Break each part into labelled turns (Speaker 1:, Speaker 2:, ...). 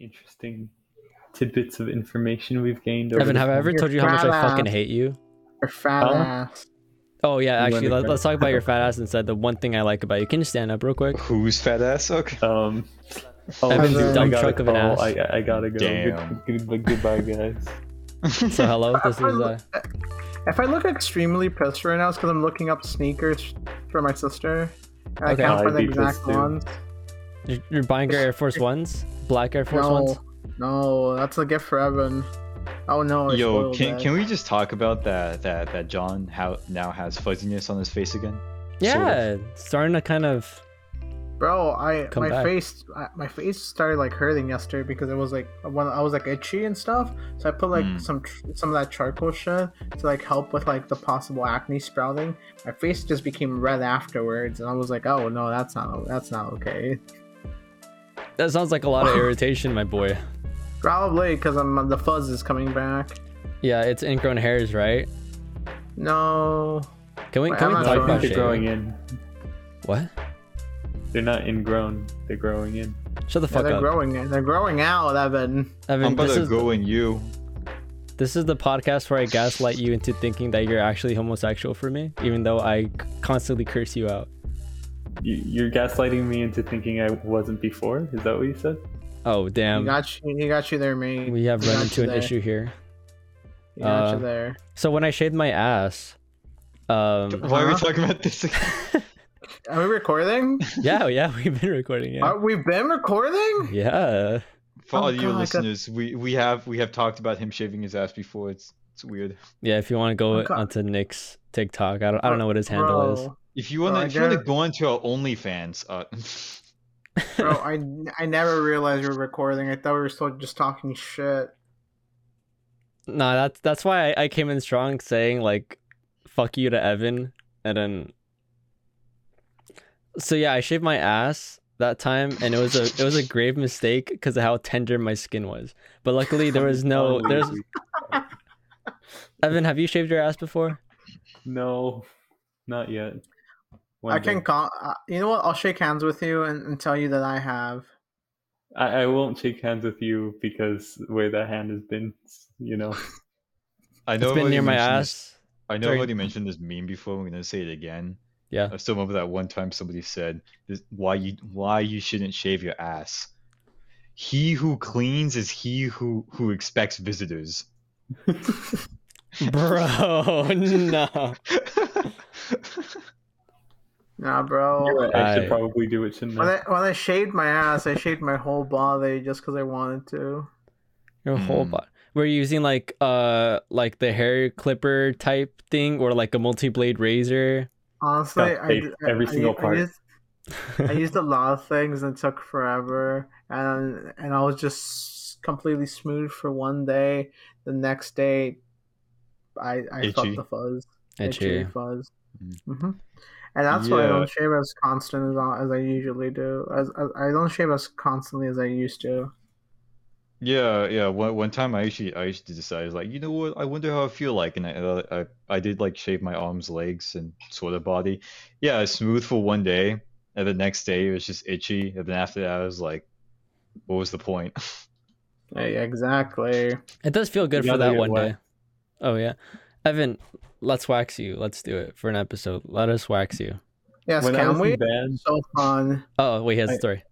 Speaker 1: interesting tidbits of information we've gained. Over
Speaker 2: Evan,
Speaker 1: the
Speaker 2: have I ever
Speaker 1: time.
Speaker 2: told you how much I
Speaker 3: Wow.
Speaker 2: fucking hate you?
Speaker 3: Or fat
Speaker 1: Huh?
Speaker 3: ass.
Speaker 2: Oh yeah,
Speaker 1: You
Speaker 2: actually,
Speaker 1: wanna
Speaker 2: let,
Speaker 1: go?
Speaker 2: let's talk about your fat ass instead. The one thing I like about you. Can you stand up real quick?
Speaker 4: Who's fat ass? Okay.
Speaker 1: Um, oh,
Speaker 2: Evan's
Speaker 1: dude, I
Speaker 2: dumb
Speaker 1: gotta
Speaker 2: truck of an
Speaker 1: call.
Speaker 2: ass.
Speaker 1: I, I gotta go.
Speaker 4: Damn.
Speaker 1: Good, good, goodbye, guys.
Speaker 2: So hello, this is uh,
Speaker 3: If I look extremely pissed right now, it's because I'm looking up sneakers for my sister. and I
Speaker 2: Okay.
Speaker 3: can't
Speaker 1: I'd
Speaker 3: find the
Speaker 1: be pissed
Speaker 3: exact
Speaker 1: too.
Speaker 3: ones.
Speaker 2: you're, you're buying your Air Force Ones, black Air Force
Speaker 3: no,
Speaker 2: Ones.
Speaker 3: no, that's a gift for Evan. Oh no! I
Speaker 4: Yo,
Speaker 3: spoiled
Speaker 4: can
Speaker 3: it.
Speaker 4: can we just talk about that that that John how now has fuzziness on his face again?
Speaker 2: Yeah, starting to kind of.
Speaker 3: Bro, I
Speaker 2: Come
Speaker 3: my
Speaker 2: back.
Speaker 3: face I, my face started like hurting yesterday because it was like when I was like itchy and stuff. So I put like
Speaker 4: Mm.
Speaker 3: some tr- some of that charcoal shit to like help with like the possible acne sprouting. My face just became red afterwards, and I was like, oh no, that's not that's not okay.
Speaker 2: That sounds like a lot of irritation, my boy.
Speaker 3: Probably because I'm the fuzz is coming back.
Speaker 2: Yeah, it's ingrown hairs, right?
Speaker 3: No,
Speaker 2: Can we
Speaker 3: Wait,
Speaker 2: can
Speaker 3: I'm
Speaker 2: we
Speaker 3: not
Speaker 2: talk
Speaker 3: sure.
Speaker 1: I
Speaker 2: about
Speaker 1: think they're growing
Speaker 2: shaving?
Speaker 1: in.
Speaker 2: What?
Speaker 1: They're not ingrown. They're growing in.
Speaker 2: Shut the
Speaker 3: yeah,
Speaker 2: fuck
Speaker 3: they're
Speaker 2: up,
Speaker 3: growing they're growing out, Evan.
Speaker 2: Evan.
Speaker 4: I'm about
Speaker 2: this
Speaker 4: to
Speaker 2: is
Speaker 4: go in you.
Speaker 2: this is the podcast where I gaslight you into thinking that you're actually homosexual for me, even though I c- constantly curse you out.
Speaker 1: You, you're gaslighting me into thinking I wasn't before. Is that what you said?
Speaker 2: Oh
Speaker 3: he
Speaker 2: damn,
Speaker 3: got you, he got you there, mate.
Speaker 2: we have
Speaker 3: He
Speaker 2: run
Speaker 3: got
Speaker 2: into
Speaker 3: you
Speaker 2: an
Speaker 3: there.
Speaker 2: issue here.
Speaker 3: He got
Speaker 2: Uh,
Speaker 3: you there.
Speaker 2: So when I shaved my ass, um,
Speaker 4: Why are we
Speaker 3: Uh-huh.
Speaker 4: talking about this again?
Speaker 3: Are we recording?
Speaker 2: yeah, yeah, we've been recording. Yeah,
Speaker 3: Are we been recording?
Speaker 2: yeah.
Speaker 4: For
Speaker 3: Oh
Speaker 4: all you
Speaker 3: God,
Speaker 4: listeners, we, we have we have talked about him shaving his ass before. It's it's weird.
Speaker 2: Yeah, if you want to go
Speaker 3: Okay.
Speaker 2: onto Nick's TikTok, I don't, I don't know what his handle is.
Speaker 3: Bro.
Speaker 4: If you wanna
Speaker 3: I
Speaker 4: if you wanna
Speaker 3: guess-
Speaker 4: go onto our OnlyFans, uh
Speaker 3: Bro, I, I never realized we were recording. I thought we were still just talking shit.
Speaker 2: No, that's that's why I, I came in strong saying like fuck you to Evan and then So yeah, I shaved my ass that time and it was a it was a grave mistake because of how tender my skin was. But luckily there was no
Speaker 1: Finally,
Speaker 2: there's
Speaker 1: we-
Speaker 2: Evan, have you shaved your ass before?
Speaker 1: no, not yet. One
Speaker 3: I can
Speaker 1: day.
Speaker 3: call. Uh, you know what? I'll shake hands with you and, and tell you that I have.
Speaker 1: I, I won't shake hands with you because where that hand has been, you know.
Speaker 2: It's
Speaker 4: I know I've
Speaker 2: been
Speaker 4: already
Speaker 2: near my
Speaker 4: mentioned this-
Speaker 2: ass.
Speaker 4: I know
Speaker 2: during-
Speaker 4: I've already mentioned this meme before, I'm gonna say it again.
Speaker 2: Yeah.
Speaker 4: I still remember that one time somebody said this, why you why you shouldn't shave your ass. He who cleans is he who who expects visitors.
Speaker 2: Bro, no.
Speaker 3: Nah, bro.
Speaker 1: I should
Speaker 2: I-
Speaker 1: probably do it, shouldn't
Speaker 3: When
Speaker 1: I?
Speaker 3: I, when I shaved my ass, I shaved my whole body just because I wanted to.
Speaker 2: Your whole
Speaker 4: Mm.
Speaker 2: body. Were you using like uh like the hair clipper type thing or like a multi blade razor?
Speaker 3: Honestly,
Speaker 1: Duct
Speaker 3: I,
Speaker 1: tape
Speaker 3: did-
Speaker 1: every
Speaker 3: I-
Speaker 1: single
Speaker 3: I
Speaker 1: part.
Speaker 3: used, I used a lot of things and it took forever, and and I was just completely smooth for one day. The next day, I I felt
Speaker 4: Itchy.
Speaker 3: the fuzz.
Speaker 2: Itchy.
Speaker 3: Itchy fuzz.
Speaker 4: Mm.
Speaker 1: Mm-hmm.
Speaker 3: hmm And that's why I
Speaker 4: Yeah.
Speaker 3: don't shave as constant as I, as I usually do. As, as I don't shave as constantly as I used to.
Speaker 4: Yeah, yeah. One one time I actually I actually decided like, you know what? I wonder how I feel like, and I uh, I I did like shave my arms, legs, and sort of body. Yeah, it's smooth for one day, and the next day it was just itchy, and then after that I was like, what was the point?
Speaker 3: Yeah, yeah, exactly.
Speaker 2: It does feel good
Speaker 1: You
Speaker 2: for
Speaker 1: gotta
Speaker 2: that
Speaker 1: get
Speaker 2: one
Speaker 1: wet.
Speaker 2: day. Oh yeah, Evan, let's wax you. Let's do it for an episode. Let us wax you.
Speaker 3: Yes,
Speaker 1: when I was
Speaker 3: can we?
Speaker 1: in band,
Speaker 3: So fun.
Speaker 2: Oh wait, he has a
Speaker 1: I-
Speaker 2: story.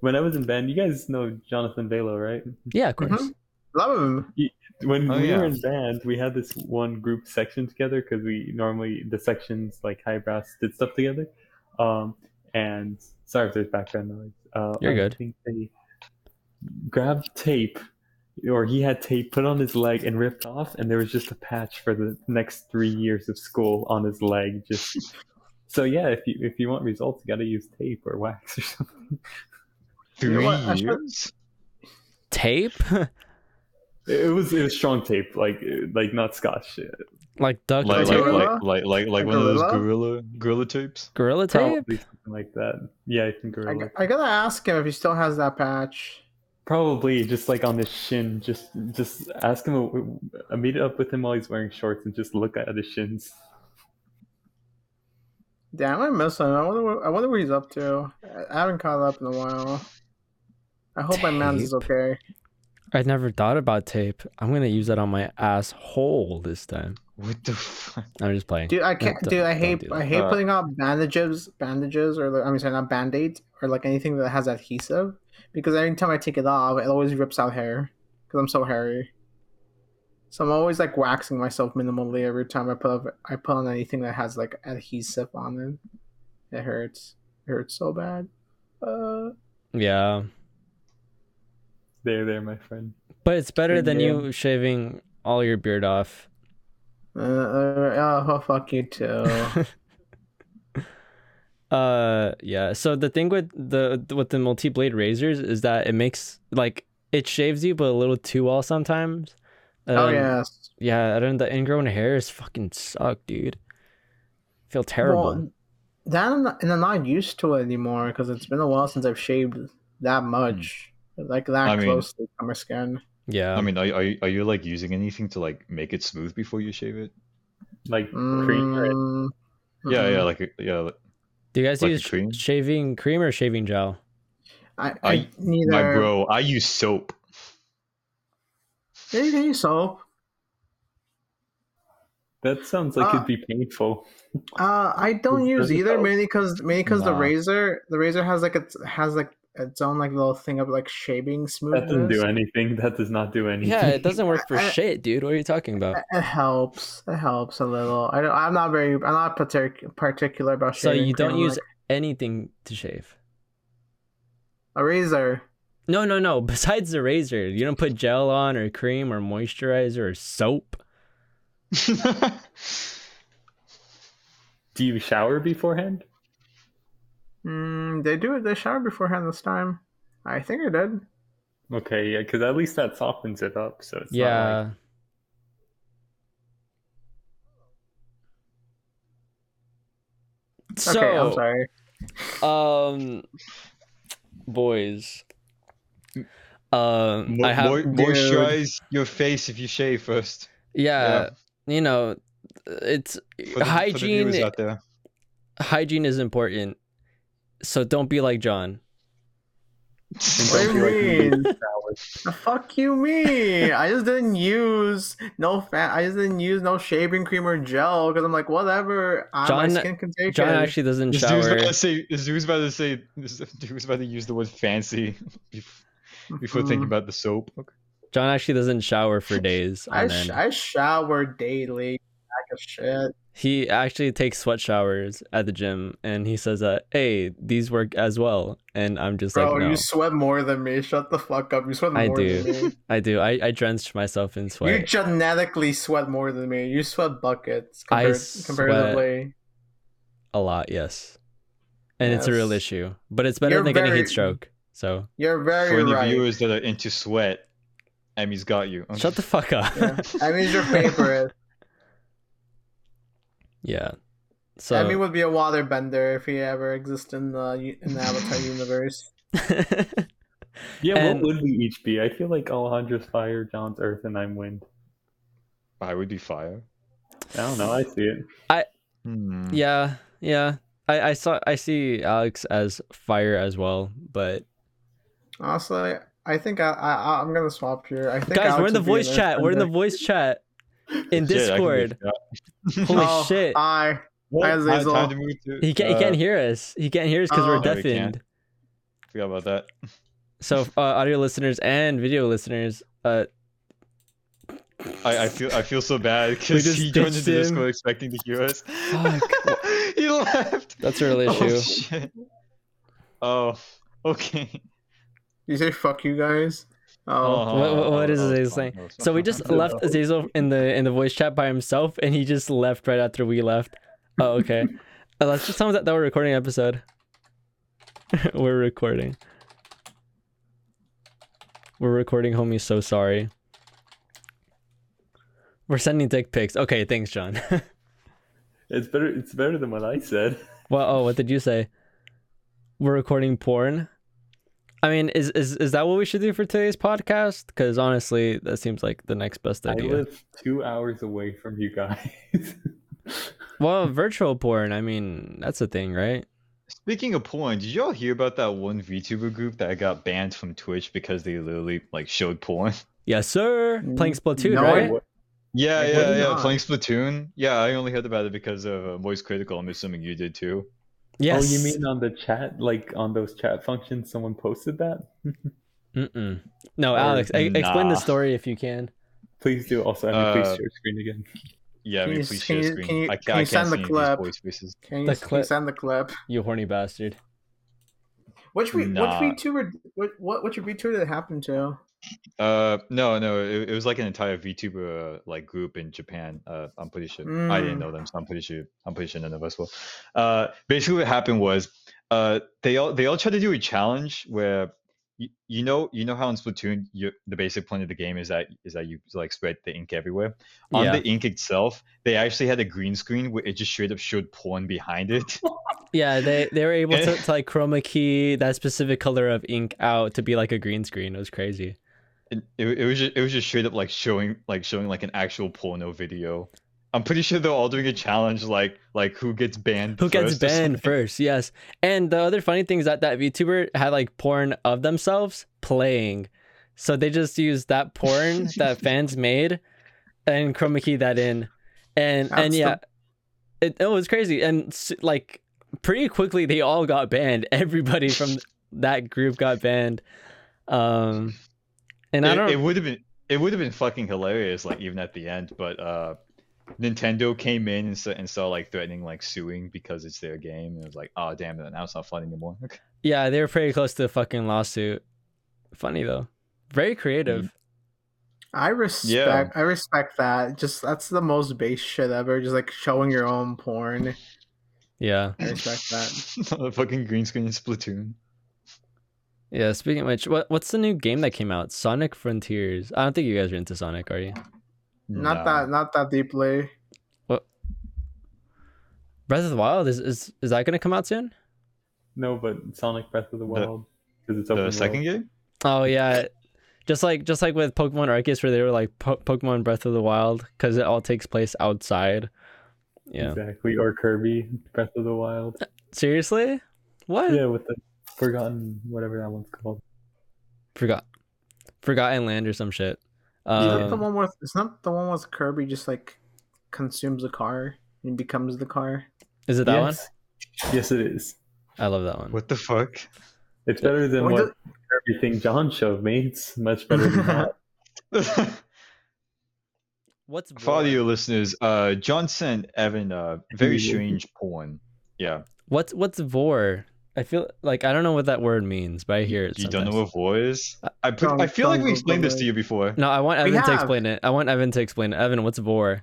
Speaker 1: when I was in band, you guys know Jonathan Velo, right?
Speaker 2: Yeah, of course.
Speaker 1: Mm-hmm.
Speaker 3: Mhm. Love him.
Speaker 1: When
Speaker 4: Oh,
Speaker 1: we
Speaker 4: yeah.
Speaker 1: were in band, we had this one group section together because we normally the sections like high brass did stuff together. Um, and sorry if there's background noise. Uh,
Speaker 2: You're
Speaker 1: I
Speaker 2: good.
Speaker 1: think they grabbed tape, or he had tape put on his leg and ripped off, and there was just a patch for the next three years of school on his leg. Just so yeah, if you if you want results, you got to use tape or wax or something.
Speaker 3: You know
Speaker 4: Three
Speaker 3: what? I should-
Speaker 4: years?
Speaker 2: Tape,
Speaker 1: It was it was strong tape, like like not scotch.
Speaker 2: like duct
Speaker 4: Like
Speaker 2: tape,
Speaker 4: like
Speaker 3: Gorilla?
Speaker 4: like like like like
Speaker 3: A
Speaker 4: one of those
Speaker 3: gorilla?
Speaker 4: gorilla gorilla tapes?
Speaker 2: gorilla tape.
Speaker 1: Probably something like that. Yeah, I think
Speaker 3: I,
Speaker 1: gorilla.
Speaker 3: I gotta ask him if he still has that patch.
Speaker 1: Probably just like on his shin. Just just ask him. uh, Meet up with him while he's wearing shorts and just look at his shins.
Speaker 3: Damn, I miss him. I wonder. What, I wonder what he's up to. I I haven't caught up in a while. I hope my man's is
Speaker 2: Tape.
Speaker 3: okay.
Speaker 2: I never thought about tape. I'm gonna use that on my asshole this time.
Speaker 4: What the fuck?
Speaker 2: I'm just playing.
Speaker 3: Dude, I can't.
Speaker 2: Don't-
Speaker 3: dude, I
Speaker 2: don't
Speaker 3: hate.
Speaker 2: do
Speaker 3: I
Speaker 2: that.
Speaker 3: hate
Speaker 4: Uh,
Speaker 3: putting out bandages, bandages, or like, I mean, sorry, not band aids, or like anything that has adhesive, because every time I take it off, it always rips out hair, because I'm so hairy. So I'm always like waxing myself minimally every time I put up, I put on anything that has like adhesive on it. It hurts. It hurts so bad. Uh,
Speaker 2: Yeah,
Speaker 1: There, there, my friend.
Speaker 2: but it's better
Speaker 1: Good
Speaker 2: than
Speaker 1: game.
Speaker 2: you shaving all your beard off.
Speaker 3: uh, uh, oh fuck you too.
Speaker 2: uh, yeah. So the thing with the with the multi blade razors is that it makes like it shaves you, but a little too well sometimes.
Speaker 3: oh
Speaker 2: Um,
Speaker 3: yes.
Speaker 2: Yeah, I don't. The ingrown hairs fucking suck, dude. Feel terrible.
Speaker 3: Well, that I'm not- and I'm not used to it anymore because it's been a while since I've shaved that much, like that
Speaker 4: Hmm. I mean-
Speaker 3: closely to my skin.
Speaker 2: yeah.
Speaker 4: I mean, are, are, you- are you like using anything to like make it smooth before you shave it?
Speaker 1: Like cream or
Speaker 3: Mm,
Speaker 4: Yeah,
Speaker 3: mm.
Speaker 4: yeah, like a- yeah. like-
Speaker 2: Do you guys
Speaker 4: like a
Speaker 2: use sh-
Speaker 4: cream?
Speaker 2: shaving cream or shaving gel?
Speaker 3: I, I,
Speaker 4: I-
Speaker 3: neither.
Speaker 4: My bro, I use soap.
Speaker 3: Yeah, you can use soap.
Speaker 1: that sounds like
Speaker 3: Ah.
Speaker 1: it'd be painful.
Speaker 3: Uh, I don't
Speaker 1: Does
Speaker 3: use
Speaker 1: it
Speaker 3: either,
Speaker 1: help?
Speaker 3: mainly because mainly because the
Speaker 2: Nah.
Speaker 3: razor the razor has like it has like its own like little thing of like shaving
Speaker 1: That
Speaker 3: smoothness.
Speaker 1: doesn't do anything. That does not do anything.
Speaker 2: Yeah, it doesn't work for
Speaker 3: I-
Speaker 2: shit, dude. What are you talking about?
Speaker 3: It helps. It helps a little. I don't, I'm not very. I'm not partic- particular about
Speaker 2: So
Speaker 3: shaving.
Speaker 2: you don't
Speaker 3: cream,
Speaker 2: use
Speaker 3: like,
Speaker 2: anything to shave.
Speaker 3: a razor.
Speaker 2: No, no, no. Besides the razor, you don't put gel on or cream or moisturizer or soap.
Speaker 1: Do you shower beforehand?
Speaker 3: Mm, they do it. They shower beforehand this time. I think I did.
Speaker 1: Okay, yeah, because at least that softens it up. So it's not
Speaker 2: yeah.
Speaker 1: like-
Speaker 2: so,
Speaker 3: okay, I'm sorry.
Speaker 2: um, boys, um,
Speaker 4: Mo-
Speaker 2: I have
Speaker 4: mo-
Speaker 3: dude.
Speaker 4: moisturize your face if you shave first.
Speaker 2: yeah, you know, it's
Speaker 4: For the, For the
Speaker 2: hygiene.
Speaker 4: viewers out there.
Speaker 2: hygiene is important. So don't be like John.
Speaker 3: What do
Speaker 1: don't feel like
Speaker 3: you
Speaker 1: need
Speaker 3: mean?
Speaker 1: to shower.
Speaker 3: the fuck you mean? I just didn't use no fat. I just didn't use no shaving cream or gel because I'm like whatever. I, my
Speaker 2: John-
Speaker 3: skin can take
Speaker 2: John
Speaker 3: it.
Speaker 2: actually doesn't
Speaker 4: This dude's
Speaker 2: shower.
Speaker 4: about to say. This dude's about to say. This dude's about to use the word fancy bef- before thinking
Speaker 3: Mhm.
Speaker 4: about the soap. Okay.
Speaker 2: John actually doesn't shower for days
Speaker 3: I
Speaker 2: on
Speaker 3: sh-
Speaker 2: end.
Speaker 3: I shower daily. Like a shit.
Speaker 2: He actually takes sweat showers at the gym, and he says that, "Hey, these work as well." And I'm just
Speaker 3: Bro,
Speaker 2: like, "No,
Speaker 3: you sweat more than me. Shut the fuck up. You sweat
Speaker 2: I
Speaker 3: more
Speaker 2: do.
Speaker 3: than me.
Speaker 2: I do. I, I drenched myself in
Speaker 3: You
Speaker 2: sweat.
Speaker 3: genetically sweat more than me. You sweat buckets
Speaker 2: I
Speaker 3: compared,
Speaker 2: sweat-
Speaker 3: comparatively.
Speaker 2: a lot, yes, and it's a
Speaker 3: Yes.
Speaker 2: real issue. But it's better
Speaker 3: You're
Speaker 2: than getting
Speaker 3: very-
Speaker 2: heat stroke. So
Speaker 3: You're
Speaker 4: For
Speaker 3: very
Speaker 4: any
Speaker 3: right.
Speaker 4: viewers that are into sweat, Emmy's got you. Okay.
Speaker 2: shut the fuck up.
Speaker 3: Oh, Yeah. I mean, your favorite.
Speaker 2: yeah. So
Speaker 3: Emmy would be a waterbender if he ever existed in the u- in the Avatar universe.
Speaker 1: Yeah,
Speaker 2: And-
Speaker 1: what would we each be? I feel like Alejandro's fire, John's earth, and I'm wind.
Speaker 4: I would be fire.
Speaker 1: I don't know. I see it.
Speaker 4: Hmm.
Speaker 2: yeah, yeah. I, I saw I see Alex as fire as well, but
Speaker 3: Honestly, I think I, I I'm gonna swap here. I think
Speaker 2: guys,
Speaker 3: Alex
Speaker 2: we're in the
Speaker 3: would be an
Speaker 2: voice chat. We're in the
Speaker 3: earthbender.
Speaker 2: voice chat in
Speaker 4: Shit, I could
Speaker 2: Discord.
Speaker 4: be- yeah.
Speaker 2: Holy
Speaker 3: Oh,
Speaker 2: shit!
Speaker 3: I
Speaker 4: Well,
Speaker 3: Hi,
Speaker 4: time-
Speaker 3: Zazel.
Speaker 4: time to move to-
Speaker 2: He can't, he
Speaker 4: uh,
Speaker 2: can't hear us. He can't hear us because
Speaker 3: Oh.
Speaker 2: we're
Speaker 4: Yeah, we can't.
Speaker 2: deafened.
Speaker 4: Forgot about that.
Speaker 2: So, uh, audio listeners and video listeners, uh,
Speaker 4: I, I feel I feel so bad
Speaker 2: We
Speaker 4: because
Speaker 2: just
Speaker 4: he joined the
Speaker 2: ditched him.
Speaker 4: Discord expecting to hear us.
Speaker 2: Fuck.
Speaker 4: he left.
Speaker 2: that's a real
Speaker 4: Oh,
Speaker 2: issue.
Speaker 4: shit. oh okay.
Speaker 3: you say fuck you guys. Oh,
Speaker 4: Oh,
Speaker 2: What- what- what is
Speaker 4: oh,
Speaker 2: his
Speaker 4: oh,
Speaker 2: thing?
Speaker 4: oh,
Speaker 2: So we just left Azazel in the in the voice chat by himself, and he just left right after we left. Oh, okay. Uh, let's just tell him that, that we're recording an episode. we're recording. We're recording, homie. So sorry. We're sending dick pics. Okay, thanks, John.
Speaker 1: It's better. It's better than what I said.
Speaker 2: Well, oh, what did you say? We're recording porn. I mean, is is is that what we should do for today's podcast? Because honestly, that seems like the next best
Speaker 1: I
Speaker 2: idea.
Speaker 1: live two hours away from you guys.
Speaker 2: Well, virtual porn. I mean, that's a thing, right?
Speaker 4: Speaking of porn, did y'all hear about that one VTuber group that got banned from Twitch because they literally like showed porn?
Speaker 2: Yes, sir. Playing Splatoon,
Speaker 3: No, I
Speaker 2: right?
Speaker 1: Oh,
Speaker 3: would-
Speaker 4: Yeah,
Speaker 3: Like, what
Speaker 4: yeah,
Speaker 3: is
Speaker 4: yeah.
Speaker 3: not?
Speaker 4: Playing Splatoon. Yeah, I only heard about it because of uh, Voice Critical. I'm assuming you did too.
Speaker 2: Yes.
Speaker 1: Oh, you mean on the chat, like on those chat functions, someone posted that?
Speaker 2: Mm-mm. No,
Speaker 4: Or
Speaker 2: Alex, e- explain
Speaker 4: nah.
Speaker 2: the story if you can.
Speaker 1: Please do. Also, Evan,
Speaker 4: Uh,
Speaker 1: please share screen again.
Speaker 4: Yeah,
Speaker 3: Can
Speaker 4: I mean,
Speaker 3: you-
Speaker 4: please
Speaker 3: can
Speaker 4: share
Speaker 3: you-
Speaker 4: screen.
Speaker 3: can you-
Speaker 4: I, ca-
Speaker 3: can
Speaker 4: I
Speaker 3: you
Speaker 4: can't
Speaker 3: send the
Speaker 4: see any of
Speaker 3: clip?
Speaker 4: these voice faces.
Speaker 3: Can you,
Speaker 2: The
Speaker 3: can you
Speaker 2: clip.
Speaker 3: send the clip?
Speaker 2: You horny bastard.
Speaker 3: Which we
Speaker 4: Nah.
Speaker 3: which VTuber what what which VTuber did it happen to?
Speaker 4: Uh, no, no, it, it was like an entire VTuber uh, like group in Japan. Uh, I'm pretty sure I didn't
Speaker 3: Mm.
Speaker 4: know them, so I'm pretty sure I'm pretty sure none of us will. Uh, basically, what happened was, uh, they all they all tried to do a challenge where. You, you know, you know how in Splatoon, you, the basic point of the game is that is that you like spread the ink everywhere. on
Speaker 2: Yeah.
Speaker 4: the ink itself, they actually had a green screen where it just straight up showed porn behind it.
Speaker 2: Yeah, they, they were able to,
Speaker 4: Eh.
Speaker 2: to like chroma key that specific color of ink out to be like a green screen. It was crazy.
Speaker 4: And it, it was just, it was just straight up like showing like showing like an actual porno video. I'm pretty sure they're all doing a challenge like like who gets banned.
Speaker 2: Who gets
Speaker 4: first or something.
Speaker 2: banned first? Yes. And the other funny thing is that that VTuber had like porn of themselves playing. So they just used that porn that fans made and chroma key that in. And and
Speaker 3: That's the-
Speaker 2: yeah, it, it was crazy. And s- like pretty quickly they all got banned. Everybody from that group got banned. Um and I
Speaker 4: It-
Speaker 2: don't
Speaker 4: It would have been it would have been fucking hilarious like even at the end, but uh, Nintendo came in and, sta- and started like threatening like suing because it's their game and it was like oh damn now it's not fun anymore.
Speaker 2: Yeah, they were pretty close to a fucking lawsuit. Funny though. Very creative.
Speaker 4: Mm-hmm.
Speaker 3: I respect I respect that. Just that's the most base shit ever. Just like showing your own porn.
Speaker 2: Yeah.
Speaker 3: I respect that.
Speaker 4: the fucking green screen in Splatoon.
Speaker 2: Yeah, speaking of which, what what's the new game that came out? Sonic Frontiers. I don't think you guys are into Sonic, are you?
Speaker 4: Nah.
Speaker 3: Not that not that deeply.
Speaker 2: Breath of the Wild is is, is that gonna come out soon?
Speaker 1: No, but Sonic Breath of the Wild. Because it's open
Speaker 4: the second
Speaker 1: world.
Speaker 4: game.
Speaker 2: Oh yeah. Just like just like with Pokemon Arceus where they were like po- Pokemon Breath of the Wild cuz it all takes place outside. Yeah.
Speaker 1: Exactly. Or Kirby Breath of the Wild.
Speaker 2: Seriously? What?
Speaker 1: Yeah, with the forgotten whatever that one's called.
Speaker 2: Forgot. Forgotten Land or some shit.
Speaker 3: Is that the
Speaker 2: Um,
Speaker 3: one with it's not the one with Kirby just like consumes a car and becomes the car.
Speaker 2: is it that
Speaker 1: yes. one? Yes, it is.
Speaker 2: one? I love that one.
Speaker 4: What the fuck?
Speaker 1: It's better than
Speaker 3: Wait,
Speaker 1: what
Speaker 3: the-
Speaker 1: Kirby thing John showed me. It's much better than that.
Speaker 4: For
Speaker 2: What's
Speaker 4: all
Speaker 2: Vor?
Speaker 4: you listeners, uh, John sent Evan uh, very strange porn. Yeah,
Speaker 2: What's what's vor? I feel like I don't know what that word means, but I hear it.
Speaker 4: you don't know
Speaker 2: sometimes.
Speaker 4: what voice? I put,
Speaker 3: John-
Speaker 4: I feel like
Speaker 3: John
Speaker 4: we explained this to
Speaker 3: Google
Speaker 4: you before.
Speaker 2: Uh, No, I want Evan to
Speaker 3: have.
Speaker 2: explain it. I want Evan to explain it. Evan, what's vor?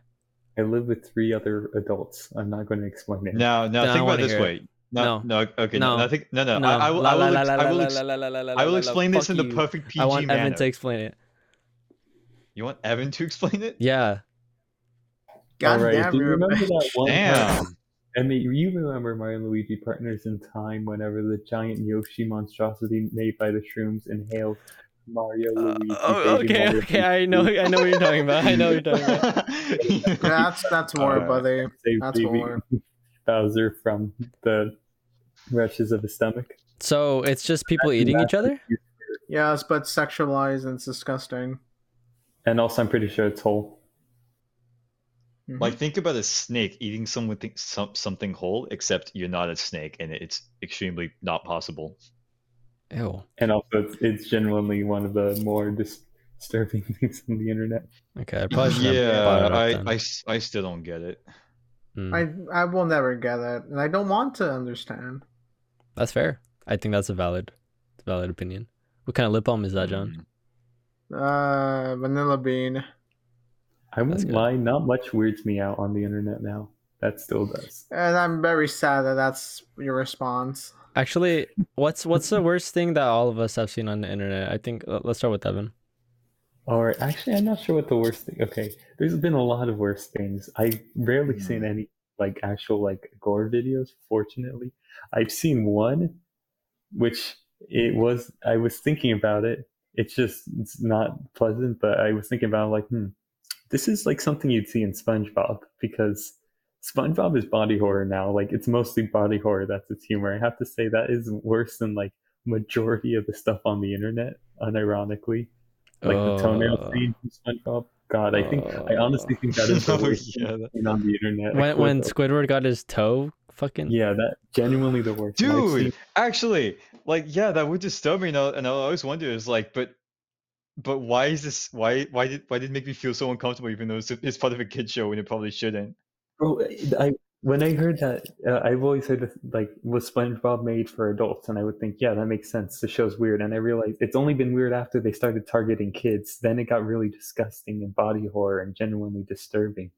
Speaker 1: I live with three other adults. I'm not going to explain it.
Speaker 4: Now,
Speaker 2: No,
Speaker 4: now
Speaker 2: I
Speaker 4: think about
Speaker 2: wanna
Speaker 4: it this
Speaker 2: hear
Speaker 4: way. No, no, okay, no,
Speaker 2: No.
Speaker 4: no, think, no, no.
Speaker 2: No,
Speaker 4: I, I will,
Speaker 2: la,
Speaker 4: I
Speaker 2: la,
Speaker 4: will,
Speaker 2: la,
Speaker 4: ex-
Speaker 2: la,
Speaker 4: I will,
Speaker 2: la,
Speaker 4: ex-
Speaker 2: la, la, la, la, la,
Speaker 4: I will
Speaker 2: la,
Speaker 4: explain this
Speaker 2: fuck
Speaker 4: in the
Speaker 2: you.
Speaker 4: perfect PG
Speaker 2: I want
Speaker 4: manner.
Speaker 2: Evan to explain it.
Speaker 4: You want Evan to explain it?
Speaker 2: Yeah,
Speaker 3: God
Speaker 1: Alright,
Speaker 3: damn
Speaker 1: do you
Speaker 3: you're a
Speaker 1: remember
Speaker 3: bitch.
Speaker 1: that one? part-
Speaker 4: Damn.
Speaker 1: I mean, you remember Mario and Luigi partners in time whenever the giant Yoshi monstrosity made by the shrooms inhales Mario,
Speaker 2: Uh,
Speaker 1: Luigi.
Speaker 2: oh,
Speaker 1: Baby
Speaker 2: okay,
Speaker 1: Mario,
Speaker 2: okay. I know, I know what you're talking about. I know what you're talking about.
Speaker 3: That's that's more
Speaker 4: Alright.
Speaker 3: brother.
Speaker 1: save
Speaker 3: That's
Speaker 1: baby
Speaker 3: more.
Speaker 1: Bowser from the wretches of his stomach.
Speaker 2: So it's just people eating each other.
Speaker 3: Yes, but sexualized and it's disgusting.
Speaker 1: And also, I'm pretty sure it's whole.
Speaker 3: Mhm.
Speaker 4: Like think about a snake eating someone th- some, something whole, except you're not a snake, and it's extremely not possible.
Speaker 2: Ew.
Speaker 1: And also, it's, it's genuinely one of the more dis- disturbing things on the internet.
Speaker 2: Okay, I probably should have brought
Speaker 4: yeah,
Speaker 2: it up
Speaker 4: I,
Speaker 2: then.
Speaker 4: I s- I still don't get it.
Speaker 1: hmm.
Speaker 2: Mm,
Speaker 3: I I will never get it, and I don't want to understand.
Speaker 2: that's fair. I think that's a valid, valid opinion. What kind of lip balm is that, John?
Speaker 3: Uh, vanilla bean.
Speaker 1: I wouldn't
Speaker 2: good.
Speaker 1: lie, not much weirds me out on the internet now. That still does.
Speaker 3: And I'm very sad that that's your response.
Speaker 2: Actually, what's what's the worst thing that all of us have seen on the internet? I think let- let's start with Evan.
Speaker 1: Or actually, I'm not sure what the worst thing. Okay, there's been a lot of worse things. I've rarely
Speaker 4: Hmm.
Speaker 1: seen any like actual like gore videos. Fortunately, I've seen one, which it was. I was thinking about it. It's just it's not pleasant, but I was thinking about like, hmm, this is like something you'd see in SpongeBob because SpongeBob is body horror now. Like it's mostly body horror. That's its humor. I have to say that is worse than like majority of the stuff on the internet. Unironically. like the toenail
Speaker 2: Uh.
Speaker 1: scene from SpongeBob. God, I think I honestly think that is the
Speaker 4: Oh,
Speaker 1: worst
Speaker 4: yeah,
Speaker 1: thing
Speaker 4: that-
Speaker 1: seen on the internet.
Speaker 2: when when Squidward got his toe fucking
Speaker 1: yeah, that genuinely the worst. And I've
Speaker 4: Dude,
Speaker 1: seen-
Speaker 4: actually, like, yeah, that would disturb me, and I, and I always wonder, is like, but, but why is this? Why, why did, why did it make me feel so uncomfortable, even though it's, it's part of a kid show and it probably shouldn't?
Speaker 1: bro, I when I heard that, uh, I've always heard this, like was SpongeBob made for adults, and I would think, yeah, that makes sense. The show's weird, and I realized it's only been weird after they started targeting kids. Then it got really disgusting and body horror and genuinely disturbing.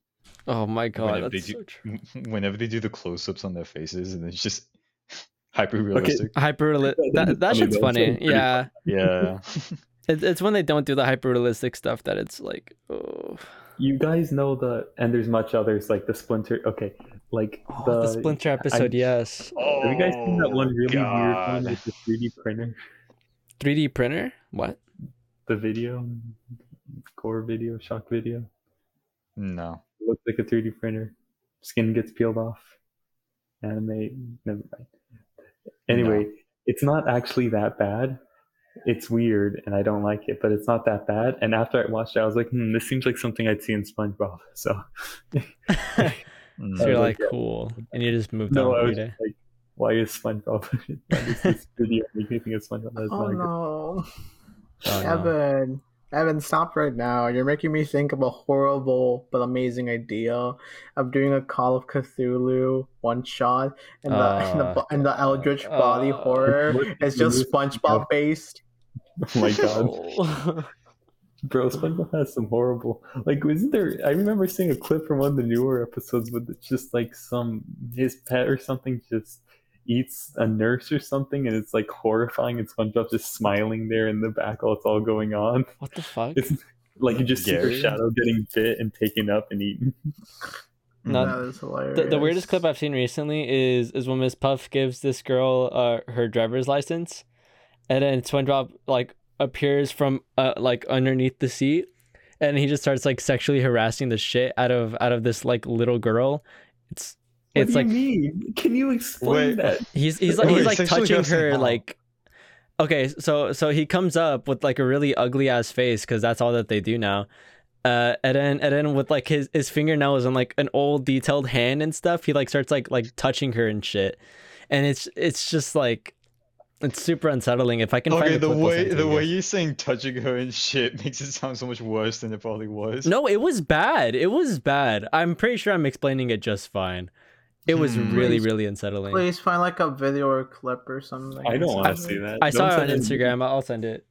Speaker 2: Oh my god,
Speaker 4: Whenever they
Speaker 2: that's
Speaker 4: do-
Speaker 2: so true.
Speaker 4: Whenever they do the close-ups on their faces, and it's just hyper realistic.
Speaker 2: Hyper reali-
Speaker 1: Yeah,
Speaker 2: that that
Speaker 1: I mean, that's
Speaker 2: shit's
Speaker 1: really
Speaker 2: funny.
Speaker 1: pretty
Speaker 2: Yeah.
Speaker 4: Yeah.
Speaker 2: It's it's when they don't do the hyper realistic stuff that it's like oh,
Speaker 1: You guys know the and there's much others like the Splinter. Okay, like
Speaker 2: oh, the, Splinter episode, yes.
Speaker 4: oh,
Speaker 1: Have you guys seen that one really weird one
Speaker 4: God.
Speaker 1: with the 3D printer?
Speaker 2: 3D printer? What?
Speaker 1: The video, core video, shock video.
Speaker 4: No.
Speaker 1: It looks like a 3D printer. Skin gets peeled off. Anime. Never mind. Anyway, it's not actually that bad. It's weird and I don't like it, but it's not that bad. And after I watched it, I was like, hmm, this seems like something I'd see in SpongeBob. So,
Speaker 2: so
Speaker 4: Mm.
Speaker 1: Uh,
Speaker 2: you're
Speaker 1: like,
Speaker 2: like cool, and you just moved
Speaker 1: no, I
Speaker 2: on.
Speaker 1: was
Speaker 2: with it.
Speaker 1: just like, why is SpongeBob? why does this video make me think of SpongeBob? That's
Speaker 3: Oh
Speaker 1: not good.
Speaker 3: no,
Speaker 2: Oh, no.
Speaker 3: Evan, Evan, stop right now! You're making me think of a horrible but amazing idea of doing a Call of Cthulhu one shot and the and the,
Speaker 2: Uh,
Speaker 3: bo- and the Eldritch body
Speaker 2: uh,
Speaker 3: horror.
Speaker 1: What-
Speaker 3: It's just SpongeBob based.
Speaker 1: Oh my god. Bro, SpongeBob has some horrible. Like, isn't there? I remember seeing a clip from one of the newer episodes, but it's just like some his pet or something just eats a nurse or something, and it's like horrifying. And SpongeBob just smiling there in the back while it's all going on.
Speaker 2: what the fuck?
Speaker 1: It's like you just see
Speaker 4: Gary?
Speaker 1: the shadow getting bit and taken up and eaten.
Speaker 2: Not-
Speaker 3: that is hilarious.
Speaker 2: The, the weirdest clip I've seen recently is is when Miss Puff gives this girl uh, her driver's license, and then SpongeBob like appears from uh, like underneath the seat, and he just starts like sexually harassing the shit out of out of this like little girl. It's
Speaker 1: What
Speaker 2: it's
Speaker 1: do
Speaker 2: like
Speaker 1: you mean? Can you
Speaker 4: Wait.
Speaker 1: explain that?
Speaker 2: he's he's like
Speaker 4: Wait,
Speaker 2: he's like
Speaker 4: sexually
Speaker 2: touching
Speaker 4: harassing
Speaker 2: her
Speaker 4: how?
Speaker 2: like. Okay, so so he comes up with like a really ugly ass face because that's all that they do now. Uh, and then and then with like his his fingernails and like an old detailed hand and stuff, he like starts like like touching her and shit, and it's it's just like it's super unsettling. If I can
Speaker 4: Okay,
Speaker 2: find
Speaker 4: the
Speaker 2: clip, I'll
Speaker 4: way
Speaker 2: send it
Speaker 4: the
Speaker 2: to you
Speaker 4: way
Speaker 2: guys.
Speaker 4: you're saying touching her and shit makes it sound so much worse than it probably was.
Speaker 2: no, it was bad. It was bad. I'm pretty sure I'm explaining it just fine. It was
Speaker 4: Hmm.
Speaker 2: really really unsettling.
Speaker 3: Please find like a video or clip or something.
Speaker 1: I don't want
Speaker 3: want
Speaker 1: to see that.
Speaker 2: I saw
Speaker 1: Don't
Speaker 2: it on
Speaker 1: send me-
Speaker 2: Instagram. I'll send it.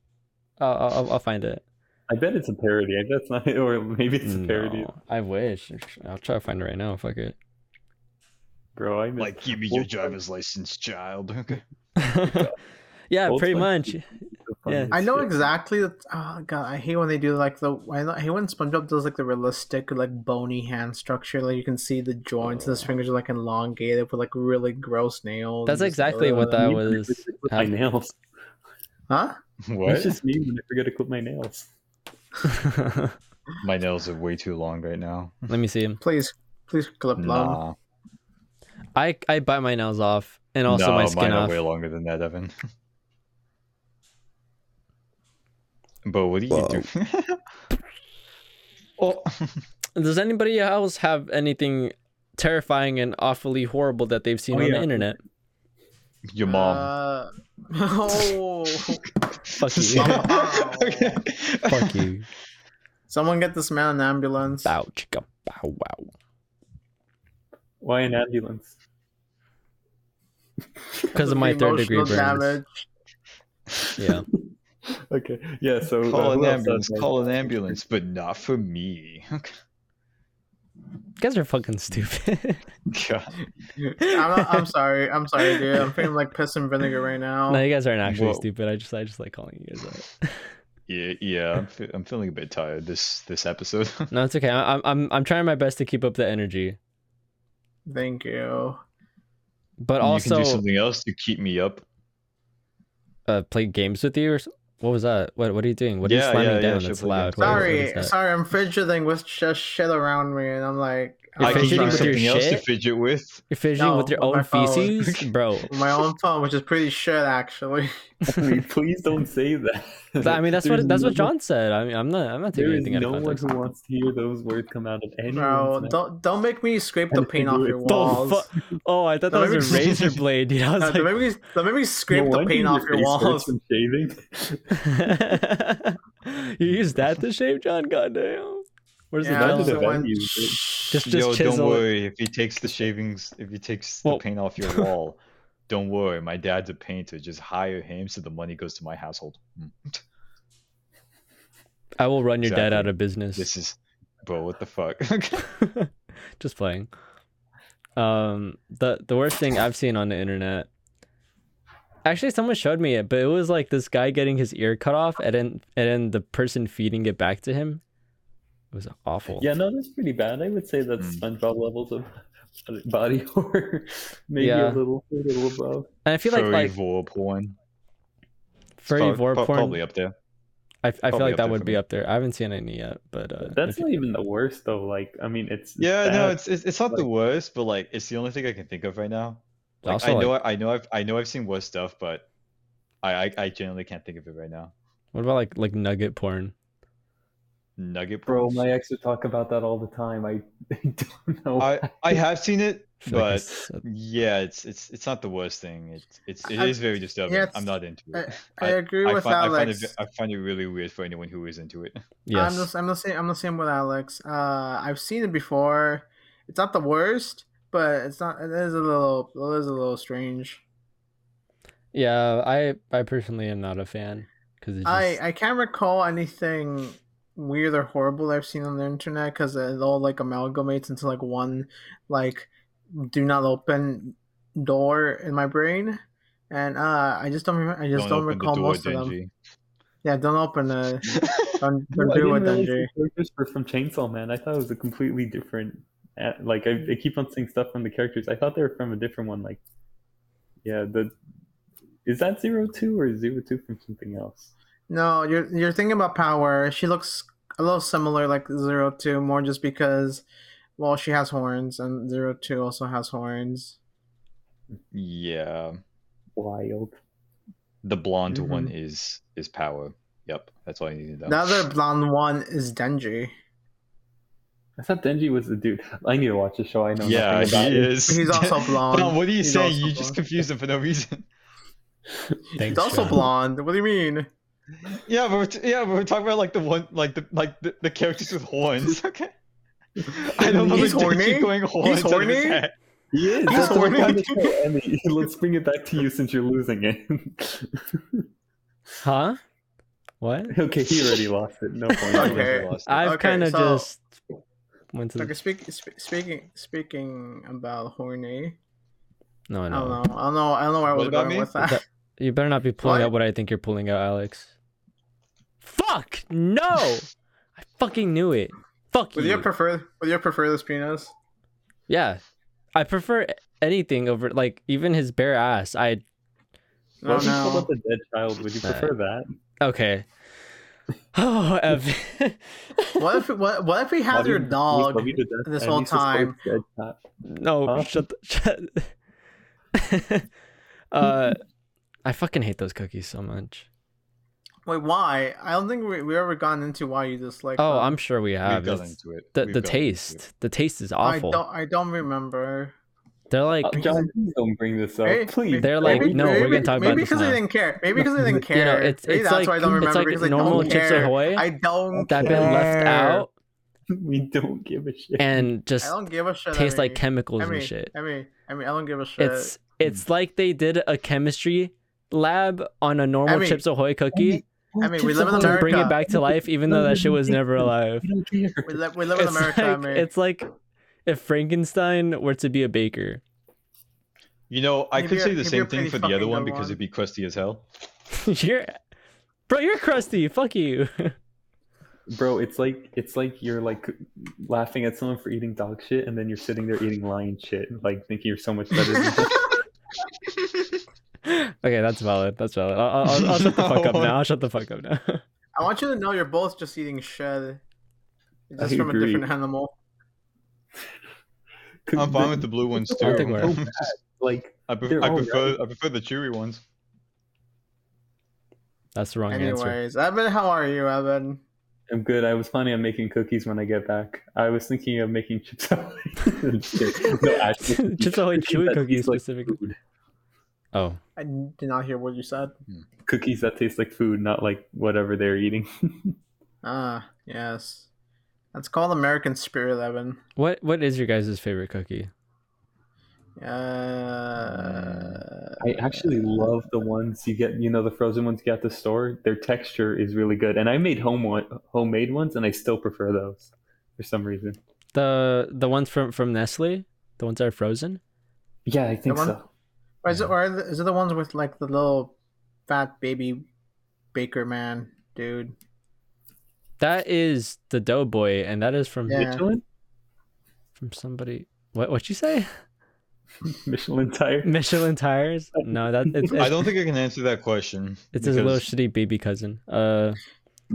Speaker 2: I'll I'll, I'll find it.
Speaker 1: I bet it's a parody. I bet it's not, or maybe it's a parody,
Speaker 2: No, I wish. I'll try to find it right now. Fuck it.
Speaker 1: bro. I miss-
Speaker 4: Like, give me
Speaker 1: Well,
Speaker 4: your driver's license, child. Okay.
Speaker 2: yeah,
Speaker 1: Old
Speaker 2: pretty much.
Speaker 1: Spice.
Speaker 2: yeah.
Speaker 3: I know
Speaker 1: Shit.
Speaker 3: exactly. The, oh god, I hate when they do like the. I, know, I hate when SpongeBob does like the realistic, like bony hand structure. Like you can see the joints, and his fingers are like elongated with like really gross nails.
Speaker 2: That's
Speaker 3: and just-
Speaker 2: exactly what that
Speaker 1: Me when I
Speaker 2: was.
Speaker 1: forget to clip My nails.
Speaker 3: Huh?
Speaker 1: It's just me when I forget to clip my nails.
Speaker 4: My nails are way too long right now.
Speaker 2: Let me see.
Speaker 3: Please, please clip them.
Speaker 4: Nah.
Speaker 2: I I bite my nails off and also
Speaker 4: no,
Speaker 2: my skin
Speaker 4: mine
Speaker 2: off.
Speaker 4: are way longer than that, Evan. but what do you do? oh,
Speaker 2: Does anybody else have anything terrifying and awfully horrible that they've seen
Speaker 1: Oh,
Speaker 2: on
Speaker 1: yeah.
Speaker 2: the internet?
Speaker 4: your mom.
Speaker 3: Uh, oh,
Speaker 2: Fuck you.
Speaker 4: Yeah. Okay.
Speaker 2: Fuck you.
Speaker 3: someone get this man an ambulance.
Speaker 2: Bow chicka bow wow.
Speaker 1: Why an ambulance?
Speaker 2: Because of my third degree
Speaker 3: Emotional
Speaker 2: burns. Yeah.
Speaker 1: Okay, yeah. So uh,
Speaker 4: Call
Speaker 1: who
Speaker 4: an
Speaker 1: else
Speaker 4: ambulance.
Speaker 1: has-
Speaker 4: Call an ambulance, but not for me. Okay.
Speaker 2: You guys are fucking stupid.
Speaker 4: God.
Speaker 3: I'm, not- I'm sorry. I'm sorry, dude. I'm feeling like piss and vinegar right now.
Speaker 2: no, you guys aren't actually
Speaker 4: Whoa.
Speaker 2: stupid. I just I just like calling you guys out.
Speaker 4: Yeah, yeah. I'm, fe- I'm feeling a bit tired this this episode.
Speaker 2: No, it's okay. I- I'm I'm I'm trying my best to keep up the energy,
Speaker 3: Thank you.
Speaker 2: but
Speaker 4: you
Speaker 2: also
Speaker 4: can do something else to keep me up.
Speaker 2: uh, play games with you or s- what was that? What what are you doing? What are
Speaker 4: Yeah,
Speaker 2: you slamming
Speaker 4: yeah, yeah,
Speaker 2: down?
Speaker 4: sure,
Speaker 2: That's
Speaker 4: play
Speaker 2: loud.
Speaker 4: games.
Speaker 2: What- what
Speaker 3: Sorry,
Speaker 2: is that?
Speaker 3: sorry, I'm fidgeting with just shit around me, and I'm like,
Speaker 4: I can
Speaker 2: fidgeting
Speaker 4: use
Speaker 2: with your
Speaker 4: something else to
Speaker 2: shit?
Speaker 4: fidget with.
Speaker 2: You're fidgeting
Speaker 3: No,
Speaker 2: with your
Speaker 3: with
Speaker 2: own
Speaker 3: my phone.
Speaker 2: feces, bro.
Speaker 3: my own phone, which is pretty shit actually.
Speaker 1: I mean, please don't say that.
Speaker 2: But, I mean, that's
Speaker 1: There's
Speaker 2: what that's what
Speaker 1: no-
Speaker 2: John said. I mean, I'm not I'm not taking
Speaker 1: There is
Speaker 2: anything out
Speaker 1: no
Speaker 2: of
Speaker 1: one
Speaker 2: context.
Speaker 1: who wants to hear those words come out of anyone.
Speaker 3: Bro, don't don't make me scrape the
Speaker 1: And if
Speaker 3: paint
Speaker 1: you
Speaker 3: off
Speaker 1: do
Speaker 3: your
Speaker 1: it-
Speaker 2: The
Speaker 3: walls.
Speaker 2: fu- oh, I thought
Speaker 3: No, Uh,
Speaker 2: that
Speaker 3: let
Speaker 2: was a
Speaker 3: me-
Speaker 2: razor blade, dude. I was
Speaker 3: No,
Speaker 2: like,
Speaker 3: don't make me don't make me scrape the paint off your walls.
Speaker 1: From shaving.
Speaker 2: you use that to shave, John? Goddamn. Where's
Speaker 3: Yeah,
Speaker 2: the
Speaker 1: Imagine if
Speaker 2: bell?
Speaker 3: so
Speaker 1: that
Speaker 3: when-
Speaker 1: you-
Speaker 2: Just just
Speaker 4: Yo,
Speaker 2: chisel.
Speaker 4: don't worry. If he takes the shavings, if he takes
Speaker 2: Well-
Speaker 4: the paint off your wall, don't worry. My dad's a painter. Just hire him so the money goes to my household. Mm.
Speaker 2: I will run your dad
Speaker 4: Exactly.
Speaker 2: out of business.
Speaker 4: This is, bro. What the fuck?
Speaker 2: just playing. Um, the the worst thing I've seen on the internet. Actually, someone showed me it, but it was like this guy getting his ear cut off, and then and then the person feeding it back to him. It was awful.
Speaker 1: Yeah, no, that's pretty bad. I would say that's
Speaker 2: hmm.
Speaker 4: Mm.
Speaker 1: SpongeBob levels of body horror, maybe a
Speaker 2: Yeah.
Speaker 1: little, a little above.
Speaker 2: and I feel like
Speaker 4: Furry
Speaker 2: like
Speaker 4: vor porn. It's
Speaker 2: furry
Speaker 4: prob-
Speaker 2: vor
Speaker 4: prob-
Speaker 2: porn.
Speaker 4: Probably up there.
Speaker 2: I, I feel
Speaker 4: probably
Speaker 2: like
Speaker 4: up
Speaker 2: that
Speaker 4: there
Speaker 2: would
Speaker 4: for
Speaker 2: be
Speaker 4: me.
Speaker 2: up there. I haven't seen it yet, but uh,
Speaker 1: That's
Speaker 2: if-
Speaker 1: not even the worst though. Like, I mean, it's, it's
Speaker 4: Yeah, no,
Speaker 1: bad.
Speaker 4: it's it's, it's not the worst, but like it's the only thing I can think of right now. Like,
Speaker 2: also
Speaker 4: I
Speaker 2: like,
Speaker 4: know I know I've I know I've seen worse stuff, but I I, I genuinely can't think of it right now.
Speaker 2: what about like like nugget porn?
Speaker 4: Nugget
Speaker 1: bro.
Speaker 4: porn.
Speaker 1: My ex would talk about that all the time. I, I don't know.
Speaker 4: I I have seen it,
Speaker 2: I feel like
Speaker 4: but
Speaker 2: it's- uh,
Speaker 4: yeah, it's it's it's not the worst thing. It's it's it
Speaker 3: I-
Speaker 4: is very disturbing.
Speaker 3: yeah, it's-
Speaker 4: I'm not into it.
Speaker 3: I
Speaker 4: I-
Speaker 3: agree
Speaker 4: I
Speaker 3: with
Speaker 4: find, I
Speaker 3: Alex.
Speaker 4: find it ve- I find it really weird for anyone who is into it.
Speaker 2: yes.
Speaker 3: I'm the, I'm the same. I'm the same with Alex. Uh, I've seen it before. It's not the worst, but it's not. It is a little. It is a little strange.
Speaker 2: Yeah, I I personally am not a fan because it's just,
Speaker 3: I I can't recall anything weird or horrible I've seen on the internet because it all like amalgamates into like one like do not open door in my brain, and uh, I just don't. Remember, I just don't,
Speaker 4: open the
Speaker 3: recall
Speaker 4: door,
Speaker 3: most of them.
Speaker 4: Denji.
Speaker 3: Yeah, don't open the. Don't,
Speaker 1: No,
Speaker 3: don't
Speaker 1: I
Speaker 3: do it,
Speaker 1: didn't realize
Speaker 3: Denji.
Speaker 1: these characters were from Chainsaw Man. I thought it was a completely different. uh, Like I, I keep on seeing stuff from the characters. I thought they were from a different one. Like, yeah, the is that zero two or is zero two from something else?
Speaker 3: No, you're you're thinking about power. She looks a little similar, like Zero Two, more just because, well, she has horns, and Zero Two also has horns.
Speaker 4: Yeah,
Speaker 1: Wild.
Speaker 4: the blonde
Speaker 3: Mm-hmm.
Speaker 4: one is is power. Yep, that's all I need to know.
Speaker 3: The other blonde one is Denji.
Speaker 1: I thought Denji was the dude. I need to watch the show. I know.
Speaker 4: yeah,
Speaker 1: nothing
Speaker 4: he
Speaker 1: about it.
Speaker 4: is.
Speaker 3: He's also blonde.
Speaker 4: Tom, what are you
Speaker 3: He's
Speaker 4: saying?
Speaker 3: also
Speaker 4: You just
Speaker 3: blonde.
Speaker 4: confused him for no reason.
Speaker 3: He's
Speaker 2: Thanks,
Speaker 3: also
Speaker 2: John.
Speaker 3: blonde. What do you mean?
Speaker 4: Yeah, but we're t- yeah, but we're talking about like the one, like the like the, the characters with horns. Okay. I don't know.
Speaker 3: He's
Speaker 4: if they
Speaker 3: horny?
Speaker 4: Keep going horns out of
Speaker 3: horny?
Speaker 4: his head.
Speaker 1: He is.
Speaker 4: He's
Speaker 1: That's what I'm
Speaker 4: horny.
Speaker 1: trying to say, Emmy. Let's bring it back to you since you're losing it.
Speaker 2: Huh? What?
Speaker 1: okay, he already lost it. No point.
Speaker 3: Okay.
Speaker 2: I've
Speaker 3: Okay,
Speaker 2: kind of
Speaker 3: so-
Speaker 2: just went to
Speaker 3: Okay,
Speaker 2: the.
Speaker 3: speak, sp- speaking speaking about horny.
Speaker 2: No, I
Speaker 3: I
Speaker 2: know.
Speaker 3: don't know. I don't know. I don't know where I
Speaker 4: What
Speaker 3: was
Speaker 4: about
Speaker 3: going
Speaker 4: me?
Speaker 3: with that.
Speaker 2: You better not be pulling
Speaker 3: What?
Speaker 2: out what I think you're pulling out, Alex. Fuck no! I fucking knew it. Fuck
Speaker 3: Would
Speaker 2: you.
Speaker 3: you prefer? Would you prefer this penis?
Speaker 2: yeah, I prefer anything over like even his bare ass. I
Speaker 3: No,
Speaker 1: if you pulled
Speaker 3: no.
Speaker 1: up a dead child? Would you
Speaker 2: Nah.
Speaker 1: prefer that?
Speaker 2: okay. Oh, Ev.
Speaker 3: What if what what if he has
Speaker 1: Love
Speaker 3: your
Speaker 1: you-
Speaker 3: dog?
Speaker 1: love you to death,
Speaker 3: this
Speaker 1: and
Speaker 3: whole
Speaker 1: he's just
Speaker 3: time.
Speaker 1: like dead child.
Speaker 2: No,
Speaker 1: Huh?
Speaker 2: shut the, shut. uh, I fucking hate those cookies so much.
Speaker 3: Wait, why? I don't think we we ever gone into why you dislike.
Speaker 2: Oh,
Speaker 3: them.
Speaker 2: I'm sure we
Speaker 4: We've
Speaker 2: have.
Speaker 4: gotten
Speaker 2: It's-
Speaker 4: into it.
Speaker 2: The,
Speaker 4: We've
Speaker 2: the
Speaker 4: gotten into it.
Speaker 2: taste, the taste is
Speaker 3: I
Speaker 2: awful.
Speaker 3: don't. I don't remember.
Speaker 2: They're like,
Speaker 1: Uh, John, please don't bring this up,
Speaker 3: Maybe-
Speaker 1: please.
Speaker 2: They're like,
Speaker 1: Maybe-
Speaker 2: no, we're gonna talk about
Speaker 3: maybe
Speaker 2: this
Speaker 3: because
Speaker 2: now.
Speaker 3: I didn't care. Maybe because I didn't care.
Speaker 2: you know, it's
Speaker 3: Maybe
Speaker 2: it's
Speaker 3: that's
Speaker 2: like
Speaker 3: why I don't remember
Speaker 2: it's like
Speaker 3: because
Speaker 2: normal
Speaker 3: I don't
Speaker 2: Chips
Speaker 3: care.
Speaker 2: Ahoy
Speaker 3: I don't.
Speaker 2: that been left
Speaker 3: care.
Speaker 2: out
Speaker 1: we don't give a shit.
Speaker 2: and
Speaker 3: I
Speaker 2: just
Speaker 3: don't give a shit.
Speaker 2: tastes like
Speaker 3: Emmy.
Speaker 2: chemicals
Speaker 3: Emmy,
Speaker 2: and shit.
Speaker 3: Emmy, Emmy, I don't give a shit.
Speaker 2: It's it's
Speaker 3: Mm.
Speaker 2: like they did a chemistry lab on a normal
Speaker 3: Emmy.
Speaker 2: Chips Ahoy cookie
Speaker 1: Oh,
Speaker 3: I mean,
Speaker 1: Chips
Speaker 3: we live in
Speaker 1: Ahoy.
Speaker 2: to bring it
Speaker 3: America.
Speaker 2: back to life, even though that shit was never alive.
Speaker 1: We don't care.
Speaker 3: we, li- we live in
Speaker 2: It's
Speaker 3: America.
Speaker 2: like,
Speaker 3: Emmy.
Speaker 2: it's like if Frankenstein were to be a baker.
Speaker 4: You know, I
Speaker 3: Maybe
Speaker 4: could
Speaker 3: a-
Speaker 4: say the
Speaker 3: maybe a
Speaker 4: same thing
Speaker 3: pretty
Speaker 4: for the other
Speaker 3: fucking
Speaker 4: one
Speaker 3: good
Speaker 4: because
Speaker 3: one.
Speaker 4: it'd be crusty as hell.
Speaker 2: you're, bro, you're crusty. Fuck you.
Speaker 1: Bro, it's like it's like you're like laughing at someone for eating dog shit, and then you're sitting there eating lion shit, like thinking you're so much better. Than them.
Speaker 2: okay, that's valid. That's valid. I'll, I'll, I'll shut the fuck up now. I'll shut the fuck up now.
Speaker 3: I want you to know you're both just eating shit. Just
Speaker 1: I
Speaker 3: from a
Speaker 1: agree.
Speaker 3: different animal.
Speaker 4: I'm fine with the blue ones too.
Speaker 2: I think we're-
Speaker 1: like
Speaker 4: I, pref-
Speaker 1: They're
Speaker 4: I
Speaker 1: all
Speaker 4: prefer I prefer the chewy ones.
Speaker 2: That's the wrong answer.
Speaker 3: Anyways, Evan, how are you, Evan?
Speaker 1: I'm good. I was planning on making cookies when I get back. I was thinking of making chips ahoy. no, actually, cookies.
Speaker 2: Chips Ahoy
Speaker 1: Cookies
Speaker 2: chewy
Speaker 1: that
Speaker 2: cookies
Speaker 1: taste like
Speaker 2: specifically.
Speaker 1: food.
Speaker 2: Oh,
Speaker 3: I did not hear what you said.
Speaker 1: Cookies that taste like food, not like whatever they're eating.
Speaker 3: Ah, yes. That's called American Spirit, Evan.
Speaker 2: what what is your guys' favorite cookie? Mm,
Speaker 3: Uh,
Speaker 1: I actually love the ones you get, you know, the frozen ones you get at the store. Their texture is really good, and I made home one, homemade ones, and I still prefer those for some reason.
Speaker 2: The the ones from from Nestle, the ones that are frozen.
Speaker 1: Yeah, I think
Speaker 3: one-
Speaker 1: so.
Speaker 3: or is it, or is it the ones with like the little fat baby baker man dude?
Speaker 2: That is the Doughboy, and that is from
Speaker 3: Yeah.
Speaker 1: Michelin,
Speaker 2: from somebody. What what you say?
Speaker 1: Michelin tire.
Speaker 2: Michelin tires? No, that it's
Speaker 4: I
Speaker 2: it's,
Speaker 4: don't think I can answer that question.
Speaker 2: it's his little shitty baby cousin. Uh,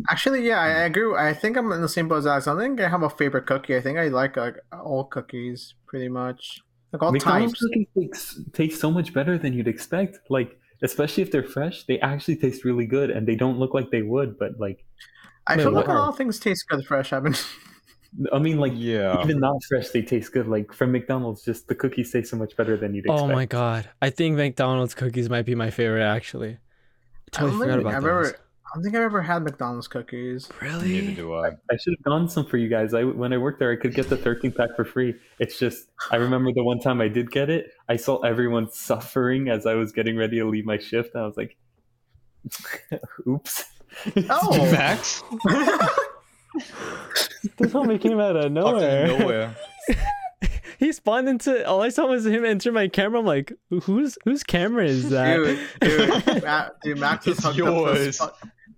Speaker 3: Actually, yeah, I
Speaker 2: Mm.
Speaker 3: I agree. I think I'm in the same boat as Alex. I don't think I have a favorite cookie. I think I like like all cookies pretty much, like all
Speaker 1: McDonald's
Speaker 3: types.
Speaker 1: cookies taste, taste so much better than you'd expect. Like, especially if they're fresh, they actually taste really good, and they don't look like they would. But like,
Speaker 3: I
Speaker 2: Wait,
Speaker 3: feel like a
Speaker 2: what?
Speaker 3: lot of things taste good fresh. I've been.
Speaker 1: I mean, like
Speaker 4: yeah.
Speaker 1: even not fresh, they taste good. Like from McDonald's, just the cookies taste so much better than you'd expect.
Speaker 2: oh my god, I think McDonald's cookies might be my favorite actually. I totally forgot
Speaker 3: don't think
Speaker 2: about
Speaker 3: I've
Speaker 2: those.
Speaker 3: ever- I don't think I've ever had McDonald's cookies.
Speaker 4: Neither
Speaker 2: Really?
Speaker 4: do I.
Speaker 1: I should have gone some for you guys. I when I worked there, I could get the 13 pack for free. It's just I remember the one time I did get it, I saw everyone suffering as I was getting ready to leave my shift. And I was like, "Oops."
Speaker 3: Oh.
Speaker 4: Max?
Speaker 2: This homie came out of
Speaker 4: Out of
Speaker 2: nowhere.
Speaker 4: nowhere.
Speaker 2: he spawned into. All I saw was him enter my camera. I'm like, whose whose camera is that?
Speaker 3: dude, dude, Ma- dude, Max is
Speaker 4: It's
Speaker 3: hooked up to
Speaker 4: yours.
Speaker 3: his fu-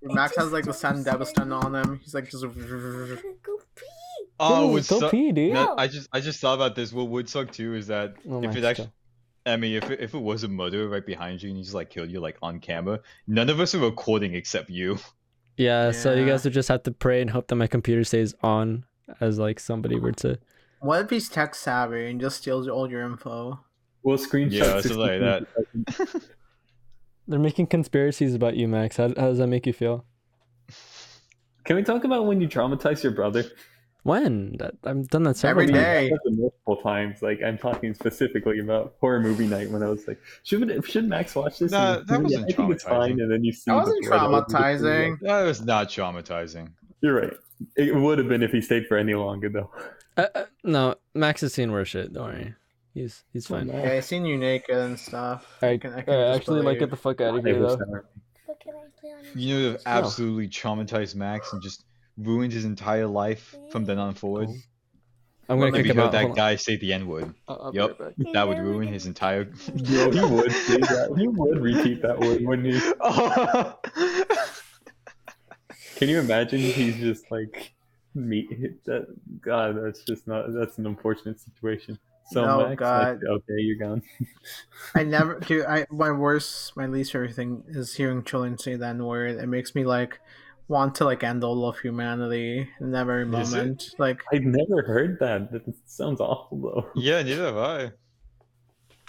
Speaker 3: dude, Max has like the Sam Devastan on him. He's like just.
Speaker 5: Go pee.
Speaker 4: Oh,
Speaker 2: Ooh,
Speaker 4: would
Speaker 2: go
Speaker 4: suck-
Speaker 2: pee, dude.
Speaker 4: no, I just I just thought about this. What would suck too is that
Speaker 2: Oh
Speaker 4: if
Speaker 2: my
Speaker 4: it actually, I mean, if it, if it was a murder right behind you and he just like killed you like on camera, none of us are recording except you.
Speaker 2: Yeah, so you
Speaker 3: Yeah.
Speaker 2: guys would just have to pray and hope that my computer stays on as like somebody were to.
Speaker 3: What if he's tech savvy and just steals all your info?
Speaker 1: We'll screenshot.
Speaker 4: Yeah, something like that.
Speaker 2: They're making conspiracies about you, Max. How, how does that make you feel?
Speaker 1: Can we talk about when you traumatize your brother?
Speaker 2: When? That, I've done that several
Speaker 3: Every
Speaker 2: times.
Speaker 3: day. Hey.
Speaker 1: Multiple times. Like I'm talking specifically about horror movie night when I was like, "Should should Max watch this?"
Speaker 4: Nah,
Speaker 1: And-
Speaker 4: that
Speaker 1: "Yeah,
Speaker 4: wasn't
Speaker 1: I think it's fine.
Speaker 4: traumatizing.
Speaker 1: And then you see.
Speaker 3: That
Speaker 1: the
Speaker 3: wasn't
Speaker 1: blood all over the screen,
Speaker 3: traumatizing.
Speaker 1: like,
Speaker 4: That was not traumatizing.
Speaker 1: You're right. It would have been if he stayed for any longer though.
Speaker 2: Uh, uh, no, Max has seen worse shit. Don't worry, he's he's fine.
Speaker 3: Yeah, I seen you naked and stuff.
Speaker 2: I,
Speaker 3: can- I can
Speaker 2: uh,
Speaker 3: just
Speaker 2: actually, like, get the fuck out of
Speaker 1: It
Speaker 2: here,
Speaker 1: was
Speaker 2: though.
Speaker 1: sour.
Speaker 5: What can I play on your
Speaker 4: You know, have
Speaker 2: No.
Speaker 4: absolutely traumatized Max and just ruined his entire life from then on forward.
Speaker 2: I'm gonna
Speaker 4: If
Speaker 2: kick
Speaker 4: you
Speaker 2: him
Speaker 4: heard
Speaker 2: out.
Speaker 4: that
Speaker 2: Hold on.
Speaker 4: guy say the N word,
Speaker 2: I'll- I'll be
Speaker 4: Yup.
Speaker 2: right back.
Speaker 4: that would ruin his entire.
Speaker 1: Yeah, he would. say that. He would repeat that word when he. Can you imagine? He's just like me. That, God, that's just not. That's an unfortunate situation. So
Speaker 3: No,
Speaker 1: Max, like,
Speaker 3: God.
Speaker 1: okay, you're gone.
Speaker 3: I never do. I my worst, my least favorite thing is hearing children say that word. It makes me like want to like end all of humanity in that very
Speaker 4: Is it?
Speaker 3: moment. Like
Speaker 1: I've never heard that. That sounds awful though.
Speaker 4: yeah, neither have I.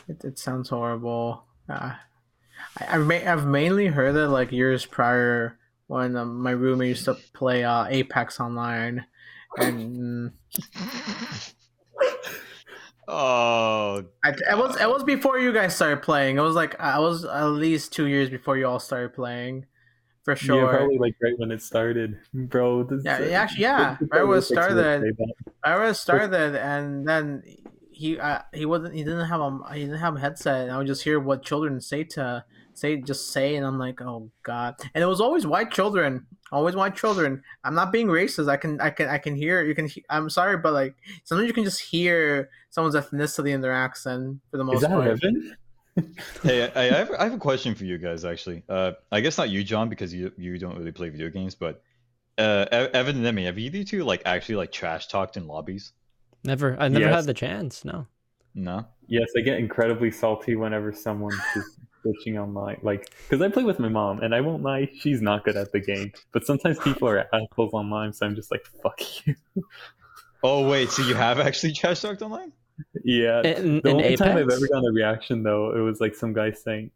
Speaker 3: It, it sounds horrible. Uh, I, I've, ma- I've mainly heard it like years prior when um, my roommate used to play uh, Apex Online. And
Speaker 4: Oh,
Speaker 3: I, it was it was before you guys started playing. It was like I was at least two years before you all started playing, for sure.
Speaker 1: Yeah, probably like right when it started, bro. This,
Speaker 3: Yeah, yeah, actually, yeah, right when it started. I was started, and then he uh, he wasn't he didn't have a he didn't have a headset, and I would just hear what children say to say just say, and I'm like, oh god, and it was always white children, always white children. I'm not being racist. I can I can I can hear you can. he- I'm sorry, but like sometimes you can just hear someone's ethnicity in their accent for the most
Speaker 1: Is that
Speaker 3: part.
Speaker 1: Evan?
Speaker 4: hey, I, I, have, I have a question for you guys actually. Uh, I guess not you, John, because you you don't really play video games, but uh, E- Evan and Emmy, have either two like actually like trash talked in lobbies?
Speaker 2: Never, I never
Speaker 1: Yes.
Speaker 2: had the chance. No.
Speaker 4: No.
Speaker 1: Yes, I get incredibly salty whenever someone's just bitching online. Like, because I play with my mom, and I won't lie, she's not good at the game. But sometimes people are assholes online, so I'm just like, fuck you.
Speaker 4: Oh wait, so you have actually trash talked online?
Speaker 1: Yeah.
Speaker 2: In,
Speaker 1: The
Speaker 2: Eh, in
Speaker 1: only time I've
Speaker 2: Apex?
Speaker 1: ever gotten a reaction though, it was like some guy saying,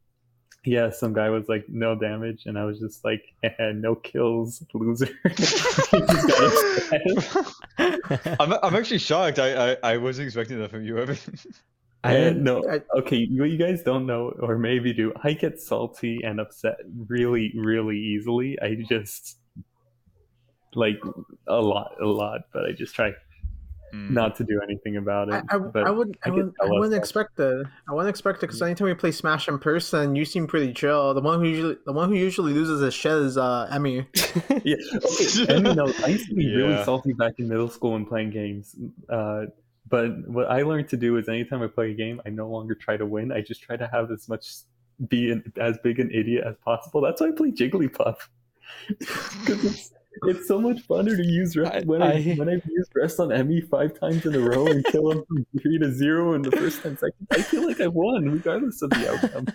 Speaker 1: "Yeah." Some guy was like, "No damage," and I was just like, eh, "No kills, loser." Just got upset.
Speaker 4: I'm I'm actually shocked. I, I, I wasn't expecting that from you, Evan.
Speaker 2: I
Speaker 1: And
Speaker 2: didn't,
Speaker 1: no,
Speaker 3: I-
Speaker 1: okay. What you guys don't know, or maybe do, I get salty and upset really, really easily. I just like a lot, a lot, but I just try
Speaker 4: Hmm.
Speaker 1: not to do anything about it.
Speaker 3: I, I,
Speaker 1: but
Speaker 3: I wouldn't I
Speaker 1: I guess
Speaker 3: wouldn't,
Speaker 1: I
Speaker 3: I
Speaker 1: was
Speaker 3: wouldn't
Speaker 1: that.
Speaker 3: expect that. I wouldn't expect it because
Speaker 4: Mm-hmm.
Speaker 3: anytime we play Smash in person, you seem pretty chill. The one who usually the one who usually loses his shit is uh Emmy.
Speaker 1: yeah. Okay. And, you know, I used to be really
Speaker 4: Yeah.
Speaker 3: Uh,
Speaker 1: salty back in middle school when playing games. Uh, but what I learned to do is anytime I play a game, I no longer try to win. I just try to have as much, be an, as big an idiot as possible. That's why I play Jigglypuff. Because it's, it's so much funner to use re-
Speaker 2: I-
Speaker 1: when I,
Speaker 2: I-
Speaker 1: when I've used rest on Emmy five times in a row and kill him from three to zero in the first ten seconds. I feel like I won regardless of the outcome.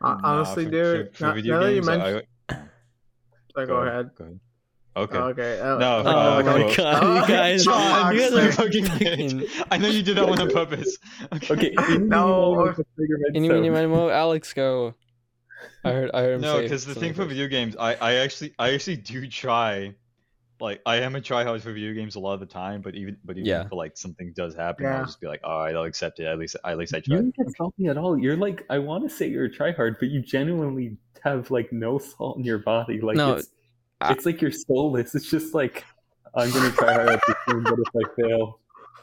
Speaker 3: Hon-
Speaker 4: Nah,
Speaker 3: Honestly,
Speaker 4: for-
Speaker 3: dude,
Speaker 4: for- for
Speaker 3: now,
Speaker 4: video
Speaker 3: now that you
Speaker 4: games, I-
Speaker 3: mentioned,
Speaker 4: I-
Speaker 3: sorry, go ahead.
Speaker 4: Okay.
Speaker 3: Okay. uh,
Speaker 4: No,
Speaker 2: oh
Speaker 4: uh,
Speaker 2: my
Speaker 4: okay.
Speaker 2: god, you
Speaker 3: Oh,
Speaker 2: guys,
Speaker 3: John,
Speaker 2: you guys
Speaker 4: You
Speaker 2: are
Speaker 4: fucking
Speaker 2: fucking.
Speaker 4: bitch. I know you did that one on purpose. Okay.
Speaker 1: Okay.
Speaker 3: No.
Speaker 2: Any, mini, miny, mo, Alex, go. I heard, I heard him
Speaker 4: No,
Speaker 2: say
Speaker 4: because the
Speaker 2: something
Speaker 4: thing for
Speaker 2: first.
Speaker 4: video games, I, I actually I actually do try, like I am a tryhard for video games a lot of the time. But even but even
Speaker 2: Yeah.
Speaker 4: if like something does happen,
Speaker 3: Yeah.
Speaker 4: I'll just be like, all right, I'll accept it. At least at least I
Speaker 1: You
Speaker 4: tried.
Speaker 1: don't get salty at all. You're like, I want to say you're a tryhard, but you genuinely have like no salt in your body. Like,
Speaker 2: No,
Speaker 1: it's,
Speaker 2: I-
Speaker 1: it's like you're soulless. It's just like, I'm gonna try hard at this game, but if I fail,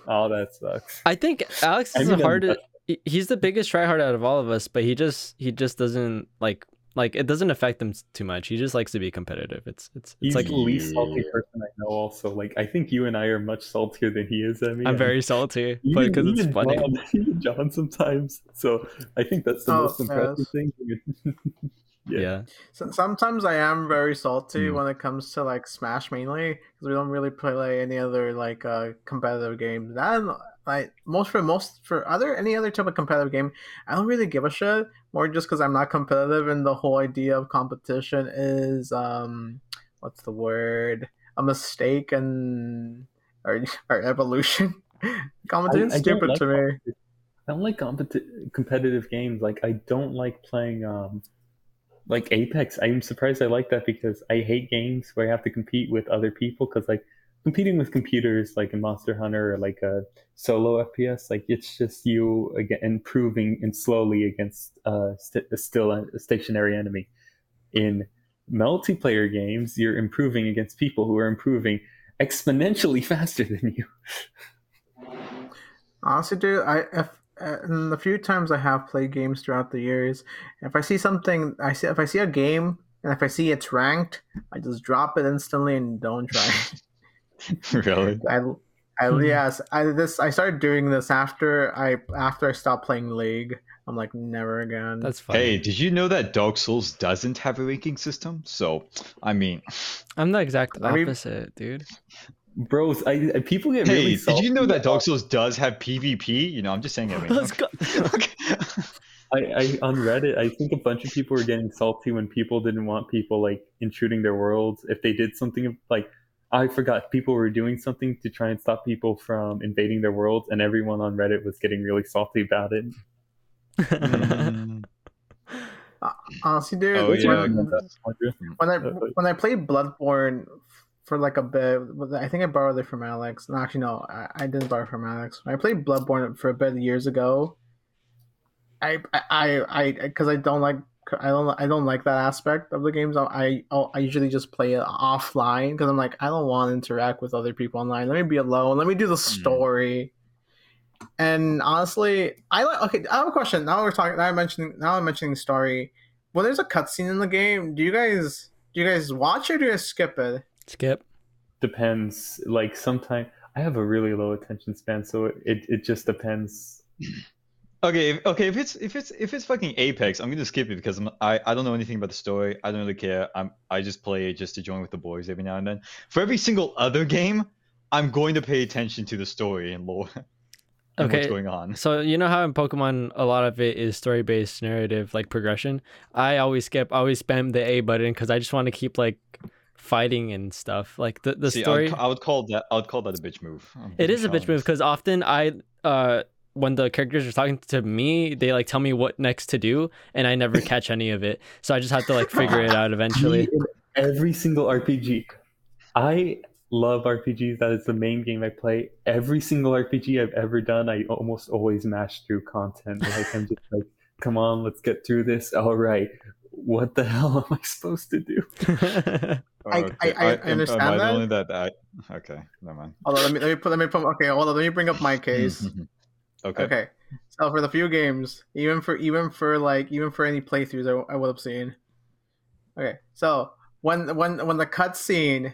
Speaker 1: oh, that sucks.
Speaker 2: I think Alex
Speaker 1: I
Speaker 2: is
Speaker 1: mean,
Speaker 2: the
Speaker 1: I'm-
Speaker 2: hardest. he- He's the biggest tryhard out of all of us, but he just he just doesn't like like it doesn't affect him s- too much. He just likes to be competitive. It's it's
Speaker 1: He's
Speaker 2: it's like
Speaker 1: the least salty
Speaker 4: Yeah.
Speaker 1: person I know. Also, like, I think you and I are much saltier than he is. I mean,
Speaker 2: I'm very salty,
Speaker 1: Even-
Speaker 2: but because it's
Speaker 1: even
Speaker 2: funny.
Speaker 1: John, even John sometimes. So I think that's the
Speaker 3: Oh,
Speaker 1: most impressive
Speaker 3: yes.
Speaker 1: thing.
Speaker 2: Yeah.
Speaker 1: Yeah.
Speaker 3: So- Sometimes I am very salty
Speaker 4: Mm.
Speaker 1: Hmm.
Speaker 3: when it comes to like Smash mainly because we don't really play like any other like uh competitive games. That and, like most for most for other any other type of competitive game, I don't really give a shit. More just because I'm not competitive, and the whole idea of competition is um, what's the word? A mistake and or, or evolution. Competition's
Speaker 1: I don't
Speaker 3: stupid
Speaker 1: like
Speaker 3: to me.
Speaker 1: I don't like competi- competitive games. Like I don't like playing um like Apex. I'm surprised I like that because I hate games where I have to compete with other people because like competing with computers like in Monster Hunter or like a solo FPS, like it's just you again improving and slowly against uh st- a still a stationary enemy. In multiplayer games, you're improving against people who are improving exponentially faster than you.
Speaker 3: Honestly, dude, I if uh, in the few times I have played games throughout the years, if I see something, I see if I see a game and if I see it's ranked, I just drop it instantly and don't try.
Speaker 4: really?
Speaker 3: I, I yes, I this I started doing this after I after I stopped playing League. I'm like never again.
Speaker 2: that's funny.
Speaker 4: Hey, did you know that Dark Souls doesn't have a ranking system? So, I mean,
Speaker 2: I'm the exact
Speaker 3: I mean-
Speaker 2: opposite, dude.
Speaker 1: Bros, I, I people get
Speaker 4: hey,
Speaker 1: really
Speaker 4: did you know
Speaker 1: salty
Speaker 4: that Dark Souls does have PvP? You know, I'm just saying. I mean,
Speaker 2: Let's go.
Speaker 4: okay.
Speaker 1: I, I on Reddit, I think a bunch of people were getting salty when people didn't want people like intruding their worlds. If they did something like I forgot, people were doing something to try and stop people from invading their worlds, and everyone on Reddit was getting really salty about it.
Speaker 4: Mm.
Speaker 3: Honestly, dude,
Speaker 4: Oh,
Speaker 3: when-
Speaker 4: yeah.
Speaker 3: when I
Speaker 1: Totally.
Speaker 3: when I played Bloodborne for like a bit, I think I borrowed it from Alex. No, actually, no, I, I didn't borrow it from Alex. When I played Bloodborne for a bit years ago. I I I because I, don't like I don't I don't like that aspect of the games. I I, I usually just play it offline because I'm like I don't want to interact with other people online. Let me be alone. Let me do the story. And honestly, I like. Okay, I have a question. Now we're talking. Now I'm mentioning. Now I'm mentioning story. When there's a cutscene in the game, do you guys do you guys watch it or do you guys skip it?
Speaker 2: Skip.
Speaker 1: Depends. Like sometimes I have a really low attention span, so it, it, it just depends.
Speaker 4: Okay, if, okay. If it's if it's if it's fucking Apex, I'm gonna skip it because I'm, I I don't know anything about the story. I don't really care. I'm I just play it just to join with the boys every now and then. For every single other game, I'm going to pay attention to the story and lore and what's
Speaker 2: Okay.
Speaker 4: going on.
Speaker 2: So you know how in Pokemon a lot of it is story based narrative like progression. I always skip, I always spam the A button because I just want to keep like fighting and stuff. Like the, the
Speaker 4: See, I
Speaker 2: story.
Speaker 4: would, ca- I would call that I would call that a bitch move. I'm
Speaker 2: It
Speaker 4: gonna
Speaker 2: is a
Speaker 4: be
Speaker 2: bitch move
Speaker 4: honest.
Speaker 2: because often I uh when the characters are talking to me, they like tell me what next to do, and I never catch any of it. So I just have to like figure it out eventually.
Speaker 1: In every single RPG. I love RPGs. That is the main game I play. Every single RPG I've ever done, I almost always mash through content. Like I'm just like, come on, let's get through this. All right. What the hell am I supposed to do?
Speaker 3: I- I- I
Speaker 4: am-
Speaker 3: understand
Speaker 4: am I
Speaker 3: that.
Speaker 4: The only that, that I, okay, never mind.
Speaker 3: Hold on, let me let me put let me put okay, hold on, let me bring up my
Speaker 4: Mm-hmm.
Speaker 3: case.
Speaker 4: okay.
Speaker 3: okay. So for the few games, even for even for like even for any playthroughs I, I would have seen. Okay, so when when when the cutscene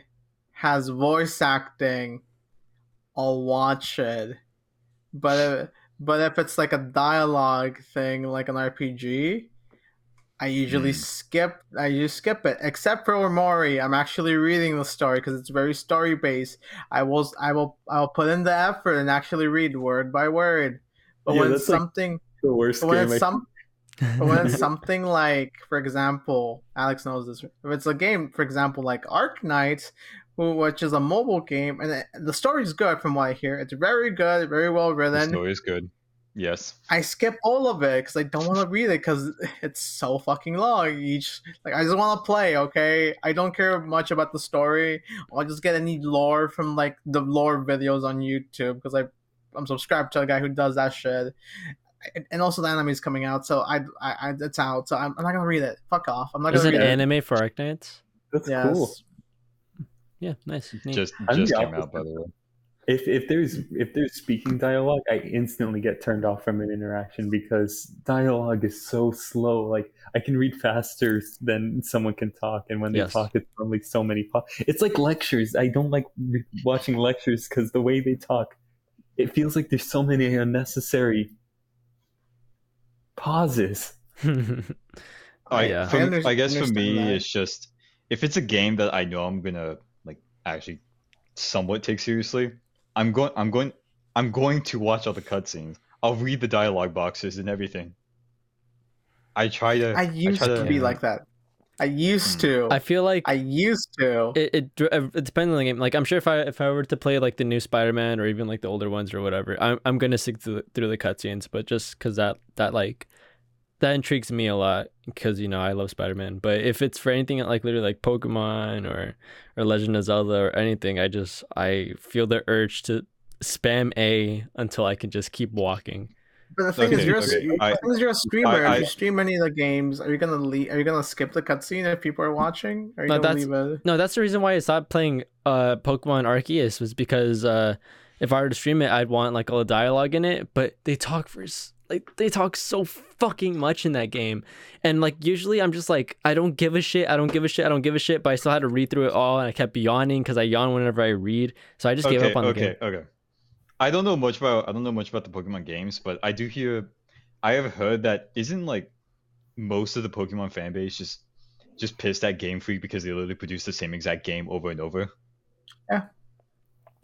Speaker 3: has voice acting, I'll watch it. But if, but if it's like a dialogue thing, like an RPG, I usually
Speaker 4: Hmm.
Speaker 3: skip. I just skip it, except for Omori. I'm actually reading the story because it's very story based. I will I will I will put in the effort and actually read word by word. But
Speaker 1: Yeah,
Speaker 3: when
Speaker 1: that's, like,
Speaker 3: something
Speaker 1: The worst
Speaker 3: but when
Speaker 1: game. I-
Speaker 3: it's some but when it's something like, for example, Alex knows this. If it's a game, for example, like Arc Knight, who- which is a mobile game, and it- the story's good from what I hear. It's very good, very well
Speaker 4: The
Speaker 3: written.
Speaker 4: story is good. Yes.
Speaker 3: I skip all of it because I don't want to read it because it's so fucking long. Each like I just want to play. Okay, I don't care much about the story. I'll just get any lore from like the lore videos on YouTube because I I'm subscribed to a guy who does that shit. And- And also the anime's coming out, so I, I, I it's out. So I'm, I'm not gonna read it. Fuck off. I'm not
Speaker 2: There's
Speaker 3: gonna
Speaker 2: an
Speaker 3: read it.
Speaker 2: anime for Arc Knights.
Speaker 1: that's
Speaker 3: Yes.
Speaker 1: cool.
Speaker 2: Yeah, nice. neat.
Speaker 4: Just
Speaker 1: I'm
Speaker 4: just
Speaker 1: the
Speaker 4: came out
Speaker 1: opposite.
Speaker 4: by the way.
Speaker 1: if if there's if there's speaking dialogue i instantly get turned off from an interaction because dialogue is so slow like i can read faster than someone can talk and when they
Speaker 2: Yes.
Speaker 1: talk it's only so many po- it's like lectures i don't like re- watching lectures because the way they talk it feels like there's so many unnecessary pauses
Speaker 4: I,
Speaker 2: Yeah.
Speaker 4: for-
Speaker 3: I under-
Speaker 4: I guess for me,
Speaker 3: understand that.
Speaker 4: it's just if it's a game that I know I'm gonna like actually somewhat take seriously, I'm going, I'm going, I'm going to watch all the cutscenes. I'll read the dialogue boxes and everything. I try to.
Speaker 3: I used
Speaker 4: try
Speaker 3: to,
Speaker 4: to-
Speaker 3: be like that. I used to.
Speaker 2: Hmm. I feel like
Speaker 3: I used to.
Speaker 2: it, it dr- it depends on the game. Like I'm sure if I if I were to play like the new Spider-Man or even like the older ones or whatever, I'm I'm gonna stick through the, through the cutscenes. But just because that that like that intrigues me a lot because you know I love Spider-Man. But if it's for anything like literally like Pokemon or or Legend of Zelda or anything, I just I feel the urge to spam A until I can just keep walking.
Speaker 3: But the thing is,
Speaker 4: Okay,
Speaker 3: you're
Speaker 4: okay,
Speaker 3: a,
Speaker 4: I-
Speaker 3: the thing is, you're a streamer.
Speaker 4: I-
Speaker 3: if you stream any of the games, are you gonna leave, are you gonna skip the cutscene if people are watching? Are you
Speaker 2: No,
Speaker 3: gonna
Speaker 2: that's-
Speaker 3: leave it?
Speaker 2: No, that's the reason why I stopped playing uh Pokemon Arceus was because uh if I were to stream it, I'd want like all the dialogue in it, but they talk for s- like they talk so fucking much in that game. And like usually I'm just like I don't give a shit, I don't give a shit, I don't give a shit, but I still had to read through it all and I kept yawning cuz I yawn whenever I read. So I just gave up on the game.
Speaker 4: okay, okay. I don't know much about I don't know much about the Pokemon games, but I do hear I have heard that isn't like most of the Pokemon fan base just just pissed at Game Freak because they literally produce the same exact game over and over.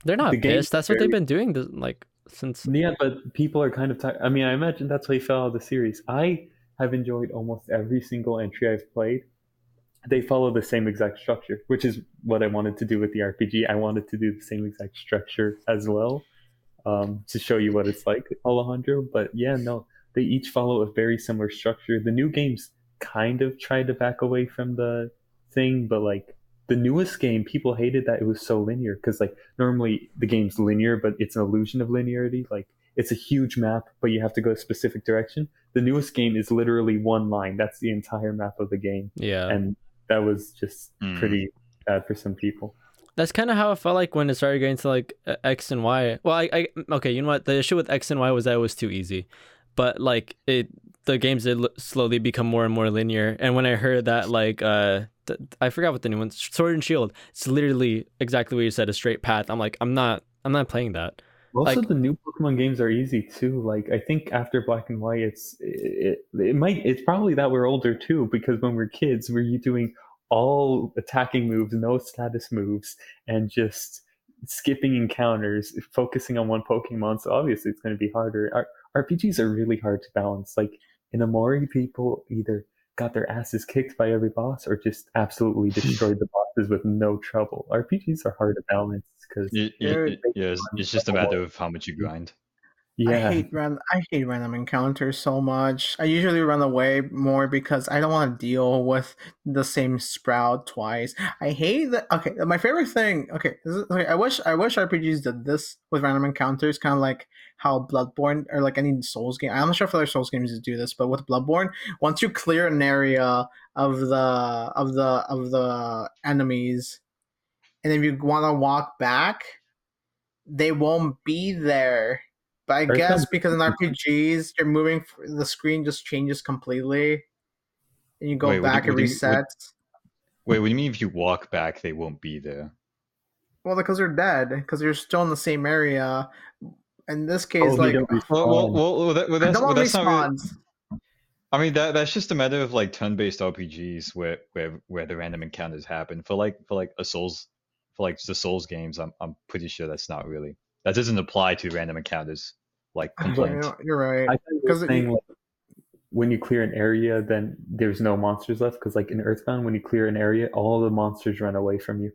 Speaker 2: They're not
Speaker 1: The game's
Speaker 2: pissed. That's what they've
Speaker 1: very-
Speaker 2: been doing th- like since
Speaker 1: Yeah, but people are kind of tired. I mean, I imagine that's why he fell out of the series. I have enjoyed almost every single entry I've played. They follow the same exact structure, which is what I wanted to do with the RPG. I wanted to do the same exact structure as well um, to show you what it's like, Alejandro. But yeah, no, they each follow a very similar structure. The new games kind of tried to back away from the thing, but like the newest game, people hated that it was so linear because like normally the game's linear, but it's an illusion of linearity. Like it's a huge map, but you have to go a specific direction. The newest game is literally one line. That's the entire map of the game,
Speaker 2: yeah.
Speaker 1: and that was just
Speaker 4: Mm.
Speaker 1: pretty bad for some people.
Speaker 2: That's kind of how it felt like when it started getting to like uh, X and Y. Well, I, I okay, you know what? The issue with X and Y was that it was too easy, but like it, the games did l- slowly become more and more linear. And when I heard that, like, uh, th- I forgot what the new one, Sword and Shield, it's literally exactly what you said, a straight path. I'm like, I'm not, I'm not playing that.
Speaker 1: Also,
Speaker 2: Like-
Speaker 1: the new Pokemon games are easy too. Like I think after Black and White, it's it, it, it might it's probably that we're older too because when we're kids, we're you doing all attacking moves, no status moves, and just skipping encounters, focusing on one Pokemon. So obviously, it's going to be harder. R- RPGs are really hard to balance. Like in Amori, people either got their asses kicked by every boss or just absolutely destroyed the bosses with no trouble. RPGs are hard to balance because
Speaker 4: Y- y-
Speaker 3: There-
Speaker 4: y- yes, it's just a matter of how much you grind.
Speaker 1: Yeah.
Speaker 3: I hate ran- I hate random encounters so much. I usually run away more because I don't want to deal with the same sprout twice. I hate that. Okay, my favorite thing. Okay, this is, okay, I wish I wish RPGs did this with random encounters, kind of like how Bloodborne or like any Souls game. I'm not sure if other Souls games do this, but with Bloodborne, once you clear an area of the of the of the enemies, and if you want to walk back, they won't be there. But I
Speaker 1: Or it's
Speaker 3: guess
Speaker 1: not-
Speaker 3: because in RPGs, you're moving, f- the screen just changes completely, and you go
Speaker 4: Wait, what do-
Speaker 3: back, it
Speaker 4: what do you- what-
Speaker 3: resets.
Speaker 4: Wait, what do you mean if you walk back, they won't be there?
Speaker 3: Well, because they're dead, because you're still in the same area. In this case,
Speaker 1: Oh, he
Speaker 3: like
Speaker 1: don't
Speaker 4: Well, well,
Speaker 1: respond.
Speaker 4: well, well, that, well,
Speaker 3: no
Speaker 4: that's, well,
Speaker 3: one
Speaker 4: that's not really-
Speaker 3: responds.
Speaker 4: I mean that that's just a matter of like turn-based RPGs where where where the random encounters happen. For like for like a Souls for like the Souls games, I'm I'm pretty sure that's not really that doesn't apply to random encounters like complaint.
Speaker 3: You're, you're
Speaker 1: I
Speaker 3: right.
Speaker 1: thought you were
Speaker 3: 'Cause it-
Speaker 1: saying like, when you clear an area, then there's no monsters left. Because like in Earthbound, when you clear an area, all the monsters run away from you.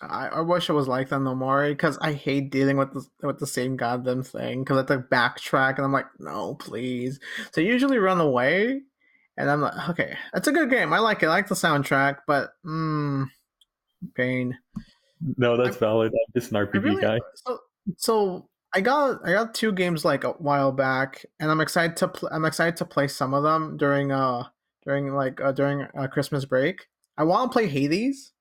Speaker 3: I, I wish it was like that no more, because I hate dealing with the, with the same goddamn thing. Because I have to backtrack, and I'm like, no, please. So I usually run away, and I'm like, okay, it's a good game. I like it. I like the soundtrack, but mm, pain.
Speaker 1: No, that's valid. I'm just an
Speaker 3: I
Speaker 1: RPG
Speaker 3: really-
Speaker 1: guy.
Speaker 3: So, so I got I got two games like a while back, and I'm excited to pl- I'm excited to play some of them during uh during like uh, during uh, Christmas break. I want to play Hades,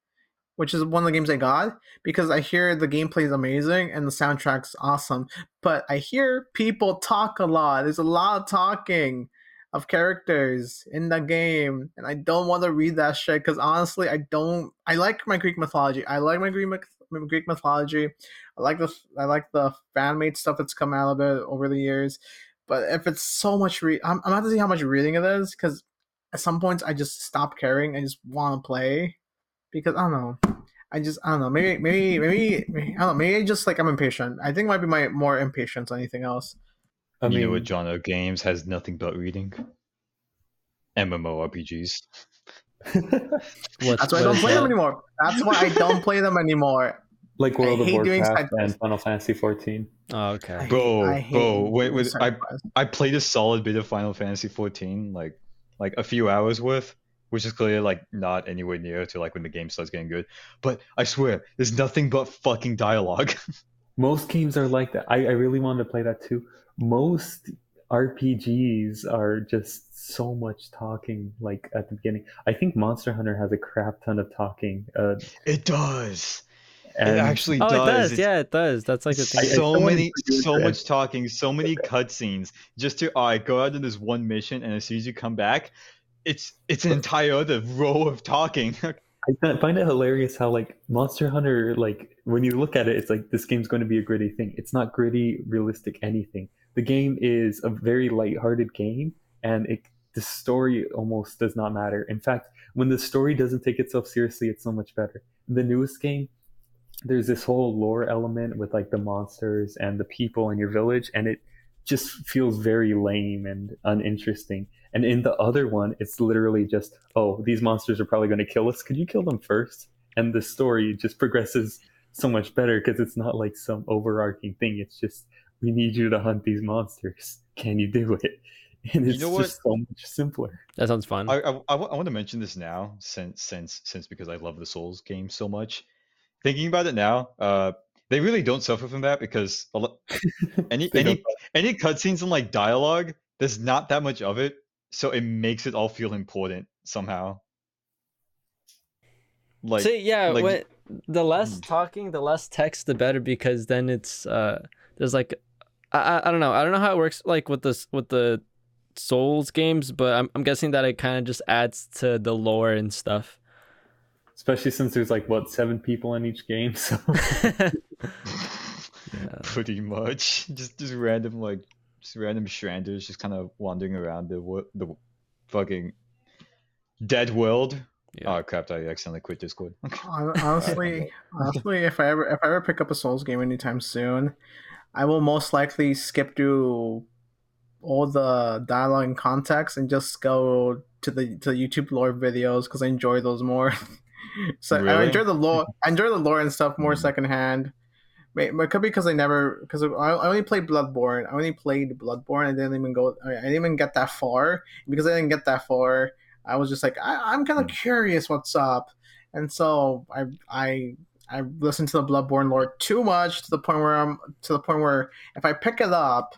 Speaker 3: which is one of the games I got because I hear the gameplay is amazing and the soundtrack's awesome. But I hear people talk a lot. There's a lot of talking of characters in the game, and I don't want to read that shit because honestly, I don't. I like my Greek mythology. I like my Greek myth- Greek mythology. I like the I like the fan made stuff that's come out of it over the years. But if it's so much, re- I'm I'm not to see how much reading it is because at some points I just stop caring. I just want to play because I don't know. I just I don't know. Maybe maybe maybe, maybe I don't know. Maybe I just like I'm impatient. I think it might be my more impatience than anything else.
Speaker 1: I
Speaker 4: you know
Speaker 1: mean,
Speaker 4: what genre of games has nothing but reading? MMORPGs.
Speaker 2: What's,
Speaker 3: That's why I
Speaker 2: what
Speaker 3: don't
Speaker 2: is
Speaker 3: play them
Speaker 2: that?
Speaker 3: anymore. That's why I don't play them anymore.
Speaker 1: like World
Speaker 3: I
Speaker 1: of
Speaker 3: hate doing side
Speaker 1: Warcraft
Speaker 3: quests.
Speaker 1: and Final Fantasy 14.
Speaker 2: Oh, okay.
Speaker 4: Bro,
Speaker 3: I hate
Speaker 4: bro, wait,
Speaker 3: doing
Speaker 4: wait,
Speaker 3: side
Speaker 4: I
Speaker 3: quests.
Speaker 4: I played a solid bit of Final Fantasy 14, like like a few hours worth, which is clearly like not anywhere near to like when the game starts getting good. But I swear, there's nothing but fucking dialogue.
Speaker 1: Most games are like that. I, I really wanted to play that too. Most RPGs are just so much talking, like at the beginning. I think Monster Hunter has a crap ton of talking. Uh,
Speaker 4: it does.
Speaker 1: and
Speaker 4: it actually
Speaker 2: Oh, it
Speaker 4: does.
Speaker 2: does.
Speaker 4: It's-
Speaker 2: Yeah, it does. That's like the
Speaker 4: so
Speaker 1: I-
Speaker 2: thing.
Speaker 1: someone
Speaker 4: many,
Speaker 1: produced
Speaker 4: so
Speaker 1: it.
Speaker 4: much talking, so many cutscenes. Just to all right, go out to this one mission, and as soon as you come back, it's it's an entire other row of talking.
Speaker 1: I fi- find it hilarious how like Monster Hunter, like when you look at it, it's like this game's going to be a gritty thing. It's not gritty, realistic, anything. The game is a very lighthearted game, and it the story almost does not matter. In fact, when the story doesn't take itself seriously, it's so much better. The newest game, there's this whole lore element with like the monsters and the people in your village, and it just feels very lame and uninteresting. And in the other one, it's literally just, oh, these monsters are probably going to kill us. Could you kill them first? And the story just progresses so much better because it's not like some overarching thing. It's just, we need you to hunt these monsters. Can you do it? And
Speaker 4: You
Speaker 1: it's
Speaker 4: know
Speaker 1: just so much simpler.
Speaker 2: That sounds fun.
Speaker 4: I, I, want to mention this now since since since because I love the Souls game so much. Thinking about it now, uh, they really don't suffer from that because a lo- any
Speaker 1: They
Speaker 4: any any cutscenes and like dialogue, there's not that much of it, so it makes it all feel important somehow. Like
Speaker 2: so yeah,
Speaker 4: like-
Speaker 2: when, the less
Speaker 4: Mm.
Speaker 2: talking, the less text, the better because then it's uh there's like I I, I don't know I don't know how it works like with this with the Souls games, but I'm I'm guessing that it kind of just adds to the lore and stuff.
Speaker 1: Especially since there's like, what, seven people in each game? So
Speaker 2: Uh,
Speaker 4: pretty much just just random like just random stranders just kind of wandering around the wo- the w- fucking dead world.
Speaker 2: Yeah.
Speaker 4: Oh crap! I accidentally quit Discord.
Speaker 3: Hon- Honestly, honestly, if I ever if I ever pick up a Souls game anytime soon, I will most likely skip through all the dialogue and context and just go to the to the YouTube lore videos because I enjoy those more. so I
Speaker 4: Really?
Speaker 3: enjoy the lore, I enjoy the lore and stuff more
Speaker 4: Mm.
Speaker 3: secondhand. May- but it could be because I never because I, I only played Bloodborne. I only played Bloodborne. I didn't even go. I I didn't even get that far because I didn't get that far. I was just like, I, I'm kind of
Speaker 4: Hmm.
Speaker 3: curious what's up, and so I I I listened to the Bloodborne lore too much to the point where I'm to the point where if I pick it up,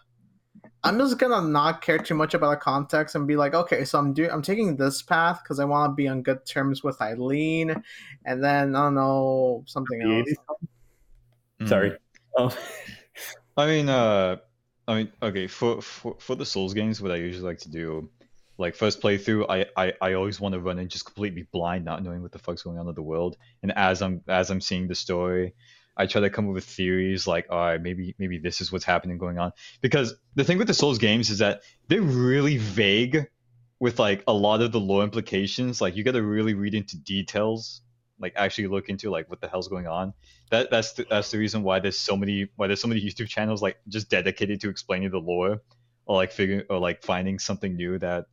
Speaker 3: I'm just gonna not care too much about the context and be like, okay, so I'm doing I'm taking this path because I want to be on good terms with Eileen, and then I don't know something
Speaker 1: The
Speaker 3: else.
Speaker 1: 80s?
Speaker 4: Mm.
Speaker 1: Sorry. Um,
Speaker 4: I mean, uh, I mean, okay, for, for for the Souls games, what I usually like to do, like first playthrough, I I, I always want to run in just completely blind, not knowing what the fuck's going on in the world, and as I'm as I'm seeing the story, I try to come up with theories like, all right, maybe maybe this is what's happening going on, because the thing with the Souls games is that they're really vague with like a lot of the lore implications. Like you got to really read into details, like actually look into like what the hell's going on that that's the, that's the reason why there's so many why there's so many YouTube channels like just dedicated to explaining the lore or like figuring or like finding something new that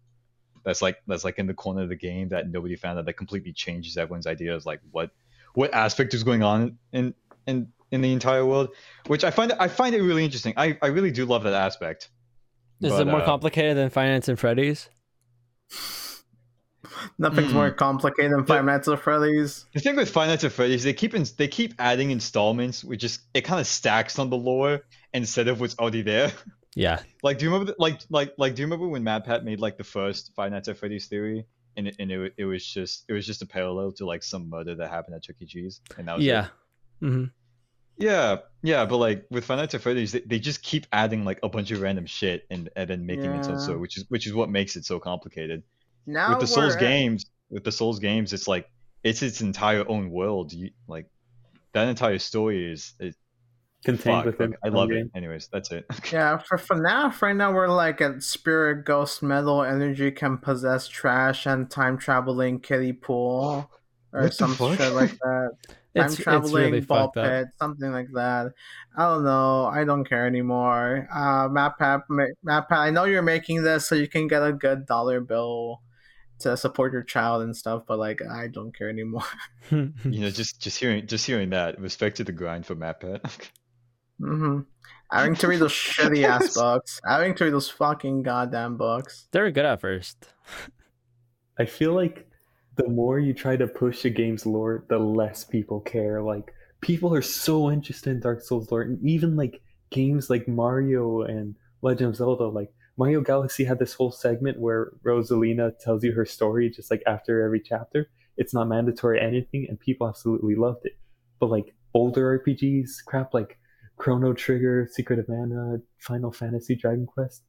Speaker 4: that's like that's like in the corner of the game that nobody found out that completely changes everyone's idea of like what what aspect is going on in in in the entire world which i find i find it really interesting i i really do love that aspect
Speaker 2: Is
Speaker 4: But,
Speaker 2: it more
Speaker 4: uh,
Speaker 2: complicated than Finance and Freddy's?
Speaker 3: Nothing's
Speaker 4: Mm.
Speaker 3: more complicated than Five Nights at Freddy's.
Speaker 4: The thing with Five Nights at Freddy's, they keep in, they keep adding installments, which just it kind of stacks on the lore instead of what's already there.
Speaker 2: Yeah.
Speaker 4: Like, do you remember? The, like, like, like, do you remember when Mad Pat made like the first Five Nights at Freddy's theory, and it, and it, wa- it was just it was just a parallel to like some murder that happened at Chuck E. Cheese, and that was it?
Speaker 2: Yeah. hmm
Speaker 4: yeah, yeah. But like with Five Nights at Freddy's, they, they just keep adding like a bunch of random shit and and then making it so-
Speaker 3: Yeah.
Speaker 4: so, which is which is what makes it so complicated.
Speaker 3: Now
Speaker 4: with the Souls
Speaker 3: we're-
Speaker 4: games, with the Souls games, it's like it's its entire own world. You, like that entire story is. is
Speaker 1: contained
Speaker 4: fuck,
Speaker 1: within.
Speaker 4: I love it. Anyways, that's it.
Speaker 3: Yeah, for FNAF right now we're like at spirit, ghost, metal, energy can possess trash and time traveling kiddie pool or
Speaker 4: What the
Speaker 3: some
Speaker 4: fuck?
Speaker 3: shit like that. Time
Speaker 2: It's, it's
Speaker 3: traveling
Speaker 2: really
Speaker 3: ball
Speaker 2: fucked up.
Speaker 3: pit, something like that. I don't know. I don't care anymore. Uh, Matt Pat, Ma- Matt Pat, I know you're making this so you can get a good dollar bill to support your child and stuff, but like I don't care anymore.
Speaker 4: you know, just just hearing just hearing that respect to the grind for Matt Pat.
Speaker 3: hmm Having to read those shitty ass books. Having to read those fucking goddamn books.
Speaker 2: they were good at first.
Speaker 1: I feel like the more you try to push a game's lore, the less people care. Like people are so interested in Dark Souls lore, and even like games like Mario and Legend of Zelda, like Mario Galaxy had this whole segment where Rosalina tells you her story just like after every chapter. It's not mandatory or anything, and people absolutely loved it. But like older RPGs, crap like Chrono Trigger, Secret of Mana, Final Fantasy, Dragon Quest,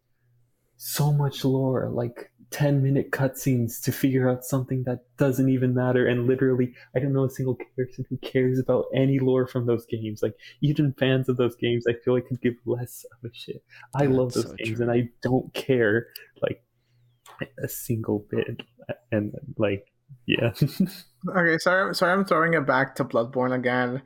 Speaker 1: so much lore, like 10 minute cutscenes to figure out something that doesn't even matter. And literally, I don't know a single person who cares about any lore from those games. Like, even fans of those games, I feel like could give less of a shit. I love
Speaker 2: That's
Speaker 1: those
Speaker 2: so
Speaker 1: games
Speaker 2: true.
Speaker 1: and I don't care, like, a single bit. And, like, yeah.
Speaker 3: Okay, sorry, sorry, I'm throwing it back to Bloodborne again.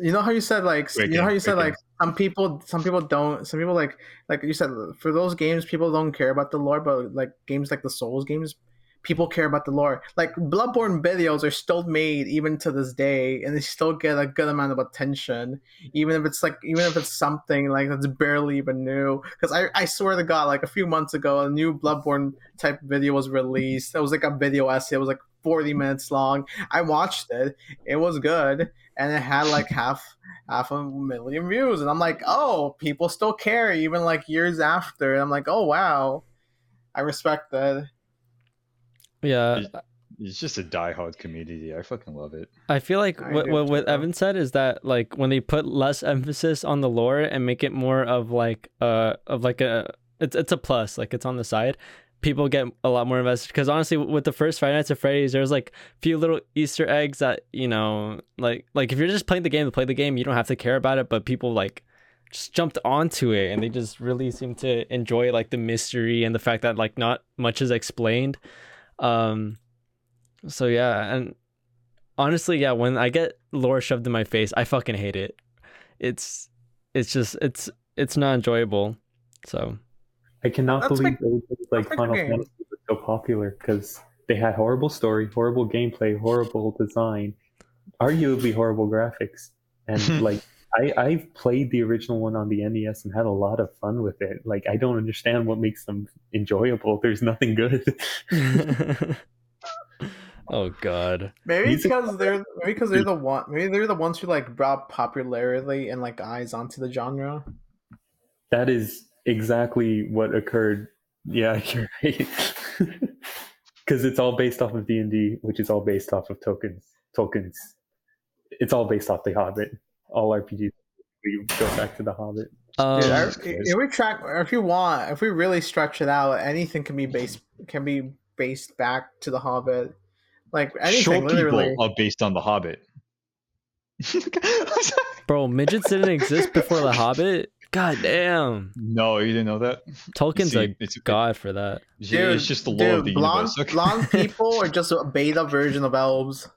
Speaker 3: You know how you said like
Speaker 4: Great
Speaker 3: you know
Speaker 4: game,
Speaker 3: how you said
Speaker 4: great
Speaker 3: like some people some people don't some people like like you said for those games people don't care about the lore, but like games like the Souls games, people care about the lore. Like Bloodborne videos are still made even to this day, and they still get a good amount of attention, even if it's like even if it's something like that's barely even new. Because I I swear to God, like a few months ago, a new Bloodborne type video was released. It was like a video essay. It was like 40 minutes long. I watched it. It was good, and it had like half half a million views. And I'm like, oh, people still care even like years after. And I'm like, oh wow, I respect that.
Speaker 2: Yeah.
Speaker 4: Is- It's just a diehard community. I fucking love it.
Speaker 2: I feel like
Speaker 3: I
Speaker 2: what
Speaker 3: do
Speaker 2: what,
Speaker 3: too,
Speaker 2: what
Speaker 3: though.
Speaker 2: Evan said is that like when they put less emphasis on the lore and make it more of like uh of like a it's it's a plus like it's on the side. People get a lot more invested because honestly, with the first Five Nights at Freddy's, there's like few little Easter eggs that you know, like like if you're just playing the game to play the game, you don't have to care about it. But people like just jumped onto it and they just really seem to enjoy like the mystery and the fact that like not much is explained. Um, so yeah, and honestly, yeah, when I get lore shoved in my face, I fucking hate it. It's it's just it's it's not enjoyable. So
Speaker 1: I cannot
Speaker 3: That's
Speaker 1: believe
Speaker 3: like-
Speaker 1: those things like
Speaker 3: that's like a
Speaker 1: Final
Speaker 3: game.
Speaker 1: Fantasy were so popular because they had horrible story, horrible gameplay, horrible design, arguably horrible graphics, and like I I've played the original one on the NES and had a lot of fun with it. Like I don't understand what makes them enjoyable. There's nothing good.
Speaker 2: oh god.
Speaker 3: Maybe it's
Speaker 1: Music-
Speaker 3: because they're maybe because they're the one maybe they're the ones who like brought popularity and like eyes onto the genre.
Speaker 1: that is exactly what occurred. Yeah, you're right. Because it's all based off of D and D, which is all based off of tokens. Tokens. It's all based off the Hobbit. All RPGs. We go back to the Hobbit.
Speaker 2: Um,
Speaker 3: Dude, I-
Speaker 4: Jesus Christ.
Speaker 3: if we track, if you want, if we really stretch it out, anything can be based can be based back to the Hobbit, like anything
Speaker 4: Short
Speaker 3: literally.
Speaker 4: people are based on The Hobbit.
Speaker 2: bro, midgets didn't exist before The Hobbit. God damn.
Speaker 4: no, you didn't know that.
Speaker 2: Tolkien's
Speaker 4: See,
Speaker 2: a
Speaker 4: it's,
Speaker 2: god for that.
Speaker 4: it's- it's just the lore of the
Speaker 3: blonde,
Speaker 4: universe. Okay.
Speaker 3: blonde people are just a beta version of elves.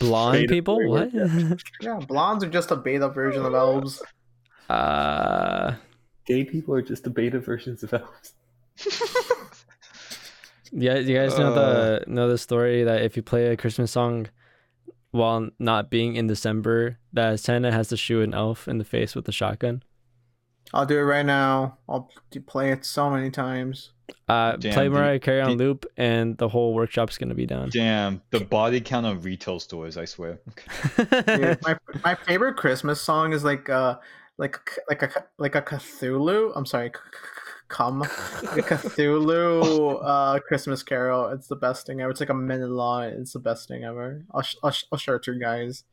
Speaker 2: Blonde
Speaker 1: Beta
Speaker 2: people?
Speaker 1: Blue,
Speaker 2: What?
Speaker 3: Yeah, blondes are just a beta version of elves.
Speaker 2: uh
Speaker 1: Gay people are just the beta versions of elves.
Speaker 2: Yeah, you guys know
Speaker 3: Uh.
Speaker 2: the know the story that if you play a Christmas song while not being in December, that Santa has to shoot an elf in the face with a shotgun.
Speaker 3: I'll do it right now. I'll p- play it so many times.
Speaker 2: Uh,
Speaker 4: Damn,
Speaker 2: play
Speaker 4: the-
Speaker 2: Mariah Carey on
Speaker 4: the-
Speaker 2: loop, and the whole workshop's gonna be down.
Speaker 4: Damn, the body count on retail stores. I swear.
Speaker 3: Dude, my my favorite Christmas song is like uh like like a like a Cthulhu. I'm sorry, c- c- come the Cthulhu uh Christmas Carol. It's the best thing ever. It's like a minute long. It's the best thing ever. I'll sh- I'll, sh- I'll show it to you guys.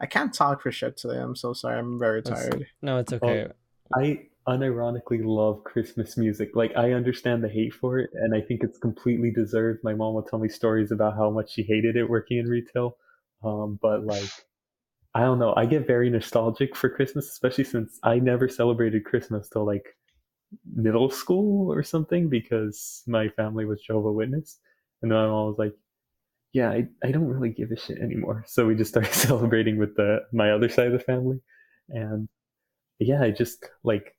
Speaker 3: I can't talk for shit today. I'm so sorry. I'm very
Speaker 2: That's-
Speaker 3: tired.
Speaker 2: no, it's okay.
Speaker 1: I unironically love Christmas music. Like I understand the hate for it, and I think it's completely deserved. My mom will tell me stories about how much she hated it working in retail. Um, but like, I don't know. I get very nostalgic for Christmas, especially since I never celebrated Christmas till like middle school or something because my family was Jehovah Witness, and then my mom was like. Yeah, I, I don't really give a shit anymore. So we just started celebrating with the my other side of the family, and yeah, I just like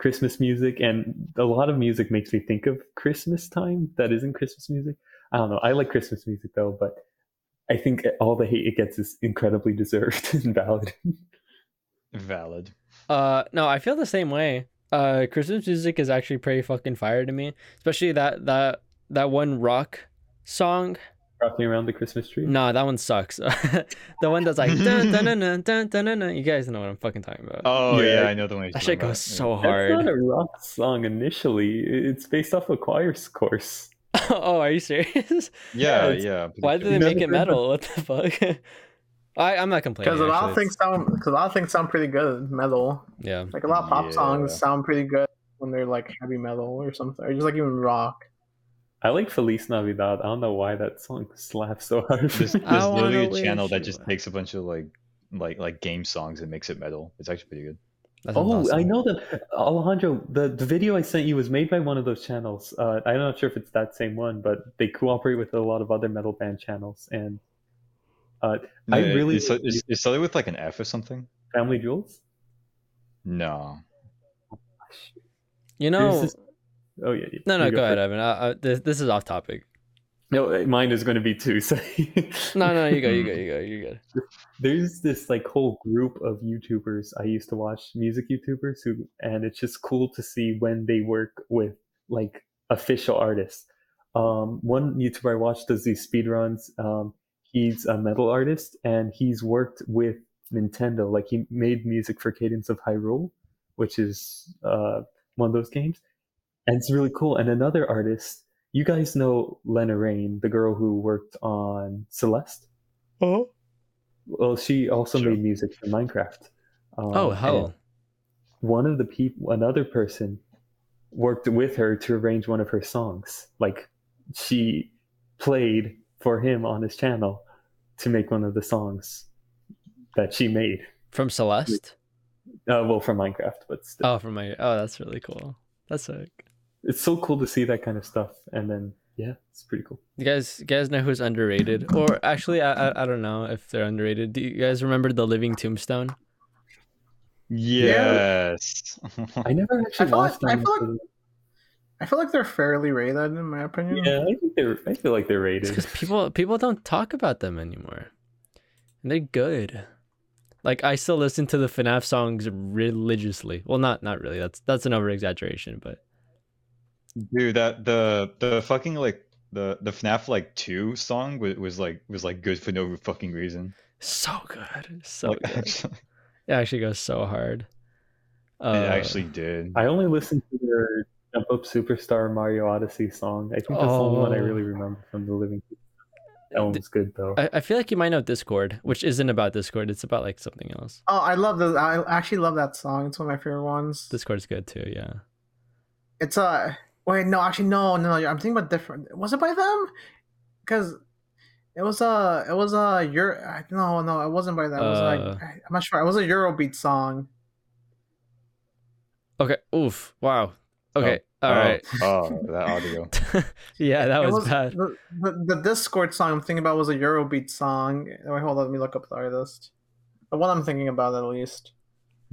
Speaker 1: Christmas music, and a lot of music makes me think of Christmas time that isn't Christmas music. I don't know. I like Christmas music though, but I think all the hate it gets is incredibly deserved and valid.
Speaker 4: Valid.
Speaker 2: Uh, no, I feel the same way. Uh, Christmas music is actually pretty fucking fire to me, especially that that that one rock song.
Speaker 1: Rocking around the Christmas tree.
Speaker 2: No, that one sucks. the one that's like dun, dun, dun, dun, dun, dun, dun, dun. you guys know what I'm fucking talking about.
Speaker 4: Oh yeah,
Speaker 1: Yeah.
Speaker 4: I know the one. you're
Speaker 2: that
Speaker 4: talking
Speaker 2: shit
Speaker 4: about.
Speaker 2: goes so
Speaker 1: That's not
Speaker 2: hard.
Speaker 1: a rock song initially. It's based off a choir's course.
Speaker 2: oh, are you serious?
Speaker 4: Yeah,
Speaker 1: it's-
Speaker 4: yeah.
Speaker 2: Why did they
Speaker 1: You know
Speaker 2: make
Speaker 1: the
Speaker 2: it metal? What the fuck? I I'm not complaining.
Speaker 3: Because a lot
Speaker 2: actually.
Speaker 3: of things sound because a lot of things sound pretty good metal.
Speaker 2: Yeah.
Speaker 3: Like a lot of pop
Speaker 4: Yeah.
Speaker 3: songs sound pretty good when they're like heavy metal or something, or just like even rock.
Speaker 1: I like Feliz Navidad. I don't know why that song slaps so hard.
Speaker 4: There's,
Speaker 1: Just,
Speaker 4: there's
Speaker 2: Oh, I wanna
Speaker 4: literally a
Speaker 2: wish
Speaker 4: channel that
Speaker 2: you
Speaker 4: just
Speaker 2: a-
Speaker 4: takes a bunch of like, like, like game songs and makes it metal. It's actually pretty good.
Speaker 2: That sounds
Speaker 1: oh, I
Speaker 2: awesome.
Speaker 1: know that Alejandro. The, the video I sent you was made by one of those channels. Uh, I'm not sure if it's that same one, but they cooperate with a lot of other metal band channels. And I
Speaker 4: Yeah,
Speaker 1: really-
Speaker 4: is, is, is started with like an F or something?
Speaker 1: Family Jewels.
Speaker 4: No.
Speaker 2: You know.
Speaker 1: this is- Oh yeah. yeah.
Speaker 2: No, no,
Speaker 1: You
Speaker 2: go, ahead, Evan. I, I, this, this is off topic.
Speaker 1: first. No, mine is going to be two. So
Speaker 2: No, no, you go, you go, you go, you go.
Speaker 1: there's this like whole group of YouTubers I used to watch, music YouTubers, who, and it's just cool to see when they work with like official artists. Um, one YouTuber I watch does these speed runs. Um, he's a metal artist, and he's worked with Nintendo. Like he made music for Cadence of Hyrule, which is uh, one of those games, and it's really cool. And another artist, you guys know Lena Rain, the girl who worked on Celeste.
Speaker 2: Oh.
Speaker 1: Well, she also
Speaker 4: Sure.
Speaker 1: made music for Minecraft. Um,
Speaker 2: Oh
Speaker 1: and
Speaker 2: hell.
Speaker 1: One of the people, another person, worked with her to arrange one of her songs. Like she played for him on his channel to make one of the songs that she made.
Speaker 2: From Celeste.
Speaker 1: Uh, well, for Minecraft, but still.
Speaker 2: Oh, from my. Oh, that's really cool. That's sick.
Speaker 1: it's so cool to see that kind of stuff. And then, yeah, it's pretty cool.
Speaker 2: You guys, you guys know who's underrated, or actually, I, I, I don't know if they're underrated. Do you guys remember the Living Tombstone?
Speaker 4: Yes.
Speaker 1: I never actually
Speaker 3: I feel like-
Speaker 1: watched
Speaker 3: I
Speaker 1: them.
Speaker 3: feel I feel like they're fairly rated in my opinion.
Speaker 1: yeah, I think they're. I feel like they're rated.
Speaker 2: Because people people don't talk about them anymore. And they're good. Like I still listen to the FNAF songs religiously. Well, not not really. That's that's an over exaggeration, but
Speaker 4: Dude, that the the fucking like the the FNAF like two song was, was like was like good for no fucking reason.
Speaker 2: so good, so
Speaker 4: like
Speaker 2: good.
Speaker 4: actually,
Speaker 2: It actually goes so hard. Uh,
Speaker 4: it actually did.
Speaker 1: I only listened to their Jump Up Superstar Mario Odyssey song. I think that's the only one I
Speaker 2: Oh.
Speaker 1: really remember from the Living. Creatures. That one
Speaker 2: D-
Speaker 1: was good though.
Speaker 2: I, I feel like you might know Discord, which isn't about Discord. It's about like something else.
Speaker 3: Oh, I love the. I actually love that song. It's one of my favorite ones.
Speaker 2: Discord's good too. Yeah.
Speaker 3: It's uh wait no actually no no no I'm thinking about different was it by them because it was uh it was uh your no no it wasn't by them it was
Speaker 2: Uh.
Speaker 3: like I- I'm not sure it was a Eurobeat song
Speaker 2: Okay. Oof. Wow. Okay. All
Speaker 4: oh,
Speaker 2: right.
Speaker 4: Oh, that audio.
Speaker 2: yeah, that
Speaker 3: It
Speaker 2: was, bad.
Speaker 3: the, the, the Discord song I'm thinking about was a Eurobeat song wait hold on let me look up the artist the one I'm thinking about at least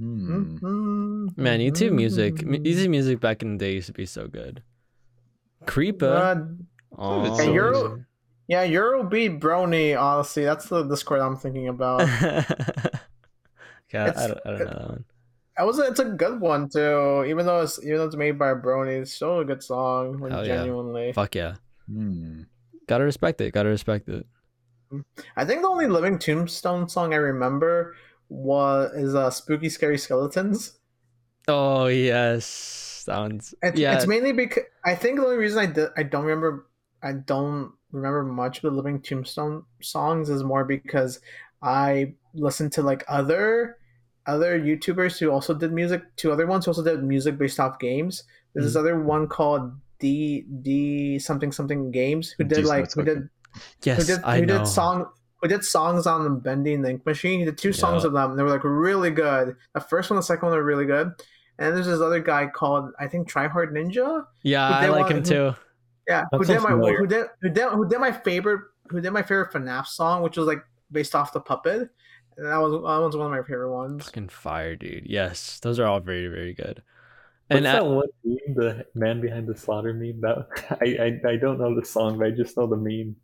Speaker 3: Mm-hmm.
Speaker 4: Hmm.
Speaker 2: Man, YouTube music, mu- YouTube music back in the day used to be so good. Creeper.
Speaker 3: uh,
Speaker 4: Oh, it's
Speaker 2: Aw.
Speaker 4: so
Speaker 3: Euro- yeah Eurobeat Brony honestly that's the Discord I'm thinking about
Speaker 2: God, I
Speaker 3: It's-
Speaker 2: don't, I don't know that one.
Speaker 3: It was a, it's a good one too. Even though it's even though it's made by a Brony, it's still a good song. like,
Speaker 2: Hell yeah.
Speaker 3: genuinely,
Speaker 2: Fuck yeah,
Speaker 4: Hmm.
Speaker 2: gotta respect it. Gotta respect it.
Speaker 3: I think the only Living Tombstone song I remember was is uh, "Spooky Scary Skeletons."
Speaker 2: Oh yes, that one's
Speaker 3: It's,
Speaker 2: yeah.
Speaker 3: it's mainly because I think the only reason I di- I don't remember I don't remember much of the Living Tombstone songs is more because I listened to like other other YouTubers who also did music. Two other ones who also did music based off games. There's this other one called D D something something games who did
Speaker 4: Decent,
Speaker 3: like
Speaker 4: that's
Speaker 3: who
Speaker 4: okay.
Speaker 3: did
Speaker 2: yes,
Speaker 3: who did
Speaker 2: I
Speaker 3: who
Speaker 2: know.
Speaker 3: did song who did songs on the Bendy and Ink Machine. He did two songs
Speaker 2: Yeah.
Speaker 3: of them. And they were like really good. The first one, and the second one were really good. And there's this other guy called I think Tryhard Ninja.
Speaker 2: yeah,
Speaker 3: who
Speaker 2: I
Speaker 3: did
Speaker 2: like
Speaker 3: one-
Speaker 2: him too.
Speaker 3: Yeah,
Speaker 1: That
Speaker 3: who did
Speaker 1: sounds
Speaker 3: my
Speaker 1: familiar.
Speaker 3: who did who did who did my favorite who did my favorite FNAF song, which was like based off the puppet. And that was that was one of my favorite ones.
Speaker 2: Fucking fire, dude. Yes, those are all very very good.
Speaker 1: What's
Speaker 2: And I-
Speaker 1: that one meme, the man behind the slaughter meme? That I, I I don't know the song, but I just know the meme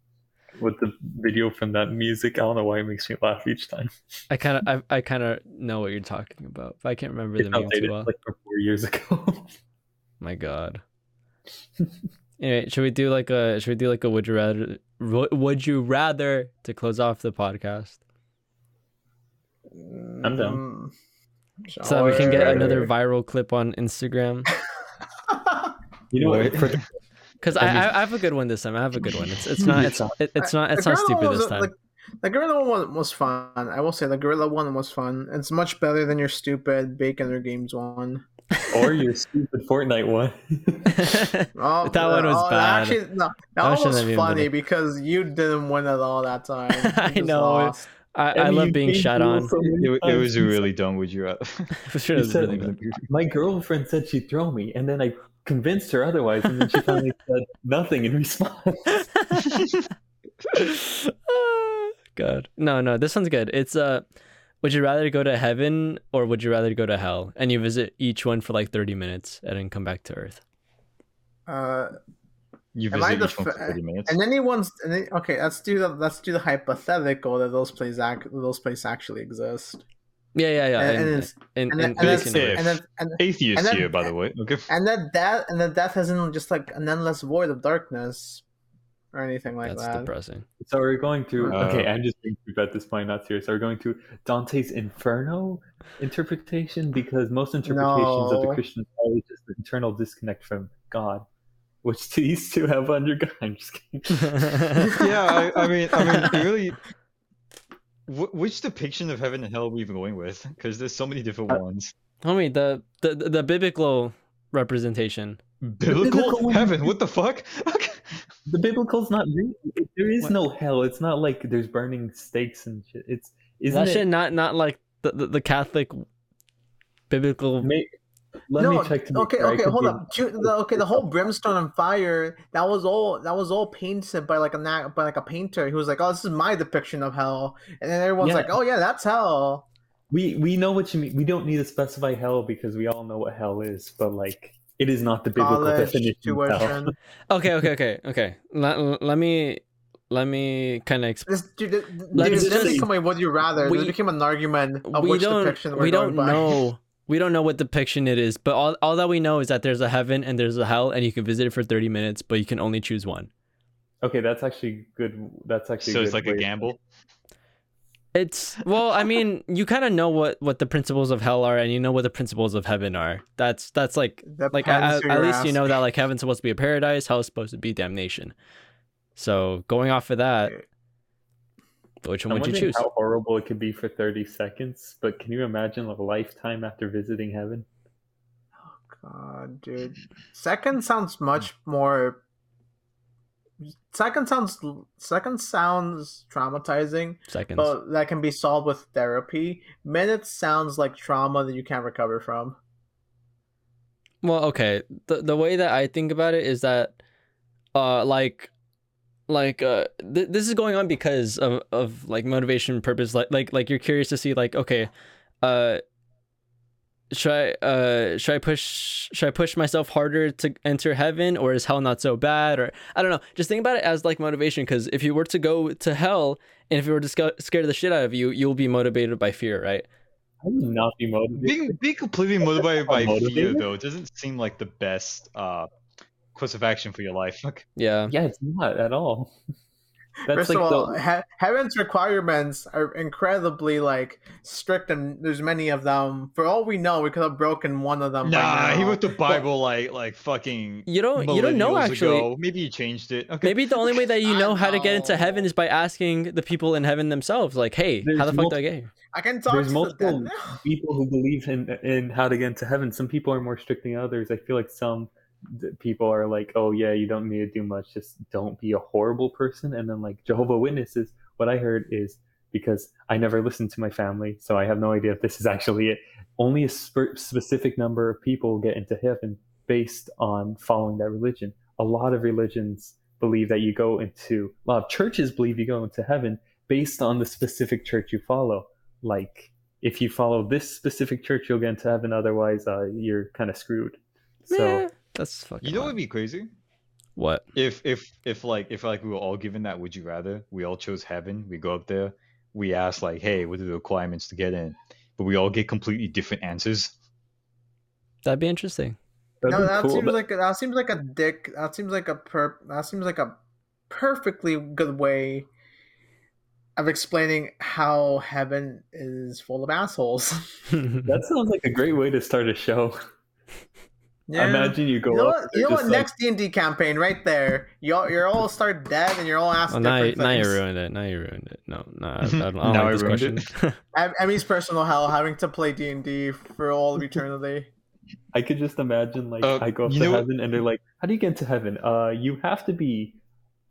Speaker 1: with the video from that music. I don't know why it makes me laugh each time.
Speaker 2: I kind of I, I kind of know what you're talking about, but I can't remember
Speaker 1: It's
Speaker 2: the name
Speaker 1: outdated
Speaker 2: too well.
Speaker 1: like from four years ago.
Speaker 2: My God. anyway, should we do like a should we do like a would you rather wo- would you rather to close off the podcast
Speaker 1: I'm down.
Speaker 3: Mm,
Speaker 2: so that we can get
Speaker 4: Sure.
Speaker 2: another viral clip on Instagram?
Speaker 3: sure.
Speaker 1: you know what?
Speaker 4: Wait.
Speaker 1: For the
Speaker 2: Because I, I, I have a good one this time. I have a good one. It's it's not it's it, it's not it's
Speaker 3: The
Speaker 2: not
Speaker 3: gorilla
Speaker 2: stupid
Speaker 3: one
Speaker 2: this
Speaker 3: was-
Speaker 2: time.
Speaker 3: like, the gorilla one was fun. I will say the gorilla one was fun. It's much better than your stupid Baconer Games one.
Speaker 1: or your stupid Fortnite one.
Speaker 3: Oh,
Speaker 2: That one was
Speaker 3: oh,
Speaker 2: bad.
Speaker 3: Actually, no, that,
Speaker 2: one
Speaker 3: one
Speaker 2: shouldn't
Speaker 3: was
Speaker 2: have even
Speaker 3: funny
Speaker 2: been a-
Speaker 3: because you didn't win at all that time. You
Speaker 2: I
Speaker 3: just
Speaker 2: know.
Speaker 3: lost.
Speaker 2: I, I
Speaker 1: And
Speaker 2: love
Speaker 1: you
Speaker 2: being
Speaker 1: beat
Speaker 2: shot
Speaker 1: me
Speaker 2: on.
Speaker 1: so many
Speaker 4: It, it
Speaker 1: times.
Speaker 4: was really dumb. Would you uh, rather?
Speaker 2: For sure,
Speaker 1: You
Speaker 2: it was
Speaker 1: said
Speaker 2: really
Speaker 1: it was
Speaker 2: bad.
Speaker 1: My girlfriend said she'd throw me, and then I convinced her otherwise, and then she finally said nothing in response.
Speaker 2: Ah, God. No, no, this one's good. It's uh would you rather go to heaven or would you rather go to hell? And you visit each one for like 30 minutes and then come back to earth.
Speaker 3: Uh,
Speaker 4: You
Speaker 3: Am I
Speaker 4: visit
Speaker 3: the
Speaker 4: each one for
Speaker 3: fa-
Speaker 4: thirty minutes.
Speaker 3: and anyone's and then, okay. Let's do the let's do the hypothetical that those plays act those places actually exist.
Speaker 2: Yeah, yeah, yeah.
Speaker 3: and,
Speaker 2: And,
Speaker 3: and, it's-
Speaker 2: and,
Speaker 3: and,
Speaker 2: and,
Speaker 3: then- and,
Speaker 4: they
Speaker 3: that's-
Speaker 2: bacon
Speaker 3: and,
Speaker 4: can-
Speaker 3: then- and,
Speaker 4: Atheist
Speaker 3: and then-
Speaker 4: here, by the way. Okay.
Speaker 3: and that that and that death isn't just like an endless void of darkness or anything like
Speaker 2: That's
Speaker 3: that.
Speaker 2: depressing.
Speaker 1: So we're going through.
Speaker 4: Uh,
Speaker 1: okay, I'm just being stupid at this point, not serious. So we're going through Dante's Inferno interpretation because most interpretations of the
Speaker 3: No.
Speaker 1: Christian mythology is the internal disconnect from God, which these two have undergone. I'm just kidding.
Speaker 4: yeah, I, I mean, I mean, it really. Wh- which depiction of heaven and hell are we even going with? Because there's so many different
Speaker 1: Uh,
Speaker 4: ones.
Speaker 2: Homie, the, the the biblical representation.
Speaker 4: Biblical,
Speaker 1: biblical one-
Speaker 4: heaven. What the fuck? Okay.
Speaker 1: The biblical's not real. There is
Speaker 2: What?
Speaker 1: no hell. It's not like there's burning stakes and shit. It's isn't
Speaker 2: that
Speaker 1: it?
Speaker 2: shit not not like the, the, the Catholic biblical
Speaker 1: May, let
Speaker 3: No,
Speaker 1: me check to make
Speaker 3: Okay,
Speaker 1: sure I
Speaker 3: okay,
Speaker 1: could
Speaker 3: hold
Speaker 1: be-
Speaker 3: up. Ju- the, okay, the whole brimstone and fire that was all that was all painted by like a na- by like a painter who was like, "Oh, this is my depiction of hell," and then everyone's
Speaker 1: Yeah.
Speaker 3: like, "Oh yeah, that's hell."
Speaker 1: We we know what you mean. We don't need to specify hell because we all know what hell is, but like it is not the biblical
Speaker 3: College
Speaker 1: definition. of hell.
Speaker 3: tuition.
Speaker 2: Okay, okay, okay, okay. Let, let me let me kind of explain.
Speaker 3: This, dude, this, dude,
Speaker 2: Let's
Speaker 3: this
Speaker 2: just-
Speaker 3: became a would you rather.
Speaker 2: we-
Speaker 3: this became an argument of
Speaker 2: we
Speaker 3: which
Speaker 2: don't
Speaker 3: depiction we're
Speaker 2: we don't
Speaker 3: going by.
Speaker 2: know we don't know what depiction it is but all, all that we know is that there's a heaven and there's a hell and you can visit it for 30 minutes but you can only choose one
Speaker 1: Okay, that's actually good. That's actually
Speaker 4: So it's
Speaker 1: good
Speaker 4: like a
Speaker 1: way-
Speaker 4: gamble.
Speaker 2: it's well i mean you kind of know what what the principles of hell are and you know what the principles of heaven are that's that's like
Speaker 3: Depends
Speaker 2: like at,
Speaker 3: who
Speaker 2: at
Speaker 3: you're
Speaker 2: least you know that
Speaker 3: asking.
Speaker 2: like heaven's supposed to be a paradise hell's supposed to be damnation so going off of that which
Speaker 1: I'm
Speaker 2: one would you
Speaker 1: wondering
Speaker 2: choose
Speaker 1: How horrible it could be for 30 seconds, but can you imagine a lifetime after visiting heaven?
Speaker 3: God, Ah, dude. Second sounds much more. Second sounds second sounds traumatizing,
Speaker 2: seconds
Speaker 3: but that can be solved with therapy. Minutes sounds like trauma that you can't recover from.
Speaker 2: Well, okay. The the way that I think about it is that uh like like uh th- this is going on because of of like motivation purpose like like like you're curious to see like okay uh should I uh should I push should I push myself harder to enter heaven or is hell not so bad or I don't know just think about it as like motivation because if you were to go to hell and if you were to sca- scare the shit out of you you'll be motivated by fear right
Speaker 1: I would not be motivated.
Speaker 4: Being, being completely motivated by fear
Speaker 1: motivated?
Speaker 4: though doesn't seem like the best uh course of action for your life. Like,
Speaker 2: yeah
Speaker 1: Yeah, it's not at all. That's
Speaker 3: First
Speaker 1: like
Speaker 3: of all,
Speaker 1: the,
Speaker 3: he- heaven's requirements are incredibly like strict, and there's many of them. For all we know, we could have broken one of them. by
Speaker 4: nah, he
Speaker 3: Um, now.
Speaker 4: wrote the Bible like like fucking.
Speaker 2: you don't you don't know
Speaker 4: millennials
Speaker 2: actually
Speaker 4: ago. Maybe he changed it. Okay.
Speaker 2: Maybe the only way that you
Speaker 3: I
Speaker 2: know how to get into
Speaker 3: know.
Speaker 2: heaven is by asking the people in heaven themselves, like, hey, how
Speaker 1: There's
Speaker 2: the fuck do I get here?
Speaker 3: I can talk
Speaker 1: There's
Speaker 3: to
Speaker 1: multiple-
Speaker 3: the dead now.
Speaker 1: people who believe in in how to get into heaven. Some people are more strict than others. I feel like some th- people are like, "Oh yeah, you don't need to do much. Just don't be a horrible person." And then like Jehovah Witnesses, what I heard is because I never listened to my family, so I have no idea if this is actually it. Only a sp- specific number of people get into heaven based on following that religion. A lot of religions believe that you go into. A lot of churches believe you go into heaven based on the specific church you follow. Like if you follow this specific church, you'll get into heaven. Otherwise, uh, you're kind of screwed.
Speaker 2: Meh.
Speaker 1: So
Speaker 2: that's fucking.
Speaker 4: You know what
Speaker 2: wild.
Speaker 4: would be crazy?
Speaker 2: what?
Speaker 4: If if if like if like we were all given that would you rather, we all chose heaven, we go up there, we ask like, hey, what are the requirements to get in? But we all get completely different answers.
Speaker 2: That'd be interesting.
Speaker 1: that'd
Speaker 3: No,
Speaker 1: be
Speaker 3: that
Speaker 1: cool,
Speaker 3: seems
Speaker 1: but
Speaker 3: like that seems like a dick. That seems like a per. That seems like a perfectly good way of explaining how heaven is full of assholes.
Speaker 1: that sounds like a great way to start a show.
Speaker 3: Yeah.
Speaker 1: Imagine you go
Speaker 3: You know
Speaker 1: up
Speaker 3: what?
Speaker 1: there
Speaker 3: You know what?
Speaker 1: just like,
Speaker 3: Next D and D campaign, right there. You all, you're all start dead, and you're all asked
Speaker 2: Oh, now, you,
Speaker 3: different
Speaker 2: now you
Speaker 3: things.
Speaker 2: ruined it. Now you ruined it. No, no, I I don't, I don't
Speaker 4: Now
Speaker 2: like
Speaker 4: I
Speaker 2: this question.
Speaker 4: ruined
Speaker 3: Em- Emmy's personal hell, having to play D and D for all of eternity.
Speaker 1: I could just imagine like
Speaker 4: Uh,
Speaker 1: I go up to
Speaker 4: you know what-
Speaker 1: heaven and they're like, "How do you get into heaven? Uh, you have to be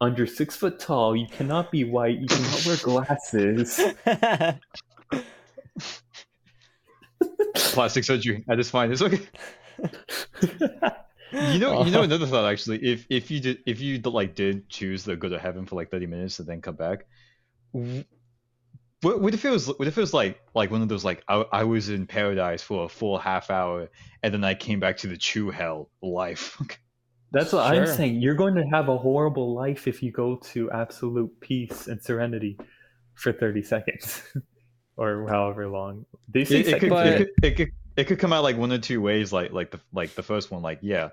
Speaker 1: under six foot tall. You cannot be white. You cannot wear glasses."
Speaker 4: Plastic surgery. I just find it's okay. You know, you know another thought actually. If if you did if you d- like did choose to go to heaven for like thirty minutes and then come back, w- what what if it was what if it was like like one of those like I, I was in paradise for a full half hour and then I came back to the true hell life.
Speaker 1: That's what I'm
Speaker 2: Sure.
Speaker 1: saying. You're going to have a horrible life if you go to absolute peace and serenity for 30 seconds or however long. They say
Speaker 4: It, it could,
Speaker 1: seconds, right?
Speaker 4: it could it could it could come out like one or two ways. Like like the like the first one like yeah,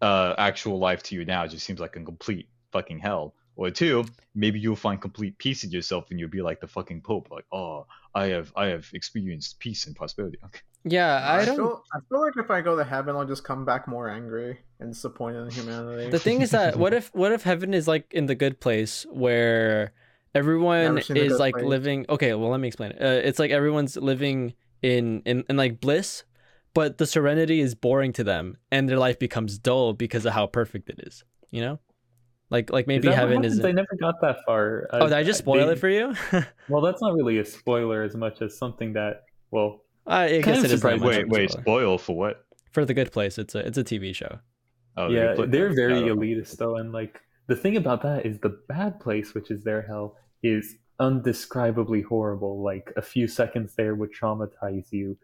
Speaker 4: uh, actual life to you now just seems like a complete fucking hell. Or two, maybe you'll find complete peace in yourself and you'll be like the fucking pope. Like oh, I have I have experienced peace and prosperity. Okay.
Speaker 2: yeah, I don't.
Speaker 3: Feel, I feel like if I go to heaven, I'll just come back more angry and disappointed in humanity.
Speaker 2: The thing is that what if what if heaven is like in the good place where everyone
Speaker 3: Never seen The
Speaker 2: is
Speaker 3: Good
Speaker 2: like
Speaker 3: Place.
Speaker 2: living? Okay, well let me explain it. Uh, it's like everyone's living in, in in like bliss, but the serenity is boring to them, and their life becomes dull because of how perfect it is. You know, like like maybe
Speaker 1: that what
Speaker 2: heaven
Speaker 1: happens?
Speaker 2: is.
Speaker 1: I never got that far.
Speaker 2: Oh, did I just spoil
Speaker 1: they-
Speaker 2: it for you?
Speaker 1: Well, that's not really a spoiler as much as something that, well,
Speaker 2: I, I guess
Speaker 1: of
Speaker 2: it is. not
Speaker 1: surprised.
Speaker 2: much of
Speaker 4: Wait
Speaker 2: a
Speaker 4: wait,
Speaker 2: spoiler.
Speaker 4: spoil for what?
Speaker 2: for the good place. It's a it's a TV show.
Speaker 4: Oh, they
Speaker 1: yeah,
Speaker 4: put-
Speaker 1: they're very
Speaker 4: I don't know.
Speaker 1: elitist though, and like the thing about that is the bad place, which is their hell, is undescribably horrible. Like a few seconds there would traumatize you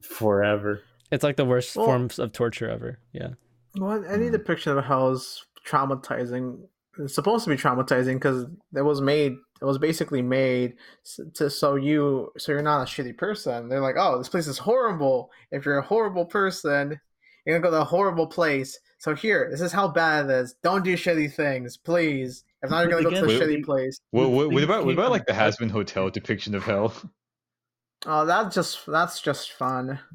Speaker 1: forever.
Speaker 2: It's like the worst
Speaker 3: Well-
Speaker 2: forms of torture ever. Yeah.
Speaker 3: Well, any
Speaker 4: Mm.
Speaker 3: depiction of hell is traumatizing it's supposed to be traumatizing because it was made it was basically made s- to so you so you're not a shitty person they're like oh this place is horrible if you're a horrible person you're gonna go to a horrible place so here this is how bad it is don't do shitty things please if not you're gonna go to the
Speaker 4: Again,
Speaker 3: shitty place
Speaker 4: What,
Speaker 1: These
Speaker 4: what, what
Speaker 1: things
Speaker 4: about
Speaker 1: came
Speaker 4: what about
Speaker 1: from
Speaker 4: like the
Speaker 1: Japan.
Speaker 4: Hasbin Hotel depiction of hell?
Speaker 3: oh that's just that's just fun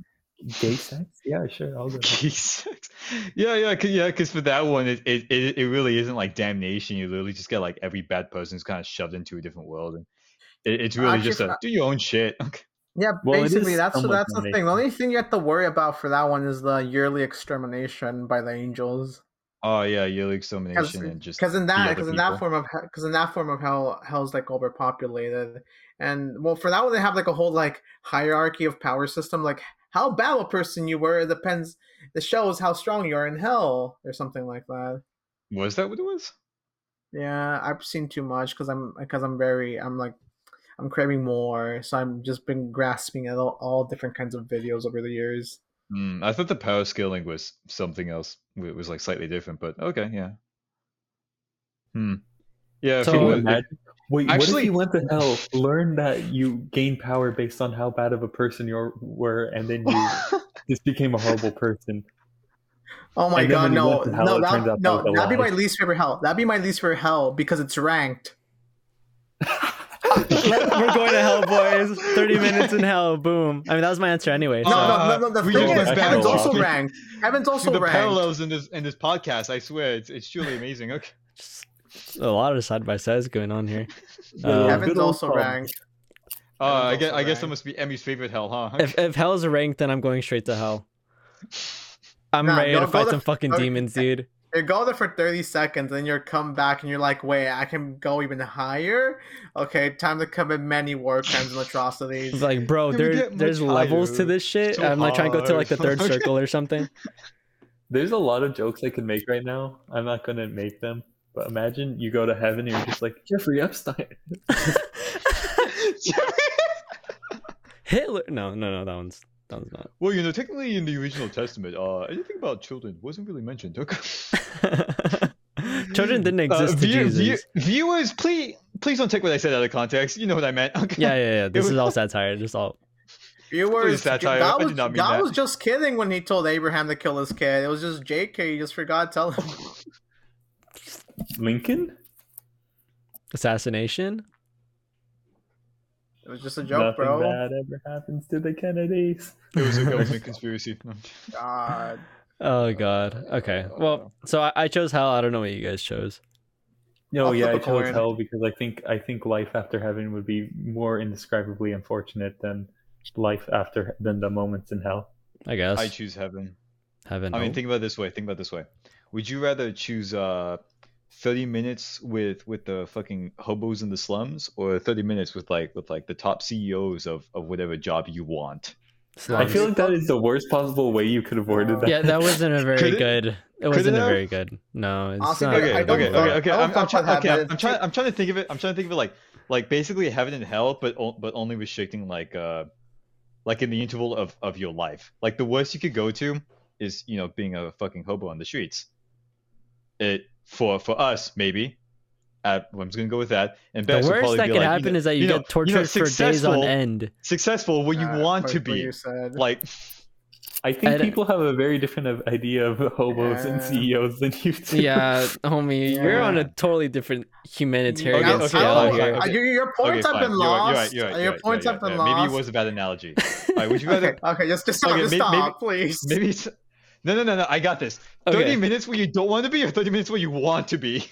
Speaker 1: Gay sex? Yeah, sure. I'll go.
Speaker 4: Gay sex. Yeah, yeah, cause, yeah. Because for that one, it, it it it really isn't like damnation. You literally just get like every bad person's kind of shoved into a different world, and it, it's really
Speaker 3: Actually,
Speaker 4: just a
Speaker 3: for-
Speaker 4: do your own shit.
Speaker 3: yeah
Speaker 1: Well, it
Speaker 3: basically
Speaker 1: is
Speaker 3: that's
Speaker 1: somewhat
Speaker 3: that's the thing the only thing you have to worry about for that one is the yearly extermination by the angels
Speaker 4: oh yeah, yearly extermination and just
Speaker 3: because in
Speaker 4: the
Speaker 3: that
Speaker 4: other
Speaker 3: because in that
Speaker 4: people.
Speaker 3: form of because in that form of hell hell's like overpopulated and well for that one they have like a whole like hierarchy of power system like how bad a person you were it depends it shows how strong you are in hell or something like that
Speaker 4: was that what it was?
Speaker 3: yeah i've seen too much because i'm because i'm very i'm like i'm craving more so i'm just been grasping at all, all different kinds of videos over the years
Speaker 4: Hmm, I thought the power scaling was something else. It was like slightly different, but okay, yeah. Hmm. Yeah. if
Speaker 2: So-
Speaker 4: it
Speaker 1: Can you
Speaker 4: was- if-
Speaker 1: Oh, imagine? Wait, what
Speaker 4: Actually-
Speaker 1: if you went to hell, learned that you gain power based on how bad of a person you were, and then you just became a horrible person?
Speaker 3: oh my
Speaker 1: And then
Speaker 3: god
Speaker 1: when you
Speaker 3: no
Speaker 1: went to hell,
Speaker 3: no
Speaker 1: it turns
Speaker 3: that,
Speaker 1: out
Speaker 3: no
Speaker 1: that was a
Speaker 3: that'd be
Speaker 1: lie.
Speaker 3: my least favorite hell that'd be my least favorite hell because it's ranked
Speaker 2: We're going to hell, boys. 30 minutes in hell. Boom. I mean, that was my answer anyway.
Speaker 3: No,
Speaker 2: so-
Speaker 3: no, no, no, the
Speaker 4: we
Speaker 3: thing
Speaker 4: just
Speaker 1: is,
Speaker 4: Uh, went
Speaker 1: Kevin's
Speaker 4: parallel.
Speaker 1: also
Speaker 3: ranked. Kevin's
Speaker 4: Dude,
Speaker 3: also
Speaker 4: the
Speaker 3: ranked.
Speaker 4: parallels in this in this podcast. I swear, it's it's truly amazing. Okay.
Speaker 2: Just- just a lot of side by sides going on here.
Speaker 1: Yeah,
Speaker 2: Um,
Speaker 1: good old
Speaker 3: Kevin's also
Speaker 1: Tom.
Speaker 3: ranked. That was
Speaker 4: Uh, I guess
Speaker 3: also
Speaker 4: I guess that
Speaker 3: right.
Speaker 4: must be Emmy's favorite hell, huh?
Speaker 2: if if hell's ranked, then I'm going straight to hell. I'm
Speaker 3: Nah,
Speaker 2: ready
Speaker 3: go-
Speaker 2: to
Speaker 3: go
Speaker 2: fight
Speaker 3: to-
Speaker 2: some fucking
Speaker 3: go to-
Speaker 2: demons, dude.
Speaker 3: You go there for 30 seconds, and you come back, and you're like, wait, I can go even higher? Okay, time to commit many war crimes and atrocities.
Speaker 2: It's like, bro,
Speaker 4: Can we
Speaker 2: there,
Speaker 4: get
Speaker 2: there's
Speaker 4: much
Speaker 2: levels
Speaker 4: higher?
Speaker 2: to this shit.
Speaker 4: So
Speaker 2: I'm like trying to go to like the
Speaker 4: high.
Speaker 2: third circle or something.
Speaker 1: There's a lot of jokes I could make right now. I'm not gonna make them. But imagine you go to heaven and you're just like Jeffrey Epstein.
Speaker 2: Hitler? No, no, no, that one's that one's
Speaker 4: well, you know, technically in the original Testament, uh, anything about children wasn't really mentioned. Okay.
Speaker 2: not. Children didn't
Speaker 4: Uh,
Speaker 2: exist to
Speaker 4: view-
Speaker 2: Jesus.
Speaker 4: view- viewers, please please don't take what I said out of context. You know what I meant. Okay.
Speaker 2: Yeah, yeah, yeah. This
Speaker 4: was-
Speaker 2: is all satire. Just all.
Speaker 3: Viewers,
Speaker 4: Please, satire. I
Speaker 3: God,
Speaker 4: did
Speaker 3: was,
Speaker 4: not mean
Speaker 3: God
Speaker 4: that.
Speaker 3: was just kidding when he told Abraham to kill his kid. It was just JK, you just forgot to tell him.
Speaker 1: Lincoln?
Speaker 2: assassination.
Speaker 3: It was just a joke,
Speaker 1: Nothing
Speaker 3: bro.
Speaker 1: bad ever happens to the Kennedys.
Speaker 4: It was a government conspiracy. No.
Speaker 3: God.
Speaker 2: Oh god. Okay. Well, so I, I chose hell. I don't know what you guys chose.
Speaker 1: No,
Speaker 3: I'll
Speaker 1: yeah, I
Speaker 3: flip a
Speaker 1: chose
Speaker 3: coin.
Speaker 1: hell because I think I think life after heaven would be more indescribably unfortunate than life after than the moments in hell.
Speaker 2: I guess
Speaker 4: I choose heaven.
Speaker 2: heaven.
Speaker 4: I mean,
Speaker 2: no.
Speaker 4: think about it this way. Think about it this way. Would you rather choose uh, 30 minutes with with the fucking hobos in the slums, or 30 minutes with like with like the top CEOs of of whatever job you want?
Speaker 1: I
Speaker 2: Slums.
Speaker 1: feel like that is the worst possible way you could have worded that.
Speaker 2: yeah, that wasn't a very
Speaker 4: Could it-
Speaker 2: good. It, wasn't a
Speaker 4: it have?
Speaker 2: very good. No, it's
Speaker 3: Honestly,
Speaker 2: not.
Speaker 3: I-
Speaker 4: Okay,
Speaker 3: I
Speaker 4: okay,
Speaker 3: don't
Speaker 4: okay,
Speaker 3: fuck-
Speaker 4: okay.
Speaker 3: I don't
Speaker 4: I'm, I'm
Speaker 3: fuck
Speaker 4: trying.
Speaker 3: with
Speaker 4: Okay, I'm,
Speaker 3: heaven.
Speaker 4: I'm trying. I'm trying to think of it. I'm trying to think of it like like basically heaven and hell, but o- but only restricting like uh like in the interval of of your life. Like the worst you could go to is you know being a fucking hobo on the streets. It for for us maybe. Uh, I'm just gonna go with that. And
Speaker 2: The
Speaker 4: Bex would
Speaker 2: worst
Speaker 4: probably
Speaker 2: that
Speaker 4: be
Speaker 2: could
Speaker 4: like,
Speaker 2: happen
Speaker 4: know-
Speaker 2: is that you,
Speaker 4: know-
Speaker 2: get tortured
Speaker 4: know,
Speaker 2: for days on
Speaker 4: successful-
Speaker 2: end.
Speaker 4: Successful what you
Speaker 3: Uh,
Speaker 4: want to
Speaker 3: what- what
Speaker 4: be.
Speaker 3: you said.
Speaker 4: Like
Speaker 1: I think
Speaker 2: I'd-
Speaker 1: people have a very different of- idea of hobos
Speaker 3: Yeah.
Speaker 1: and CEOs than you do.
Speaker 2: Yeah, homie, you're on a
Speaker 3: Yeah.
Speaker 2: totally different
Speaker 3: Yeah,
Speaker 2: humanitarian
Speaker 4: okay,
Speaker 2: scale
Speaker 3: I don't-
Speaker 2: here.
Speaker 3: I-
Speaker 4: okay.
Speaker 3: Uh, Your, your points have
Speaker 4: fine.
Speaker 3: been
Speaker 4: You're right, you're
Speaker 3: lost.
Speaker 4: right, you're right,
Speaker 3: your
Speaker 4: you're right,
Speaker 3: points
Speaker 4: you're
Speaker 3: have
Speaker 4: right,
Speaker 3: been
Speaker 4: yeah.
Speaker 3: lost.
Speaker 4: Maybe it was a bad analogy. All right, would you rather
Speaker 3: Okay, okay, just, just stop,
Speaker 4: Okay,
Speaker 3: just
Speaker 4: may-
Speaker 3: stop,
Speaker 4: maybe-
Speaker 3: please.
Speaker 4: Maybe it's no, no, no, no. I got this. Thirty
Speaker 2: Okay.
Speaker 4: minutes where you don't want to be, or thirty minutes where you want to be.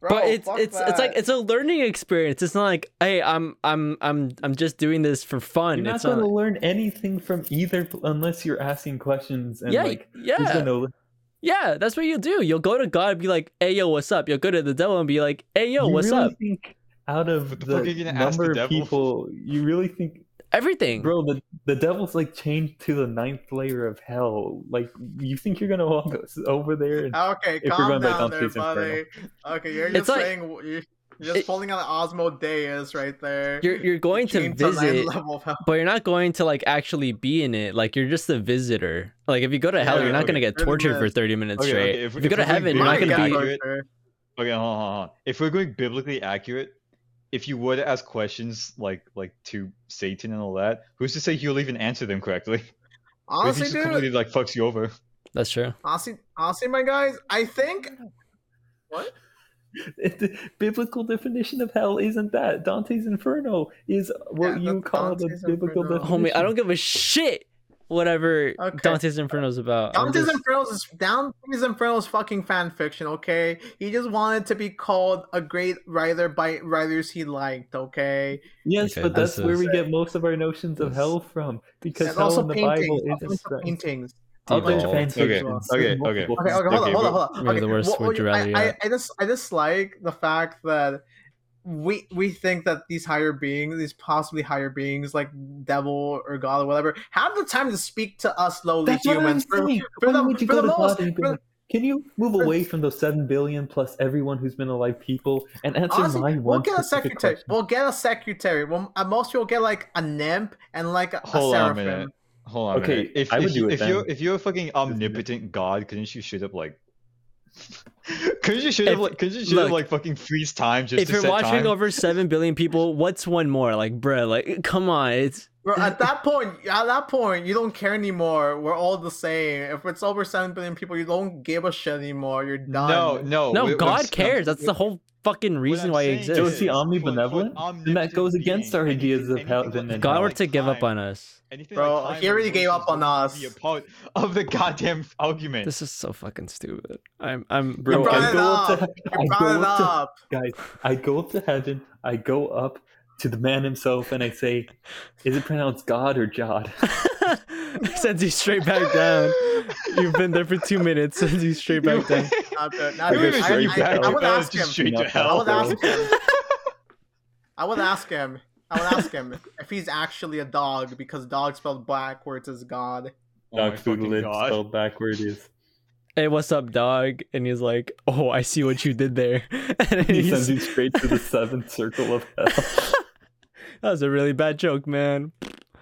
Speaker 3: Bro,
Speaker 2: but it's
Speaker 3: fuck
Speaker 2: it's it's
Speaker 3: that.
Speaker 2: like it's a learning experience. It's not like, hey, I'm I'm I'm I'm just doing this for fun.
Speaker 1: You're not
Speaker 2: it's uh, not.
Speaker 1: going to
Speaker 2: like-
Speaker 1: learn anything from either unless you're asking questions and
Speaker 2: yeah,
Speaker 1: like who's
Speaker 2: yeah,
Speaker 1: gonna,
Speaker 2: yeah. That's what you do. You'll go to God and be like, hey, yo, what's up? You'll go to the devil and be like, hey, yo,
Speaker 1: you
Speaker 2: what's
Speaker 1: really
Speaker 2: up?
Speaker 1: Think out
Speaker 4: What
Speaker 1: of
Speaker 4: the
Speaker 1: the,
Speaker 4: fuck are you gonna ask the
Speaker 1: number of
Speaker 4: devil?
Speaker 1: people, you really think,
Speaker 2: Everything.
Speaker 1: bro? The the devil's like chained to the ninth layer of hell. Like you think you're gonna walk over there? And,
Speaker 3: Okay,
Speaker 1: If we
Speaker 3: calm
Speaker 1: run by
Speaker 3: down
Speaker 1: Dump
Speaker 3: there,
Speaker 1: Trees Inferno.
Speaker 3: buddy. Okay, you're
Speaker 2: It's
Speaker 3: just
Speaker 2: like-
Speaker 3: saying you're you're just
Speaker 2: it-
Speaker 3: pulling out Osmo Deus right there.
Speaker 2: You're you're going to
Speaker 3: James on that
Speaker 2: visit,
Speaker 3: level of hell.
Speaker 2: but you're not going to like actually be in it. Like you're just a visitor. Like if you go to hell,
Speaker 4: Yeah,
Speaker 2: you're not
Speaker 4: okay.
Speaker 2: gonna get
Speaker 3: 30
Speaker 2: tortured for
Speaker 3: minutes.
Speaker 2: thirty minutes
Speaker 4: Okay,
Speaker 2: straight.
Speaker 4: okay,
Speaker 2: if,
Speaker 4: if-
Speaker 2: you go
Speaker 4: if
Speaker 2: to
Speaker 4: we're being
Speaker 2: heaven, you're
Speaker 4: You're not
Speaker 2: not
Speaker 3: Mine
Speaker 4: gonna
Speaker 2: going
Speaker 3: got
Speaker 2: to be.
Speaker 4: be-
Speaker 3: torture.
Speaker 4: Okay, hold on, hold on. If we're going biblically accurate, if you were to ask questions like like to Satan and all that, who's to say he'll even answer them correctly? What if
Speaker 3: Honestly,
Speaker 4: he just
Speaker 3: dude.
Speaker 4: completely like fucks you over.
Speaker 2: That's true.
Speaker 3: Honestly, honestly, my guys, I think. What?
Speaker 1: It- the biblical definition of hell isn't that Dante's Inferno is what
Speaker 3: Yeah,
Speaker 1: you
Speaker 3: that's
Speaker 1: call the
Speaker 3: Dante's
Speaker 1: biblical
Speaker 3: Inferno.
Speaker 1: definition.
Speaker 2: Homie, I don't give a shit whatever
Speaker 3: Okay.
Speaker 2: Dante's Inferno is about. I'm
Speaker 3: Dante's
Speaker 2: just-
Speaker 3: Inferno is Dante's Inferno is fucking fan fiction, okay? He just wanted to be called a great writer by writers he liked, okay?
Speaker 1: Yes,
Speaker 2: Okay,
Speaker 1: but
Speaker 2: this
Speaker 1: that's where we
Speaker 2: is-
Speaker 1: get most of our notions of
Speaker 2: This-
Speaker 1: hell from because
Speaker 3: And
Speaker 1: hell
Speaker 3: also
Speaker 1: in the
Speaker 3: paintings,
Speaker 1: Bible
Speaker 3: also
Speaker 1: isn't
Speaker 3: some paintings.
Speaker 1: other
Speaker 2: Devolved.
Speaker 1: fanfiction.
Speaker 4: Okay, okay,
Speaker 1: multiple
Speaker 4: okay.
Speaker 3: Okay, okay, hold on,
Speaker 4: Okay,
Speaker 3: hold on,
Speaker 4: but-
Speaker 3: hold on.
Speaker 2: Maybe
Speaker 3: Okay,
Speaker 2: the worst would you rather
Speaker 3: I, I,
Speaker 2: yet.
Speaker 3: I just, I just like the fact that we we think that these higher beings, these possibly higher beings like devil or god or whatever, have the time to speak to us lowly
Speaker 1: That's what I'm
Speaker 3: humans. For,
Speaker 1: saying.
Speaker 3: for
Speaker 1: Why
Speaker 3: the-
Speaker 1: would you
Speaker 3: for
Speaker 1: go
Speaker 3: the
Speaker 1: to God
Speaker 3: most-
Speaker 1: and be
Speaker 3: for the-
Speaker 1: like, Can you move
Speaker 3: for-
Speaker 1: away from those seven billion plus everyone who's been alive people and answer
Speaker 3: Honestly,
Speaker 1: my
Speaker 3: we'll
Speaker 1: one
Speaker 3: get a
Speaker 1: specific
Speaker 3: secretary.
Speaker 1: question?
Speaker 3: We'll get a secretary. We'll, at most, we'll get like a nymph and like a, a
Speaker 4: Hold on a
Speaker 3: seraphim.
Speaker 4: minute. Hold on. a
Speaker 1: Okay,
Speaker 4: minute. if
Speaker 1: I would
Speaker 4: if, you-
Speaker 1: do it
Speaker 4: if you're
Speaker 1: then.
Speaker 4: if you're a fucking omnipotent god, couldn't you shoot up like? couldn't you shoot
Speaker 2: If-
Speaker 4: up like? Couldn't you shoot
Speaker 2: look,
Speaker 4: up like fucking freeze time just
Speaker 2: If
Speaker 4: to
Speaker 2: you're
Speaker 4: set
Speaker 2: watching
Speaker 4: time?
Speaker 2: over seven billion people, what's one more? Like, bruh, like, come on, it's
Speaker 3: Bro, at that point, at that point, you don't care anymore. We're all the same. If it's over seven billion people, you don't give a shit anymore. You're done.
Speaker 4: no, no.
Speaker 2: no,
Speaker 4: what- what I'm
Speaker 2: God
Speaker 4: s-
Speaker 2: cares. That's the whole fucking reason
Speaker 4: I'm
Speaker 2: why he
Speaker 4: saying
Speaker 2: exists.
Speaker 1: Don't see
Speaker 4: is,
Speaker 1: omnibenevolent?
Speaker 4: for an
Speaker 1: Then that goes
Speaker 4: omnipotent
Speaker 1: against our
Speaker 4: being,
Speaker 1: ideas of
Speaker 4: anything-
Speaker 1: hell-
Speaker 4: anything
Speaker 1: and
Speaker 2: God
Speaker 1: how,
Speaker 2: were
Speaker 1: like,
Speaker 2: to give up on
Speaker 4: time-
Speaker 2: us.
Speaker 4: anything
Speaker 3: Bro,
Speaker 4: like time
Speaker 3: he already
Speaker 4: and
Speaker 3: gave
Speaker 4: emotions
Speaker 3: up on
Speaker 4: won't be
Speaker 3: us.
Speaker 4: a part of the goddamn argument.
Speaker 2: This is so fucking stupid. I'm, I'm,
Speaker 1: Bro,
Speaker 3: brought
Speaker 1: I
Speaker 3: it
Speaker 1: go up
Speaker 3: up.
Speaker 1: to,
Speaker 3: You
Speaker 1: I
Speaker 3: brought
Speaker 1: go
Speaker 3: it
Speaker 1: up to
Speaker 3: up.
Speaker 1: guys, I go up to heaven, I go up to the man himself, and I say, Is it pronounced God or Jod?
Speaker 2: sends you straight back down. You've been there for two minutes. Sends you straight back down.
Speaker 3: Not good,
Speaker 1: I
Speaker 3: not
Speaker 4: You
Speaker 3: good.
Speaker 1: guess
Speaker 4: even
Speaker 1: I-
Speaker 4: straight
Speaker 1: I-
Speaker 4: back
Speaker 1: I
Speaker 3: would
Speaker 4: down,
Speaker 3: ask
Speaker 4: just
Speaker 3: him.
Speaker 4: straight to
Speaker 1: I
Speaker 3: I
Speaker 4: hell,
Speaker 3: would
Speaker 4: bro.
Speaker 3: ask him. I would ask him. I would ask him if he's actually a dog because dog spelled backwards is God.
Speaker 4: Oh my
Speaker 1: Dog food
Speaker 4: fucking
Speaker 1: lid
Speaker 4: God.
Speaker 1: spelled backward is.
Speaker 2: Hey, what's up, dog? And he's like, "Oh, I see what you did there." And
Speaker 1: He
Speaker 2: he's-
Speaker 1: sends you straight to the seventh circle of hell.
Speaker 2: that was a really bad joke, man.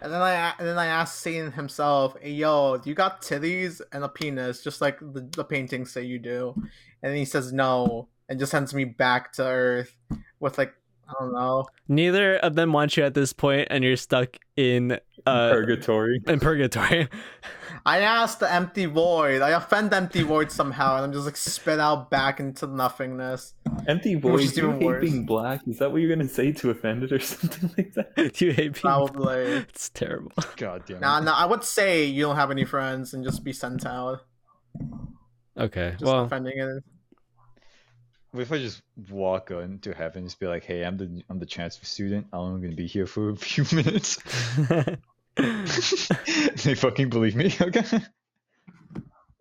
Speaker 3: And then I and then I asked Satan himself, hey, "Yo, you got titties and a penis, just like the, the paintings say you do." And then he says no, and just sends me back to Earth with like I don't know.
Speaker 2: Neither of them want you at this point, and you're stuck in uh
Speaker 1: Purgatory.
Speaker 2: in purgatory.
Speaker 3: I asked the empty void. I offend empty void somehow, and I'm just like spit out back into nothingness.
Speaker 1: Empty
Speaker 3: is
Speaker 1: void. You
Speaker 3: even
Speaker 1: hate
Speaker 3: worse.
Speaker 1: being black. Is that what you're gonna say to offend it or something like that?
Speaker 2: you hate people.
Speaker 3: Probably.
Speaker 2: It's terrible.
Speaker 4: God damn. it.
Speaker 3: Nah, nah. I would say you don't have any friends and just be sent out.
Speaker 2: Okay.
Speaker 3: Just
Speaker 2: well,
Speaker 3: offending it.
Speaker 4: What if I just walk on to heaven and just be like, "Hey, I'm the I'm the transfer student. I'm only gonna be here for a few minutes." they fucking believe me. Okay.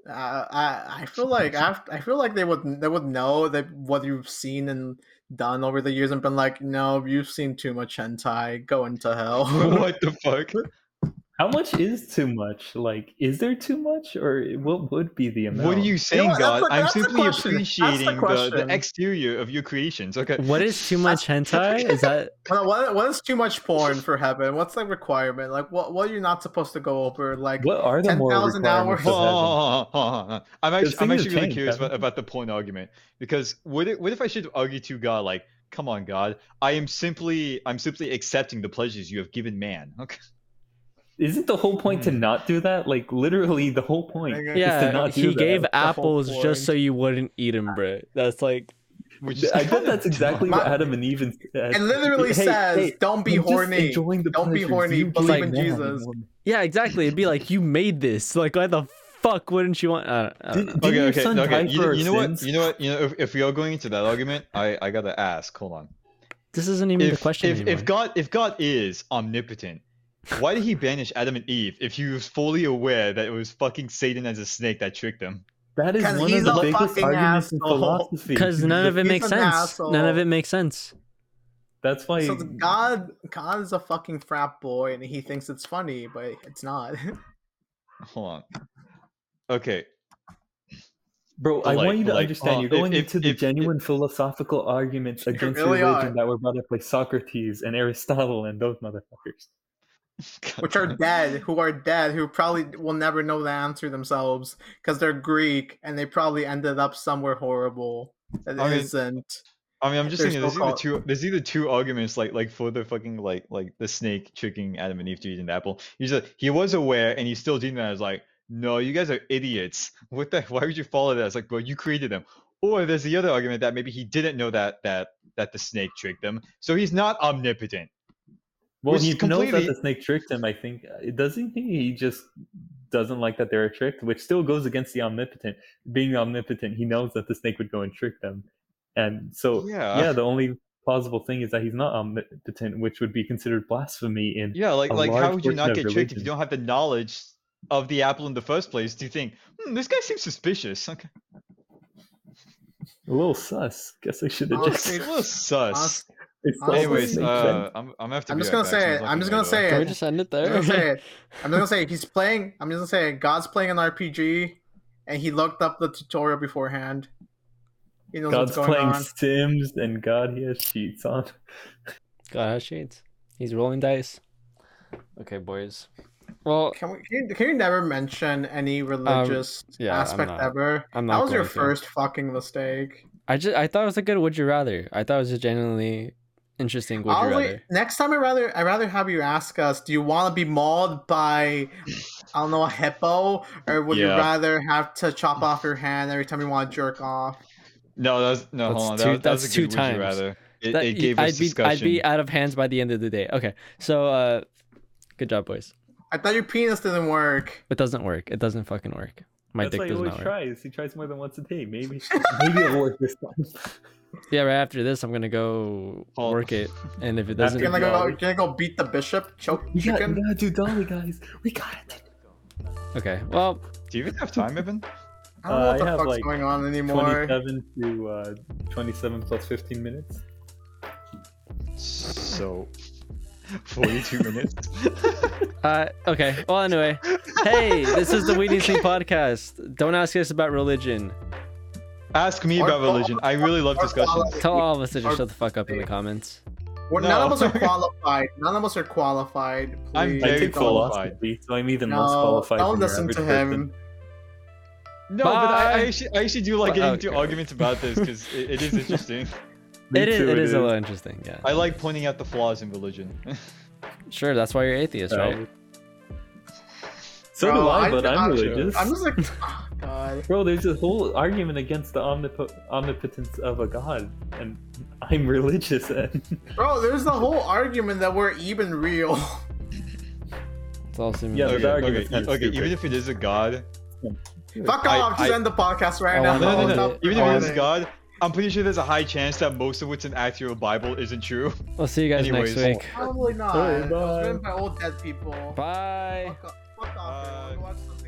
Speaker 3: Uh, I I feel like after, I feel like they would they would know that what you've seen and done over the years and been like, no, you've seen too much hentai. Go into hell.
Speaker 4: what the fuck?
Speaker 1: How much is too much? Like, is there too much, or what would be the amount?
Speaker 4: What are you saying,
Speaker 3: what? That's
Speaker 4: God?
Speaker 3: the-
Speaker 4: I'm
Speaker 3: that's the
Speaker 4: simply
Speaker 3: question. That's the
Speaker 4: appreciating the,
Speaker 3: question.
Speaker 4: the exterior of your creations. Okay.
Speaker 2: what is too much hentai? Is that
Speaker 3: what, what, what is too much porn for heaven? What's the requirement? Like, what what you're not supposed to go over? Like,
Speaker 1: What are the moral
Speaker 3: 10,000 hours?
Speaker 1: requirements
Speaker 4: Hold on,
Speaker 1: of
Speaker 4: hold on, hold on, hold on, hold on. I'm actually, I'm
Speaker 1: things have
Speaker 4: actually really
Speaker 1: changed,
Speaker 4: curious about,
Speaker 1: haven't
Speaker 4: about the porn argument because what if, what if I should argue to God like, come on, God, I am simply I'm simply accepting the pleasures you have given man. Okay.
Speaker 1: heaven? Isn't the whole point to not do that? Like, literally, the whole point.
Speaker 3: Hmm. Like, uh,
Speaker 1: to
Speaker 2: yeah?
Speaker 1: not do
Speaker 2: He
Speaker 1: that.
Speaker 2: gave
Speaker 3: whole
Speaker 2: apples
Speaker 3: point.
Speaker 2: just so you wouldn't eat them, bro. That's like
Speaker 4: Which is
Speaker 1: I
Speaker 4: kind
Speaker 1: bet
Speaker 4: of
Speaker 1: that's exactly
Speaker 4: dumb.
Speaker 1: what Adam and Eve said.
Speaker 3: it literally
Speaker 1: Hey,
Speaker 3: says,
Speaker 1: hey,
Speaker 3: don't be
Speaker 1: I'm just
Speaker 3: horny.
Speaker 1: enjoying the
Speaker 3: Don't be
Speaker 1: pleasures
Speaker 3: horny,
Speaker 1: you
Speaker 3: believe
Speaker 1: gave
Speaker 3: in
Speaker 1: man.
Speaker 3: Jesus.
Speaker 4: Uh,
Speaker 2: Yeah, exactly. It'd be like you made this. Like, why the fuck wouldn't you want? I don't, I don't
Speaker 1: Did,
Speaker 2: know.
Speaker 1: did your son die
Speaker 4: You,
Speaker 1: for
Speaker 4: you know
Speaker 1: our
Speaker 4: what?
Speaker 1: sins?
Speaker 4: You know what? You know, if, if we are going into that argument, I, I gotta ask. Hold on.
Speaker 2: This isn't even the
Speaker 4: If,
Speaker 2: question
Speaker 4: if,
Speaker 2: anymore.
Speaker 4: if God if God is omnipotent, why did he banish Adam and Eve if he was fully aware that it was fucking Satan as a snake that tricked them?
Speaker 1: That is
Speaker 3: 'Cause
Speaker 1: one
Speaker 3: he's
Speaker 1: of the
Speaker 3: a
Speaker 1: biggest
Speaker 3: fucking
Speaker 1: arguments in
Speaker 3: asshole.
Speaker 1: philosophy.
Speaker 2: Because none of it
Speaker 3: He's
Speaker 2: makes
Speaker 3: an
Speaker 2: sense. None of
Speaker 3: asshole.
Speaker 2: it makes sense.
Speaker 1: That's why
Speaker 3: So God, God is a fucking frat boy, and he thinks it's funny, but it's not.
Speaker 4: Hold on. Okay.
Speaker 1: Bro,
Speaker 4: But
Speaker 1: I
Speaker 4: like-
Speaker 1: want you to
Speaker 4: like,
Speaker 1: understand.
Speaker 4: uh,
Speaker 1: You're going
Speaker 4: if- if-
Speaker 1: into the
Speaker 4: if- if-
Speaker 1: genuine philosophical arguments against
Speaker 3: really
Speaker 1: religion
Speaker 3: are.
Speaker 1: that were brought up by Socrates and Aristotle and those motherfuckers.
Speaker 4: God
Speaker 3: which are
Speaker 4: damn it.
Speaker 3: dead, who are dead, who probably will never know the answer themselves because they're Greek and they probably ended up somewhere horrible. That
Speaker 4: I mean-
Speaker 3: not
Speaker 4: I mean, I'm just
Speaker 3: There's
Speaker 4: thinking. There's either
Speaker 3: so-called-
Speaker 4: two. There's either two arguments, like like for the fucking like like the snake tricking Adam and Eve to eating the apple. He's like, he was aware, and he's still doing that. I was like, no, you guys are idiots. What the? Why would you follow that? It's like, bro, you created them. Or there's the other argument that maybe he didn't know that that that the snake tricked them, so he's not omnipotent.
Speaker 1: Well,
Speaker 4: Which
Speaker 1: he
Speaker 4: is
Speaker 1: knows that
Speaker 4: completely-
Speaker 1: the snake tricked him. I think Uh, doesn't he? He just doesn't like that they were tricked, which still goes against the omnipotent. Being omnipotent, he knows that the snake would go and trick them, and so yeah,
Speaker 4: Yeah.
Speaker 1: the only plausible thing is that he's not omnipotent, which would be considered blasphemy. In
Speaker 4: Yeah, like
Speaker 1: a
Speaker 4: like
Speaker 1: large
Speaker 4: how would you
Speaker 1: portion
Speaker 4: not
Speaker 1: of
Speaker 4: get tricked if
Speaker 1: religion.
Speaker 4: you don't have the knowledge of the apple in the first place to think, hmm, this guy seems suspicious. Okay,
Speaker 1: a little sus. Guess I should have
Speaker 3: Honestly,
Speaker 1: just.
Speaker 4: a little sus.
Speaker 3: Us-
Speaker 1: It's
Speaker 3: honestly,
Speaker 1: all the
Speaker 4: Anyways,
Speaker 1: snake
Speaker 4: uh, I'm I'm gonna have to.
Speaker 3: I'm
Speaker 4: be
Speaker 3: just
Speaker 4: right
Speaker 3: gonna
Speaker 4: back,
Speaker 3: say it.
Speaker 4: someone's
Speaker 3: I'm just
Speaker 4: knocking
Speaker 3: gonna
Speaker 4: at the door.
Speaker 3: say
Speaker 2: Can we
Speaker 3: it.
Speaker 2: just end it
Speaker 3: I'm
Speaker 2: there?
Speaker 3: just gonna say it. I'm just gonna say it. he's playing. I'm just gonna say it. God's playing an RPG, and he looked up the tutorial beforehand. He knows
Speaker 1: God's
Speaker 3: what's going
Speaker 1: playing
Speaker 3: on.
Speaker 1: Sims, and God he has cheats on.
Speaker 2: God has shades. He's rolling dice. Okay, boys. Well,
Speaker 3: Can we? Can you, can you never mention any religious
Speaker 2: Um, yeah, I'm
Speaker 3: aspect
Speaker 2: not-
Speaker 3: ever?
Speaker 2: I'm not
Speaker 3: That was your
Speaker 2: going to.
Speaker 3: first fucking mistake.
Speaker 2: I just I thought it was a good would you rather. I thought it was a genuinely interesting would you
Speaker 3: I'll
Speaker 2: rather.
Speaker 3: wait- next time, I rather I would rather have you ask us, do you want to be mauled by, I don't know, a hippo, or would you
Speaker 4: Yeah.
Speaker 3: rather have to chop off your hand every time you want to jerk off?
Speaker 4: No, that's no.
Speaker 2: That's
Speaker 4: hold on,
Speaker 2: two-
Speaker 4: that, was- that was
Speaker 2: that's
Speaker 4: a good
Speaker 2: two
Speaker 4: would you
Speaker 2: times.
Speaker 4: rather. It,
Speaker 2: That-
Speaker 4: it gave
Speaker 2: I'd
Speaker 4: us
Speaker 2: be
Speaker 4: discussion.
Speaker 2: I'd be out of hands by the end of the day. Okay, so uh, good job, boys.
Speaker 3: I thought your penis didn't work.
Speaker 2: It doesn't work. It doesn't fucking work. My
Speaker 1: That's
Speaker 2: dick
Speaker 1: why he
Speaker 2: does
Speaker 1: always
Speaker 2: not work.
Speaker 1: tries. He tries more than once a day. Maybe maybe it'll work this time.
Speaker 2: Yeah, right after this, I'm gonna go
Speaker 4: Oh.
Speaker 2: work it, and if it doesn't,
Speaker 1: After
Speaker 3: Can I
Speaker 1: Yeah.
Speaker 3: go? Can I go beat the bishop? Choke
Speaker 1: We got, we
Speaker 3: chicken?
Speaker 1: gotta do Dolly, guys. We got it.
Speaker 2: okay. Well,
Speaker 4: Do you even have time, Evan?
Speaker 3: I don't know
Speaker 1: Uh,
Speaker 3: what
Speaker 1: I
Speaker 3: the
Speaker 1: have,
Speaker 3: fuck's
Speaker 1: like,
Speaker 3: going on anymore.
Speaker 1: 27 to uh, 27 plus 15 minutes.
Speaker 4: So, forty-two minutes.
Speaker 2: uh, okay. Well, anyway, hey, this is the We Need Sleep podcast. Don't ask us about religion.
Speaker 4: Ask me
Speaker 3: Or
Speaker 4: about
Speaker 3: follow-
Speaker 4: religion. I really love
Speaker 3: or follow-
Speaker 4: discussions.
Speaker 2: Tell all of us to just shut the fuck up in the comments.
Speaker 3: We're, None of
Speaker 4: No.
Speaker 3: us are qualified. None of us are qualified.
Speaker 4: I'm
Speaker 3: Please.
Speaker 1: I
Speaker 4: Very
Speaker 1: took
Speaker 3: Don't-
Speaker 4: qualified.
Speaker 1: philosophy, so I'm even less
Speaker 3: No,
Speaker 1: qualified.
Speaker 3: don't
Speaker 1: than your
Speaker 3: listen to
Speaker 1: average person.
Speaker 3: him.
Speaker 4: No, but I, I
Speaker 2: Bye.
Speaker 4: actually, I actually do like getting into
Speaker 2: Okay.
Speaker 4: arguments about this because it, it is interesting.
Speaker 1: Me
Speaker 2: it is,
Speaker 1: too,
Speaker 2: it is a little interesting. Yeah,
Speaker 4: I like pointing out the flaws in religion.
Speaker 2: sure. That's why you're atheist,
Speaker 1: So-
Speaker 2: right?
Speaker 1: So
Speaker 3: Bro,
Speaker 1: do I,
Speaker 3: I-
Speaker 1: but I'm
Speaker 3: I'm-
Speaker 1: religious.
Speaker 3: I'm just like, oh, God.
Speaker 1: Bro, there's a whole argument against the omnipo- omnipotence of a god, and I'm religious. And
Speaker 3: Bro, there's the whole argument that we're even real.
Speaker 2: It's all seeming.
Speaker 1: Yeah,
Speaker 4: okay,
Speaker 1: but that argument's
Speaker 4: okay,
Speaker 1: kinda
Speaker 4: okay,
Speaker 1: stupid.
Speaker 4: even if it is a god,
Speaker 3: Fuck
Speaker 4: I-
Speaker 3: off, just
Speaker 4: I-
Speaker 3: end the podcast right
Speaker 2: I
Speaker 3: now.
Speaker 2: wanna-
Speaker 4: no, no, no,
Speaker 2: Oh,
Speaker 4: no.
Speaker 2: no.
Speaker 4: Even if it is
Speaker 3: Stop it.
Speaker 4: god, I'm pretty sure there's a high chance that most of what's in actual Bible isn't true.
Speaker 2: We'll see you guys
Speaker 4: Anyways.
Speaker 2: next week.
Speaker 3: Probably not.
Speaker 1: Hey,
Speaker 3: It was
Speaker 1: bye.
Speaker 3: written by old dead people.
Speaker 2: Bye.
Speaker 3: Fuck off. Fuck off.
Speaker 4: Bye.
Speaker 3: everyone. Watch the